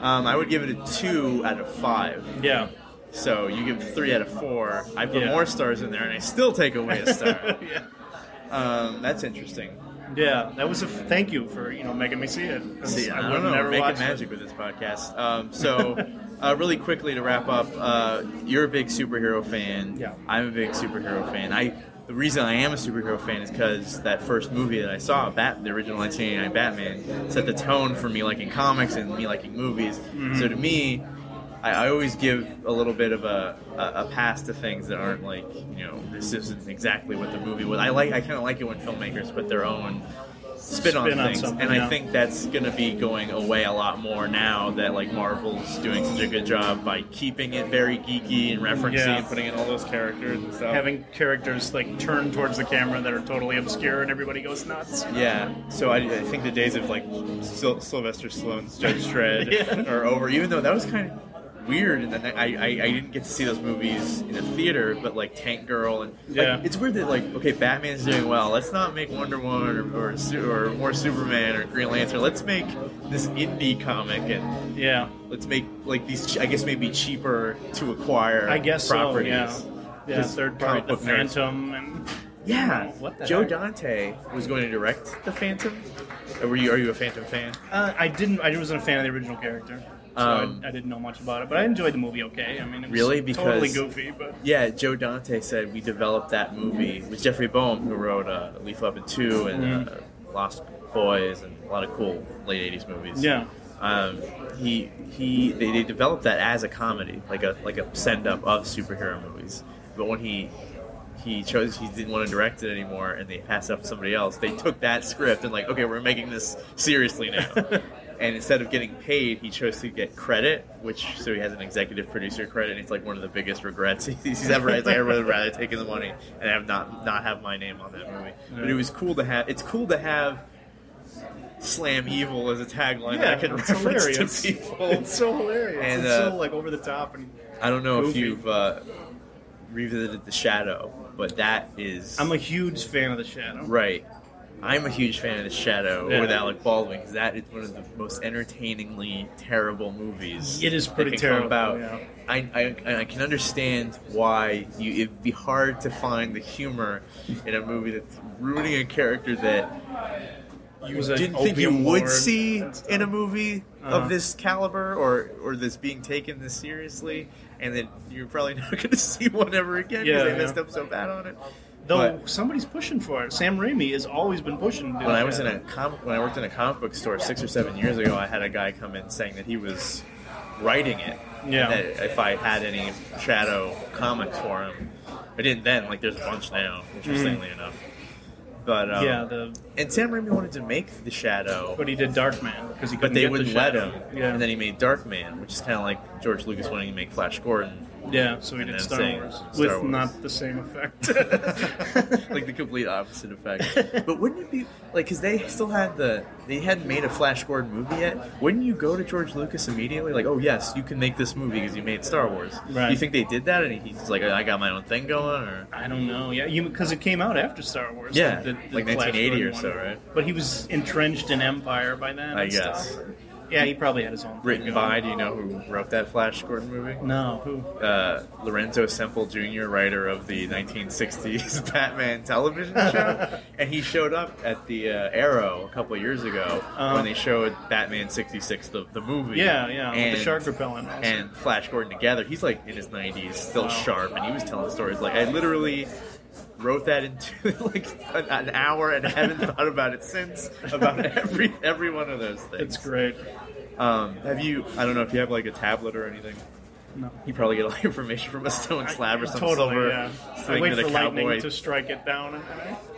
Speaker 2: Um, I would give it a two out of five.
Speaker 3: Yeah.
Speaker 2: So you give it three out of four. I put
Speaker 3: Yeah.
Speaker 2: more stars in there, and I still take away a star.
Speaker 3: yeah.
Speaker 2: um, that's interesting.
Speaker 3: Yeah, that was a f- thank you for you know making me see it. 'cause
Speaker 2: See, I,
Speaker 3: would've
Speaker 2: don't know.
Speaker 3: never
Speaker 2: making
Speaker 3: watched it.
Speaker 2: magic with this podcast. Um, so, uh, really quickly to wrap up, uh, you're a big superhero fan.
Speaker 3: Yeah.
Speaker 2: I'm a big superhero fan. I the reason I am a superhero fan is because that first movie that I saw, Bat, the original 1989 Batman, set the tone for me liking comics and me liking movies.
Speaker 3: Mm-hmm.
Speaker 2: So to me, I, I always give a little bit of a, a, a pass to things that aren't like you know this isn't exactly what the movie was. I like I kind of like it when filmmakers put their own spin on
Speaker 3: Spin on
Speaker 2: things,
Speaker 3: something,
Speaker 2: and I
Speaker 3: yeah.
Speaker 2: think that's going to be going away a lot more now that like Marvel's doing such a good job by keeping it very geeky and referencing
Speaker 3: Yeah.
Speaker 2: and putting in all those characters and stuff.
Speaker 3: Having characters like turn towards the camera that are totally obscure and everybody goes nuts.
Speaker 2: Yeah, so I, I think the days of like Syl- Sylvester Stallone's Judge Dredd
Speaker 3: Yeah.
Speaker 2: are over. Even though that was kind of weird, and then I, I I didn't get to see those movies in a theater, but like Tank Girl and like,
Speaker 3: Yeah.
Speaker 2: it's weird that like okay, Batman's doing well. Let's not make Wonder Woman or or, Su- or more Superman or Green Lantern. Let's make this indie comic and
Speaker 3: Yeah,
Speaker 2: let's make like these. ch- I guess maybe cheaper to acquire.
Speaker 3: I guess
Speaker 2: properties.
Speaker 3: so. Yeah, yeah.
Speaker 2: Just
Speaker 3: Third party,
Speaker 2: comic
Speaker 3: the
Speaker 2: book nerds.
Speaker 3: Phantom, and
Speaker 2: Yeah,
Speaker 3: What the
Speaker 2: Joe
Speaker 3: heck?
Speaker 2: Dante was going to direct the Phantom. Uh, Were you? Are you a Phantom fan?
Speaker 3: uh, I didn't. I wasn't a fan of the original character, so
Speaker 2: Um,
Speaker 3: I, I didn't know much about it. But I enjoyed the movie. Okay, I mean, it was
Speaker 2: Really? Because-
Speaker 3: totally goofy, but
Speaker 2: Yeah, Joe Dante said we developed that movie with Jeffrey Boehm, who wrote uh, Leaf Up Two and uh, Lost Boys and a lot of cool late '80s movies.
Speaker 3: Yeah.
Speaker 2: um, he he they, they developed that as a comedy, like a like a send up of superhero movies. But when he he chose he didn't want to direct it anymore, and they passed it up to somebody else. They took that script and like, okay, we're making this seriously now. And instead of getting paid, he chose to get credit, which so he has an executive producer credit. And it's like one of the biggest regrets he's ever. It's like I would have rather taken the money and have not not have my name on that movie. But it was cool to have. It's cool to have "Slam Evil" as a tagline that I can
Speaker 3: it's
Speaker 2: reference
Speaker 3: hilarious.
Speaker 2: to people.
Speaker 3: It's so hilarious.
Speaker 2: And,
Speaker 3: it's
Speaker 2: uh,
Speaker 3: so like over the top and.
Speaker 2: I don't know if
Speaker 3: Goofy.
Speaker 2: you've uh, revisited the Shadow, but that is
Speaker 3: I'm a huge fan of the Shadow.
Speaker 2: right. I'm a huge fan of the Shadow
Speaker 3: Yeah.
Speaker 2: with Alec Baldwin 'cause that is one of the most entertainingly terrible movies.
Speaker 3: It is
Speaker 2: that
Speaker 3: pretty
Speaker 2: can
Speaker 3: terrible,
Speaker 2: About.
Speaker 3: yeah.
Speaker 2: I, I I can understand why you it'd be hard to find the humor in a movie that's ruining a character that
Speaker 3: It was an
Speaker 2: didn't think you
Speaker 3: opium
Speaker 2: would
Speaker 3: lord
Speaker 2: see
Speaker 3: and stuff.
Speaker 2: in a movie
Speaker 3: Uh-huh.
Speaker 2: of this caliber or or this being taken this seriously, and then you're probably not going to see one ever again because
Speaker 3: Yeah,
Speaker 2: they
Speaker 3: yeah.
Speaker 2: messed up so bad on it.
Speaker 3: Though
Speaker 2: But-
Speaker 3: somebody's pushing for it. Sam Raimi has always been pushing. to do
Speaker 2: When I
Speaker 3: that.
Speaker 2: was in a comic, when I worked in a comic book store six or seven years ago, I had a guy come in saying that he was writing it.
Speaker 3: Yeah.
Speaker 2: that if I had any Shadow comics for him, I didn't then. Like, there's a bunch now, interestingly enough. But um,
Speaker 3: Mm. yeah, the
Speaker 2: and Sam Raimi wanted to make the Shadow,
Speaker 3: but he did Darkman because he
Speaker 2: but
Speaker 3: couldn't
Speaker 2: they
Speaker 3: get
Speaker 2: wouldn't
Speaker 3: the
Speaker 2: let
Speaker 3: Shadow.
Speaker 2: him.
Speaker 3: Yeah,
Speaker 2: And then he made Darkman, which is kind of like George Lucas wanting to make Flash Gordon,
Speaker 3: yeah. So he
Speaker 2: and
Speaker 3: did
Speaker 2: then
Speaker 3: Star
Speaker 2: saying
Speaker 3: Wars
Speaker 2: Star
Speaker 3: with
Speaker 2: Wars.
Speaker 3: not the same effect.
Speaker 2: like the complete opposite effect. But wouldn't it be like because they still had the they hadn't made a Flash Gordon movie yet? Wouldn't you go to George Lucas immediately? Like, oh yes, you can make this movie because you made Star Wars.
Speaker 3: Right.
Speaker 2: Do you think they did that? And he's like, I got my own thing going, or
Speaker 3: I don't know. Yeah, you because it came out after Star Wars.
Speaker 2: Yeah,
Speaker 3: the- the
Speaker 2: like
Speaker 3: Flash
Speaker 2: 1980 or
Speaker 3: Gordon
Speaker 2: so,
Speaker 3: one.
Speaker 2: right?
Speaker 3: But he was entrenched in Empire by then.
Speaker 2: I
Speaker 3: and
Speaker 2: guess.
Speaker 3: Stuff. Yeah, he probably had his own. thing
Speaker 2: written
Speaker 3: going.
Speaker 2: by? Do you know who wrote that Flash Gordon movie?
Speaker 3: No, who?
Speaker 2: uh, Lorenzo Semple Jr., writer of the 1960s Batman television show, and he showed up at the uh, Arrow a couple of years ago
Speaker 3: Uh-huh.
Speaker 2: when they showed Batman '66 the, the movie.
Speaker 3: Yeah, yeah, with
Speaker 2: and,
Speaker 3: the shark repellent. also.
Speaker 2: and Flash Gordon together. He's like in his 90s, still
Speaker 3: Wow.
Speaker 2: sharp, and he was telling stories. Like I literally wrote that into like an, an hour, and haven't thought about it since about every every one of those things.
Speaker 3: it's great.
Speaker 2: Um, have you? I don't know if you have like a tablet or anything.
Speaker 3: No.
Speaker 2: You probably get all your information from a stone slab or some
Speaker 3: totally,
Speaker 2: silver
Speaker 3: yeah. I
Speaker 2: thing
Speaker 3: wait
Speaker 2: that a
Speaker 3: for
Speaker 2: cowboy.
Speaker 3: lightning to strike it down. And,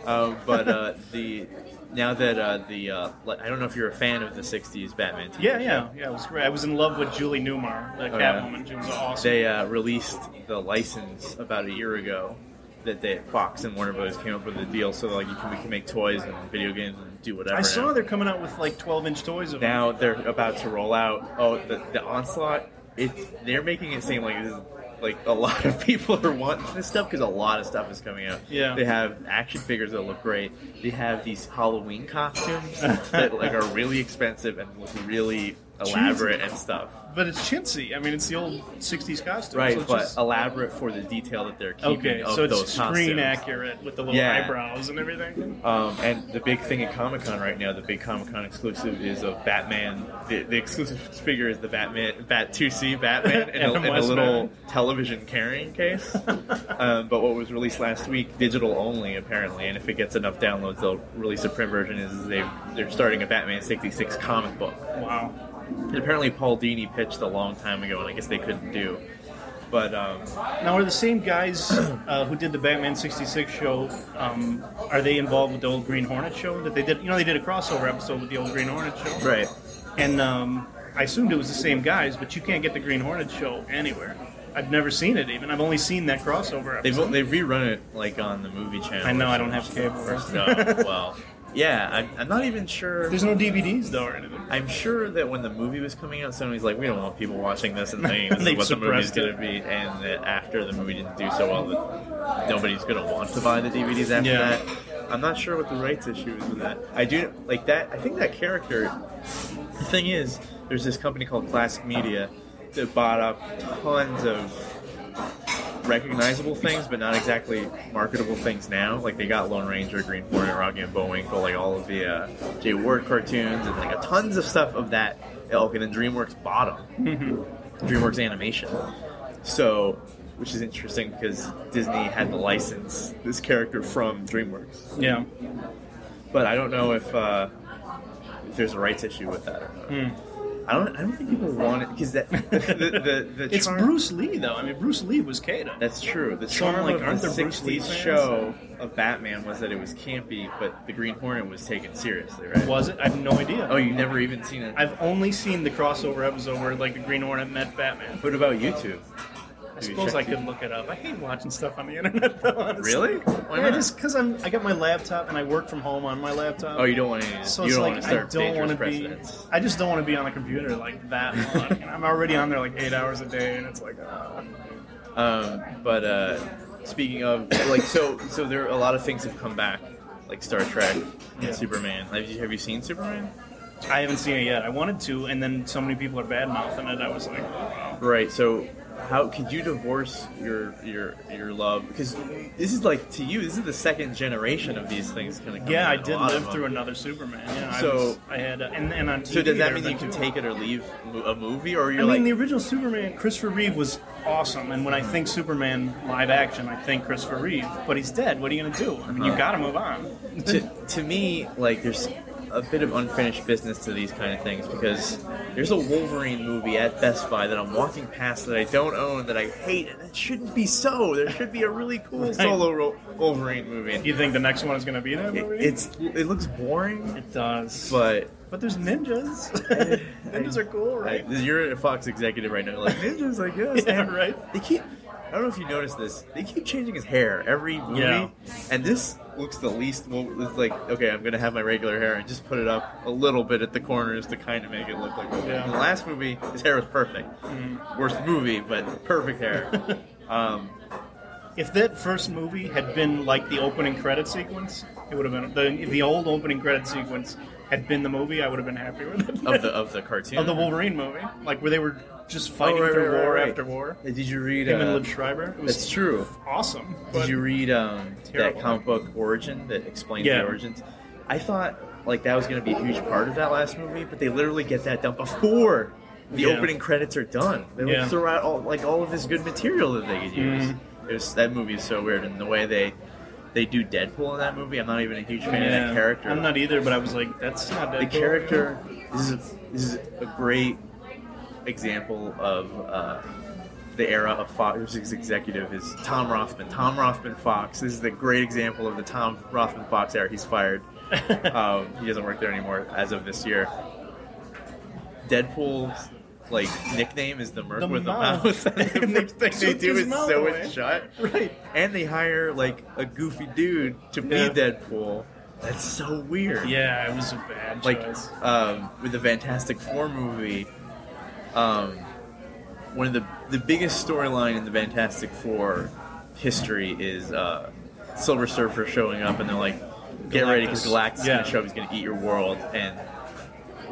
Speaker 2: Um, but uh, the now that uh, the uh, li- I don't know if you're a fan of the '60s Batman. TV
Speaker 3: yeah,
Speaker 2: show.
Speaker 3: yeah, yeah. It was great. I was in love with Julie Newmar, the
Speaker 2: Oh, yeah.
Speaker 3: Catwoman. She was awesome.
Speaker 2: They uh, released the license about a year ago that they Fox and Warner Brothers came up with a deal so like you can, we can make toys and video games and do whatever.
Speaker 3: I saw
Speaker 2: now.
Speaker 3: they're coming out with like 12 inch toys of
Speaker 2: now they're about to roll out. Oh, the, the onslaught! It they're making it seem like this is, like a lot of people are wanting this stuff because a lot of stuff is coming out.
Speaker 3: Yeah.
Speaker 2: they have action figures that look great. They have these Halloween costumes that like are really expensive and look really elaborate and stuff.
Speaker 3: But it's chintzy. I mean, it's the old '60s costume.
Speaker 2: Right,
Speaker 3: so it's
Speaker 2: but
Speaker 3: just-
Speaker 2: elaborate for the detail that they're keeping
Speaker 3: okay,
Speaker 2: of
Speaker 3: so it's
Speaker 2: those
Speaker 3: screen
Speaker 2: costumes.
Speaker 3: accurate with the little
Speaker 2: Yeah.
Speaker 3: eyebrows and everything.
Speaker 2: Um, and the big thing at Comic Con right now, the big Comic Con exclusive is a Batman. The, the exclusive figure is the Batman Bat 2C Batman in, a,
Speaker 3: Adam
Speaker 2: in a
Speaker 3: West
Speaker 2: little
Speaker 3: Batman.
Speaker 2: television carrying case. um, but what was released last week, digital only apparently, and if it gets enough downloads, they'll release a print version. Is they they're starting a Batman 66 comic book.
Speaker 3: Wow.
Speaker 2: And apparently, Paul Dini pitched a long time ago, and I guess they couldn't do. But um,
Speaker 3: Now, are the same guys uh, who did the Batman '66 show? Um, are they involved with the old Green Hornet show that they did? You know, they did a crossover episode with the old Green Hornet show.
Speaker 2: right,
Speaker 3: And um, I assumed it was the same guys, but you can't get the Green Hornet show anywhere. I've never seen it even. I've only seen that crossover
Speaker 2: they've
Speaker 3: episode.
Speaker 2: they've rerun it like on the movie channel.
Speaker 3: I know
Speaker 2: or
Speaker 3: I don't have
Speaker 2: something.
Speaker 3: cable.
Speaker 2: No, Oh, well, yeah, I'm, I'm not even sure.
Speaker 3: There's no DVDs though or anything.
Speaker 2: I'm sure that when the movie was coming out, somebody's like, "We don't want people watching this and thinking this
Speaker 3: They
Speaker 2: is what the movie's
Speaker 3: suppressed
Speaker 2: going
Speaker 3: it.
Speaker 2: to be," and that after the movie didn't do so well, that nobody's going to want to buy the DVDs after
Speaker 3: Yeah.
Speaker 2: that. I'm not sure what the rights issue is with that. I do like that. I think that character. The thing is, there's this company called Classic Media that bought up tons of recognizable things, but not exactly marketable things now. Like they got Lone Ranger, Green Hornet, Rocky and Bullwinkle, like all of the uh, Jay Ward cartoons, and like a tons of stuff of that ilk. And then DreamWorks bought them. DreamWorks Animation. So, which is interesting because Disney had to license this character from DreamWorks,
Speaker 3: Yeah.
Speaker 2: but I don't know if, uh, if there's a rights issue with that or not. I don't. I don't think people want it because that the the, the
Speaker 3: Hmm. It's
Speaker 2: charm-
Speaker 3: Bruce Lee though. I mean, Bruce Lee was Kato.
Speaker 2: That's true. The
Speaker 3: Some,
Speaker 2: charm
Speaker 3: like,
Speaker 2: like, of
Speaker 3: aren't
Speaker 2: the
Speaker 3: there Bruce Lee
Speaker 2: 60s
Speaker 3: fans?
Speaker 2: show of Batman was that it was campy, but the Green Hornet was taken seriously, right?
Speaker 3: Was it? I have no idea.
Speaker 2: Oh, you've never even seen it?
Speaker 3: I've only seen the crossover episode where like the Green Hornet met Batman.
Speaker 2: What about YouTube?
Speaker 3: I suppose I could look it up. I hate watching stuff on the internet though. Honestly.
Speaker 2: Really? Why
Speaker 3: yeah,
Speaker 2: not?
Speaker 3: just because I'm I got my laptop and I work from home on my laptop.
Speaker 2: Oh, you don't want to.
Speaker 3: So
Speaker 2: you
Speaker 3: it's
Speaker 2: don't
Speaker 3: like
Speaker 2: want to
Speaker 3: I
Speaker 2: start
Speaker 3: don't
Speaker 2: dangerous
Speaker 3: want to be.
Speaker 2: precedents.
Speaker 3: I just don't want to be on a computer like that long. and I'm already on there like eight hours a day, and it's like, uh,
Speaker 2: Um, but uh, speaking of, like, so so there are a lot of things have come back, like Star Trek,
Speaker 3: Yeah.
Speaker 2: and Superman. Have you have you seen Superman?
Speaker 3: I haven't seen it yet. I wanted to, and then so many people are bad mouthing it. I was like,
Speaker 2: Right. So, how could you divorce your your your love? Because this is like to you, this is the second generation of these things. Kind of.
Speaker 3: yeah, I did live through another Superman. Yeah, I,
Speaker 2: So-
Speaker 3: was, I had, uh, and and on TV.
Speaker 2: So does that
Speaker 3: there
Speaker 2: mean
Speaker 3: was
Speaker 2: you can
Speaker 3: a-
Speaker 2: take it or leave mo- a movie, or
Speaker 3: I
Speaker 2: you're
Speaker 3: mean, the
Speaker 2: like,
Speaker 3: original Superman, Christopher Reeve was awesome, and when I think Superman live action, I think Christopher Reeve. But he's dead. What are you gonna do? I mean, you
Speaker 2: Uh-huh.
Speaker 3: gotta move on.
Speaker 2: to, to me, like there's a bit of unfinished business to these kind of things because there's a Wolverine movie at Best Buy that I'm walking past that I don't own that I hate, and it shouldn't be so. There should be a really cool solo ro- Wolverine movie.
Speaker 3: You think the next one is gonna be that
Speaker 2: It,
Speaker 3: movie?
Speaker 2: it's it looks boring,
Speaker 3: it does.
Speaker 2: but
Speaker 3: But there's ninjas. ninjas
Speaker 2: I-
Speaker 3: are cool, right?
Speaker 2: I- you're a Fox executive right now. Like ninjas, I guess.
Speaker 3: Yeah,
Speaker 2: And
Speaker 3: right.
Speaker 2: They keep. I don't know if you noticed this. They keep changing his hair every movie,
Speaker 3: Yeah.
Speaker 2: and this looks the least. Well, it's like okay, I'm gonna have my regular hair and just put it up a little bit at the corners to kind of make it look like.
Speaker 3: Yeah. Mm-hmm.
Speaker 2: In the last movie, his hair was perfect. Worst movie, but perfect hair. um,
Speaker 3: If that first movie had been like the opening credit sequence, it would have been the if the old opening credit sequence had been the movie. I would have been happy with it.
Speaker 2: of the of the cartoon
Speaker 3: Of the Wolverine movie, like where they were just fighting
Speaker 2: Oh, right,
Speaker 3: through
Speaker 2: right,
Speaker 3: war
Speaker 2: right, right.
Speaker 3: after war.
Speaker 2: Hey, Did you read?
Speaker 3: Him and
Speaker 2: uh,
Speaker 3: Liv Schreiber. It was
Speaker 2: that's true.
Speaker 3: awesome.
Speaker 2: Did
Speaker 3: but-
Speaker 2: you read um, that
Speaker 3: Terrible.
Speaker 2: comic book Origin that explains
Speaker 3: Yeah.
Speaker 2: the origins? I thought like that was going to be a huge part of that last movie, but they literally get that done before the
Speaker 3: Yeah.
Speaker 2: opening credits are done. They
Speaker 3: Yeah.
Speaker 2: like, throw out all like all of this good material that they could use.
Speaker 3: Mhm.
Speaker 2: It was that movie is so weird, and the way they they do Deadpool in that movie, I'm not even a huge fan of
Speaker 3: Yeah.
Speaker 2: that character.
Speaker 3: I'm not either, but I was like, that's not
Speaker 2: the
Speaker 3: Deadpool.
Speaker 2: character. This is a, this is a great example of uh, the era of Fox's executive is Tom Rothman. Tom Rothman Fox. This is the great example of the Tom Rothman Fox era. He's fired. um, he doesn't work there anymore as of this year. Deadpool's like nickname is the Merc
Speaker 3: The
Speaker 2: with
Speaker 3: mouth.
Speaker 2: the mouth. And the first thing they
Speaker 3: Took
Speaker 2: do
Speaker 3: his
Speaker 2: is
Speaker 3: mouth
Speaker 2: sew
Speaker 3: away.
Speaker 2: it shut.
Speaker 3: Right.
Speaker 2: And they hire like a goofy dude to be
Speaker 3: Yeah.
Speaker 2: Deadpool. That's so weird
Speaker 3: Yeah, it was a bad
Speaker 2: like
Speaker 3: choice.
Speaker 2: um, with the Fantastic Four movie. Um, one of the the biggest storyline in the Fantastic Four history is uh, Silver Surfer showing up, and they're like, "Get ready, because Galactus
Speaker 3: Galactus.
Speaker 2: is going
Speaker 3: Yeah.
Speaker 2: to show up. He's going to eat your world." And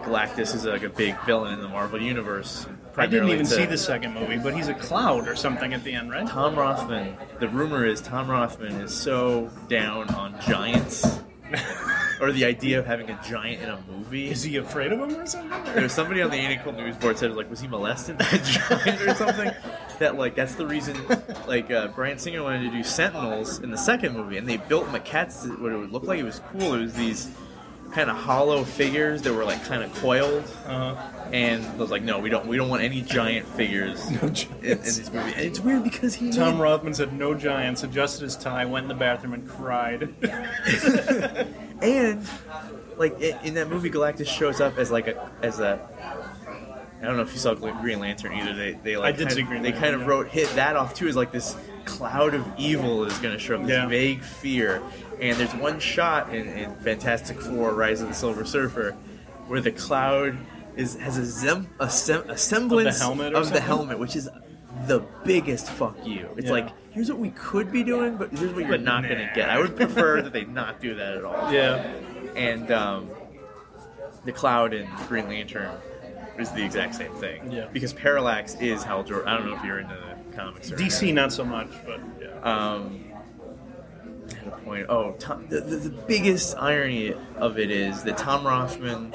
Speaker 2: Galactus is like a big villain in the Marvel universe.
Speaker 3: I didn't
Speaker 2: primarily
Speaker 3: even
Speaker 2: to-
Speaker 3: see the second movie, but he's a cloud or something at the end, right?
Speaker 2: Tom Rothman. The rumor is Tom Rothman is so down on giants, or the idea of having a giant in a movie.
Speaker 3: Is he afraid of him or something?
Speaker 2: There's somebody on the Anacle News board said like, was he molested by a giant or something? that like that's the reason like uh, Brian Singer wanted to do Sentinels in the second movie, and they built maquettes that what it would look like. It was cool. It was these kind of hollow figures that were like kind of coiled,
Speaker 3: Uh,
Speaker 2: and I was like, no, we don't we don't want any giant figures in, in this movie. And it's weird because he
Speaker 3: Tom Rothman said no giants, adjusted his tie, went in the bathroom and cried.
Speaker 2: and like i- in that movie galactus shows up as like a as a i don't know if you saw Gl- green lantern either they, they like
Speaker 3: I did
Speaker 2: kind
Speaker 3: see
Speaker 2: of,
Speaker 3: Green
Speaker 2: they
Speaker 3: Lantern,
Speaker 2: kind of
Speaker 3: yeah.
Speaker 2: wrote hit that off too as like this cloud of evil is going to show up this
Speaker 3: Yeah.
Speaker 2: vague fear and there's one shot in, in fantastic four rise of the silver surfer where the cloud is has a, zem, a, sem, a semblance
Speaker 3: helmet or
Speaker 2: of the
Speaker 3: something?
Speaker 2: helmet which is the biggest fuck you it's
Speaker 3: Yeah.
Speaker 2: like here's what we could be doing but here's what you're
Speaker 3: But
Speaker 2: not going to
Speaker 3: nah.
Speaker 2: get i would prefer that they not do that at all
Speaker 3: yeah.
Speaker 2: and um, the Cloud and Green Lantern is the exact same thing.
Speaker 3: Yeah.
Speaker 2: Because Parallax is Hal Jordan. I don't know if you're into the comics or
Speaker 3: DC, not so much, but yeah.
Speaker 2: Um, I had a point. Oh, Tom, the, the, the biggest irony of it is that Tom Rothman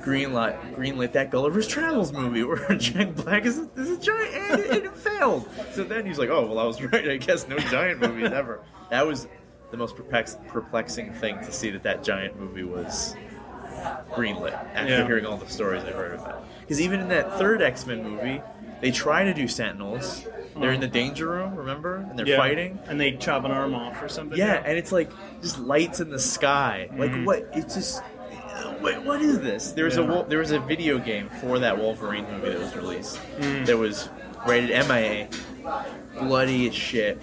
Speaker 2: greenlit greenlit that Gulliver's Travels movie where Jack Black is a, is a giant and it, it failed. So then he's like, oh well, I was right. I guess no giant movies ever. That was the most perplex, perplexing thing to see that that giant movie was greenlit after
Speaker 3: Yeah.
Speaker 2: hearing all the stories I've heard about. Because even in that third X Men movie, they try to do Sentinels. They're in the danger room, remember? And they're
Speaker 3: Hmm. Yeah.
Speaker 2: fighting.
Speaker 3: And they chop an arm off or something.
Speaker 2: Yeah, and it's like just lights in the sky. Like what? It's just what, what is this? There was a
Speaker 3: Yeah.
Speaker 2: wol- there was a video game for that Wolverine movie that was released. That was rated MIA, bloody as shit,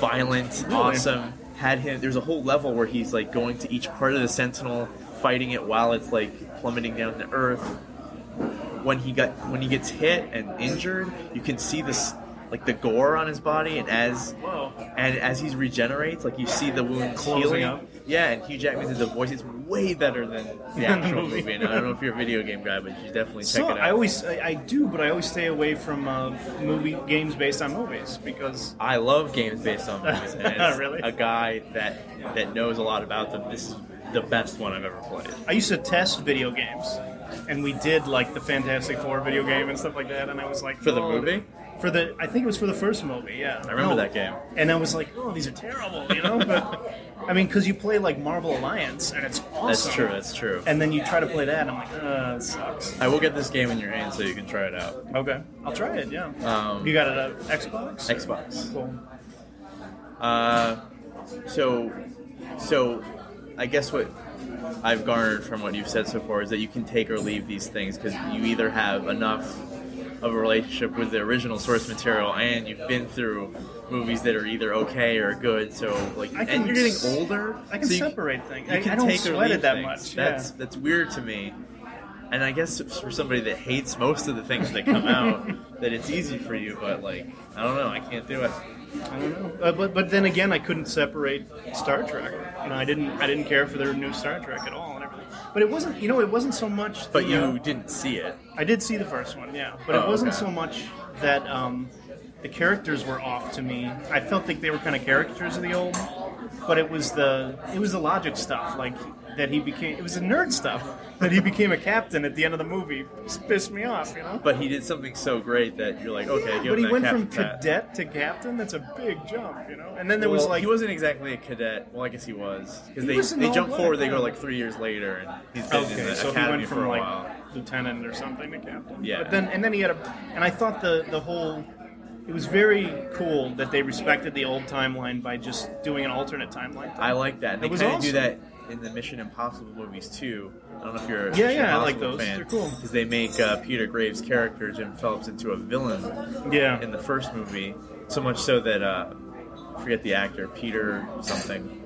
Speaker 2: violent, awesome. Had him. There's a whole level where he's like going to each part of the Sentinel, fighting it while it's like plummeting down to Earth when he got when he gets hit and injured, you can see this like the gore on his body, and as
Speaker 3: Whoa.
Speaker 2: and as he regenerates, like you see the wound
Speaker 3: Closing
Speaker 2: healing.
Speaker 3: up.
Speaker 2: Yeah, and Hugh Jackman did the voice. It's way better than the actual
Speaker 3: movie.
Speaker 2: movie. And I don't know if you're a video game guy, but you should definitely check
Speaker 3: So
Speaker 2: it out.
Speaker 3: I always I, I do, but I always stay away from uh, movie games based on movies because
Speaker 2: I love games based on movies. And as
Speaker 3: Really?
Speaker 2: a guy that that knows a lot about them, this is the best one I've ever played.
Speaker 3: I used to test video games, and we did like the Fantastic Four video game and stuff like that. And I was like,
Speaker 2: For the
Speaker 3: "Whoa."
Speaker 2: movie?
Speaker 3: for the I think it was for the first movie. Yeah,
Speaker 2: I remember that game.
Speaker 3: And I was like, oh, these are terrible, you know. But I mean, because you play like Marvel Alliance, and it's awesome.
Speaker 2: That's true. That's true.
Speaker 3: And then you try to play that, and I'm like, uh, it sucks.
Speaker 2: I will get this game in your hand so you can try it out.
Speaker 3: Okay, I'll try it. Yeah.
Speaker 2: Um,
Speaker 3: you got it at Xbox?
Speaker 2: Xbox.
Speaker 3: Cool.
Speaker 2: Uh, so, so, I guess what I've garnered from what you've said so far is that you can take or leave these things because you either have enough of a relationship with the original source material and you've been through movies that are either okay or good. So, like,
Speaker 3: I can
Speaker 2: and you're getting
Speaker 3: s-
Speaker 2: older.
Speaker 3: I can
Speaker 2: so you-
Speaker 3: separate things.
Speaker 2: you
Speaker 3: I,
Speaker 2: can
Speaker 3: I don't
Speaker 2: take or
Speaker 3: sweat
Speaker 2: leave
Speaker 3: it that
Speaker 2: things.
Speaker 3: much.
Speaker 2: That's that's weird to me. And I guess for somebody that hates most of the things that come out, that it's easy for you. But like, I don't know, I can't do it.
Speaker 3: yeah. I don't know. Uh, but but then again, I couldn't separate Star Trek. You know, I didn't I didn't care for the new Star Trek at all and everything. But it wasn't you know it wasn't so much.
Speaker 2: But
Speaker 3: the,
Speaker 2: you
Speaker 3: uh,
Speaker 2: didn't see it.
Speaker 3: I did see the first one, yeah, but
Speaker 2: Oh,
Speaker 3: it wasn't
Speaker 2: okay.
Speaker 3: so much that um, the characters were off to me. I felt like they were kind of caricatures of the old, but it was the it was the logic stuff, like that he became. It was the nerd stuff that he became a captain at the end of the movie. Just pissed me off, you know.
Speaker 2: But he did something so great that you're like, okay, give
Speaker 3: but
Speaker 2: him
Speaker 3: he
Speaker 2: that
Speaker 3: went
Speaker 2: captain
Speaker 3: from
Speaker 2: hat.
Speaker 3: cadet to captain. That's a big jump, you know. And then there was
Speaker 2: Well,
Speaker 3: like
Speaker 2: he wasn't exactly a cadet. Well, I guess he was because
Speaker 3: He
Speaker 2: they,
Speaker 3: was an
Speaker 2: they
Speaker 3: all
Speaker 2: jump
Speaker 3: black
Speaker 2: forward. They go
Speaker 3: guy.
Speaker 2: like three years later, and he's been in
Speaker 3: Okay,
Speaker 2: the
Speaker 3: so he
Speaker 2: academy
Speaker 3: went
Speaker 2: for
Speaker 3: from
Speaker 2: a
Speaker 3: like
Speaker 2: while.
Speaker 3: lieutenant or something to captain.
Speaker 2: Yeah.
Speaker 3: But then and then he had a and I thought the the whole it was very cool that they respected the old timeline by just doing an alternate timeline.
Speaker 2: I like that. They
Speaker 3: It was
Speaker 2: kind of do
Speaker 3: awesome.
Speaker 2: that in the Mission Impossible movies too. I don't know if you're a
Speaker 3: Yeah,
Speaker 2: Mission
Speaker 3: yeah, I like
Speaker 2: Impossible
Speaker 3: those.
Speaker 2: fan,
Speaker 3: They're cool.
Speaker 2: because they make uh, Peter Graves' character Jim Phelps into a villain
Speaker 3: Yeah.
Speaker 2: in the first movie. So much so that uh, I forget the actor Peter something.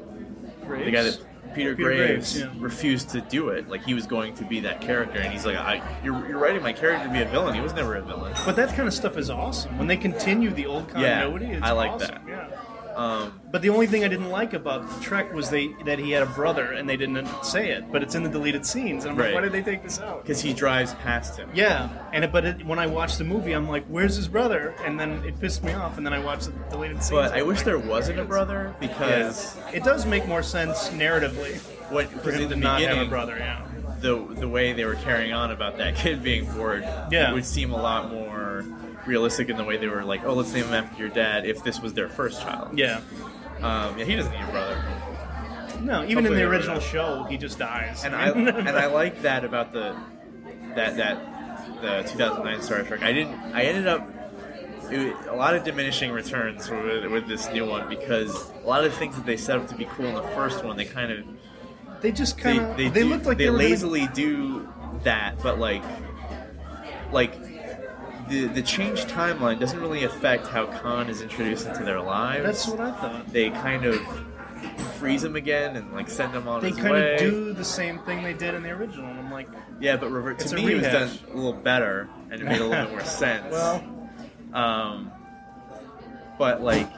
Speaker 2: the guy that Peter,
Speaker 3: Peter
Speaker 2: Graves,
Speaker 3: Graves, yeah.
Speaker 2: refused to do it. Like he was going to be that character, and he's like, I, "You're you're writing my character to be a villain. He was never a villain."
Speaker 3: But that kind of stuff is awesome. When they continue the old continuity, it's
Speaker 2: I like
Speaker 3: awesome.
Speaker 2: that.
Speaker 3: Yeah.
Speaker 2: Um,
Speaker 3: But the only thing I didn't like about Trek was they that he had a brother and they didn't say it, but it's in the deleted scenes. And I'm
Speaker 2: Right.
Speaker 3: like, why did they take this out?
Speaker 2: because he drives past him.
Speaker 3: Yeah, and it, but it, when I watched the movie, I'm like, "Where's his brother?" And then it pissed me off. And then I watched the deleted scenes.
Speaker 2: But
Speaker 3: and
Speaker 2: I
Speaker 3: I'm
Speaker 2: wish
Speaker 3: like,
Speaker 2: there wasn't a brother because
Speaker 3: Yeah. it does make more sense narratively
Speaker 2: what
Speaker 3: for
Speaker 2: because
Speaker 3: him
Speaker 2: in
Speaker 3: to
Speaker 2: the
Speaker 3: not have a
Speaker 2: beginning,
Speaker 3: brother. Yeah,
Speaker 2: the the way they were carrying on about that kid being bored
Speaker 3: Yeah.
Speaker 2: would seem a lot more realistic in the way they were like, oh, let's name him after your dad if this was their first child.
Speaker 3: yeah.
Speaker 2: Um, yeah, he doesn't need a brother.
Speaker 3: No, even in
Speaker 2: Hopefully they
Speaker 3: the
Speaker 2: wrote
Speaker 3: original
Speaker 2: it.
Speaker 3: show, he just dies.
Speaker 2: And I and I like that about the that that the 2009 Star Trek. I didn't. I ended up it, a lot of diminishing returns with, with this new one because a lot of things that they set up to be cool in the first one, they kind of
Speaker 3: they just
Speaker 2: they
Speaker 3: kind of
Speaker 2: they,
Speaker 3: they,
Speaker 2: do-
Speaker 3: looked like
Speaker 2: they,
Speaker 3: they, were gonna-
Speaker 2: lazily do that, but like like the the change timeline doesn't really affect how Khan is introduced into their lives.
Speaker 3: That's what I thought.
Speaker 2: they kind of freeze him again and like send him on
Speaker 3: They
Speaker 2: his
Speaker 3: kind
Speaker 2: way.
Speaker 3: of do the same thing they did in the original. And I'm like,
Speaker 2: Yeah, but revert
Speaker 3: It's
Speaker 2: to
Speaker 3: a
Speaker 2: me it was done
Speaker 3: rehash.
Speaker 2: a little better and it made a little bit more sense.
Speaker 3: well,
Speaker 2: um, but like,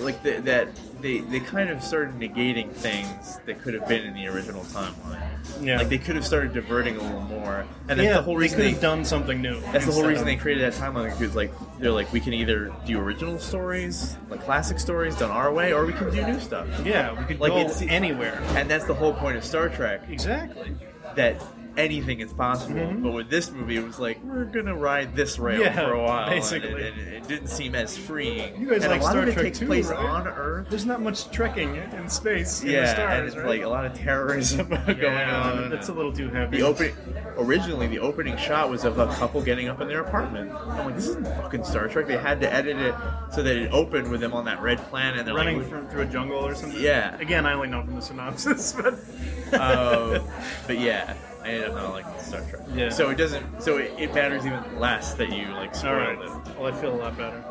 Speaker 2: like the, that they they kind of started negating things that could have been in the original timeline.
Speaker 3: yeah.
Speaker 2: Like they could have started diverting a little more, and that's
Speaker 3: yeah,
Speaker 2: the whole reason
Speaker 3: they
Speaker 2: they.
Speaker 3: could have done something new.
Speaker 2: that's the whole
Speaker 3: instead
Speaker 2: reason
Speaker 3: of-
Speaker 2: they created that timeline because like they're like we can either do original stories, like classic stories done our way, or we can do new stuff.
Speaker 3: Yeah, we could
Speaker 2: Like,
Speaker 3: go
Speaker 2: it's-
Speaker 3: anywhere.
Speaker 2: And that's the whole point of Star Trek
Speaker 3: Exactly.
Speaker 2: that anything is possible.
Speaker 3: Mhm.
Speaker 2: But with this movie, it was like we're gonna ride this rail
Speaker 3: Yeah,
Speaker 2: for a while, and
Speaker 3: basically.
Speaker 2: it, it, it didn't seem as freeing.
Speaker 3: You guys
Speaker 2: and
Speaker 3: like
Speaker 2: a lot
Speaker 3: Star
Speaker 2: of it
Speaker 3: Trek
Speaker 2: takes
Speaker 3: too,
Speaker 2: place
Speaker 3: right?
Speaker 2: on Earth.
Speaker 3: There's not much trekking in space. in the
Speaker 2: yeah,
Speaker 3: stars,
Speaker 2: and it's
Speaker 3: right?
Speaker 2: like a lot of terrorism going on.
Speaker 3: That's a little too heavy.
Speaker 2: the opening originally the opening shot was of a couple getting up in their apartment. I'm like, this isn't fucking Star Trek. They had to edit it so that it opened with them on that red planet. And they're
Speaker 3: running
Speaker 2: like,
Speaker 3: from, through a jungle or something.
Speaker 2: Yeah.
Speaker 3: Again, I only know from the synopsis, but uh,
Speaker 2: Oh, but yeah, I ended up not liking Star Trek.
Speaker 3: Yeah.
Speaker 2: So it doesn't. So it, it matters even less that you like
Speaker 3: all
Speaker 2: spoiled
Speaker 3: right.
Speaker 2: it.
Speaker 3: Well, I feel a lot better.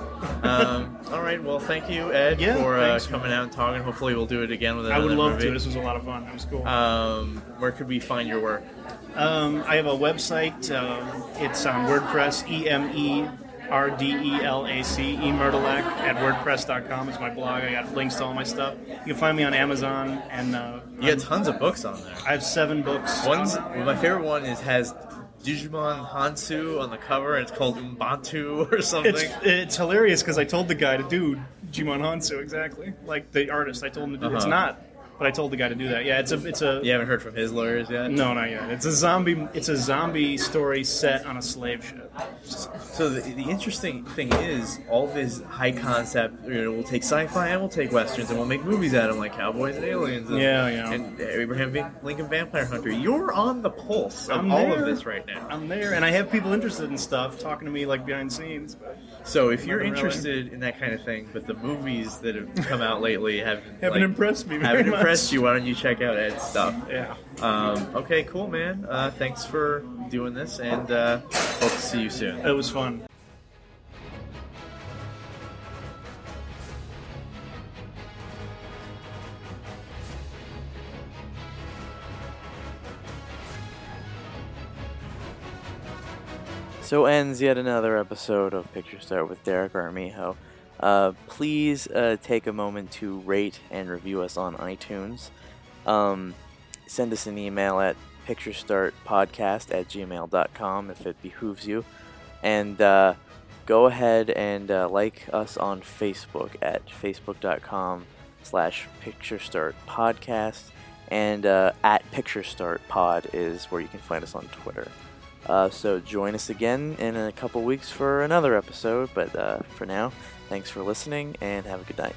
Speaker 2: um, all right. Well, thank you, Ed,
Speaker 3: Yeah,
Speaker 2: for uh,
Speaker 3: thanks,
Speaker 2: coming out and talking. Hopefully, we'll do it again with
Speaker 3: I
Speaker 2: another
Speaker 3: would love
Speaker 2: movie.
Speaker 3: to. This was a lot of fun. It was cool.
Speaker 2: Um, where could we find your work?
Speaker 3: Um, I have a website. Um, it's on WordPress, E M E R D E L A C, E Myrtleac at WordPress.com is my blog. I got links to all my stuff. You can find me on Amazon, and uh,
Speaker 2: You got tons of books on there.
Speaker 3: I have seven books.
Speaker 2: One's well, my favorite one is has Digimon Hansu on the cover, and it's called Umbantu or something.
Speaker 3: It's, it's hilarious because I told the guy to do Jimon Hansu exactly, like the artist. I told him to do. It's
Speaker 2: Uh-huh.
Speaker 3: not, but I told the guy to do that. Yeah, it's a it's a
Speaker 2: you haven't heard from his lawyers yet.
Speaker 3: no, not yet. It's a zombie. It's a zombie story set on a slave ship.
Speaker 2: So the, the interesting thing is, all this high concept. You know, we'll take sci-fi and we'll take westerns, and we'll make movies out of them, like Cowboys and Aliens. And,
Speaker 3: Yeah, yeah.
Speaker 2: And Abraham Vin- Lincoln Vampire Hunter. You're on the pulse of
Speaker 3: I'm
Speaker 2: all of
Speaker 3: there.
Speaker 2: this right now.
Speaker 3: I'm there, and I have people interested in stuff talking to me like behind the scenes. But
Speaker 2: So if you're
Speaker 3: Nothing really.
Speaker 2: interested in that kind of thing, but the movies that have come out lately have
Speaker 3: haven't impressed me. Very
Speaker 2: haven't
Speaker 3: much.
Speaker 2: impressed you, why don't you check out Ed's stuff?
Speaker 3: Yeah.
Speaker 2: Um, okay, cool, man. Uh, thanks for doing this, and uh, hope to see you soon.
Speaker 3: It was fun.
Speaker 1: So ends yet another episode of Picture Start with Derek Armijo. Uh, please uh, take a moment to rate and review us on iTunes. Um, send us an email at picturestartpodcast at gmail.com if it behooves you. And uh, go ahead and uh, like us on Facebook at facebook.com slash picturestartpodcast. And uh, at picturestartpod is where you can find us on Twitter. Uh, so join us again in a couple weeks for another episode. But uh, for now, thanks for listening and have a good night.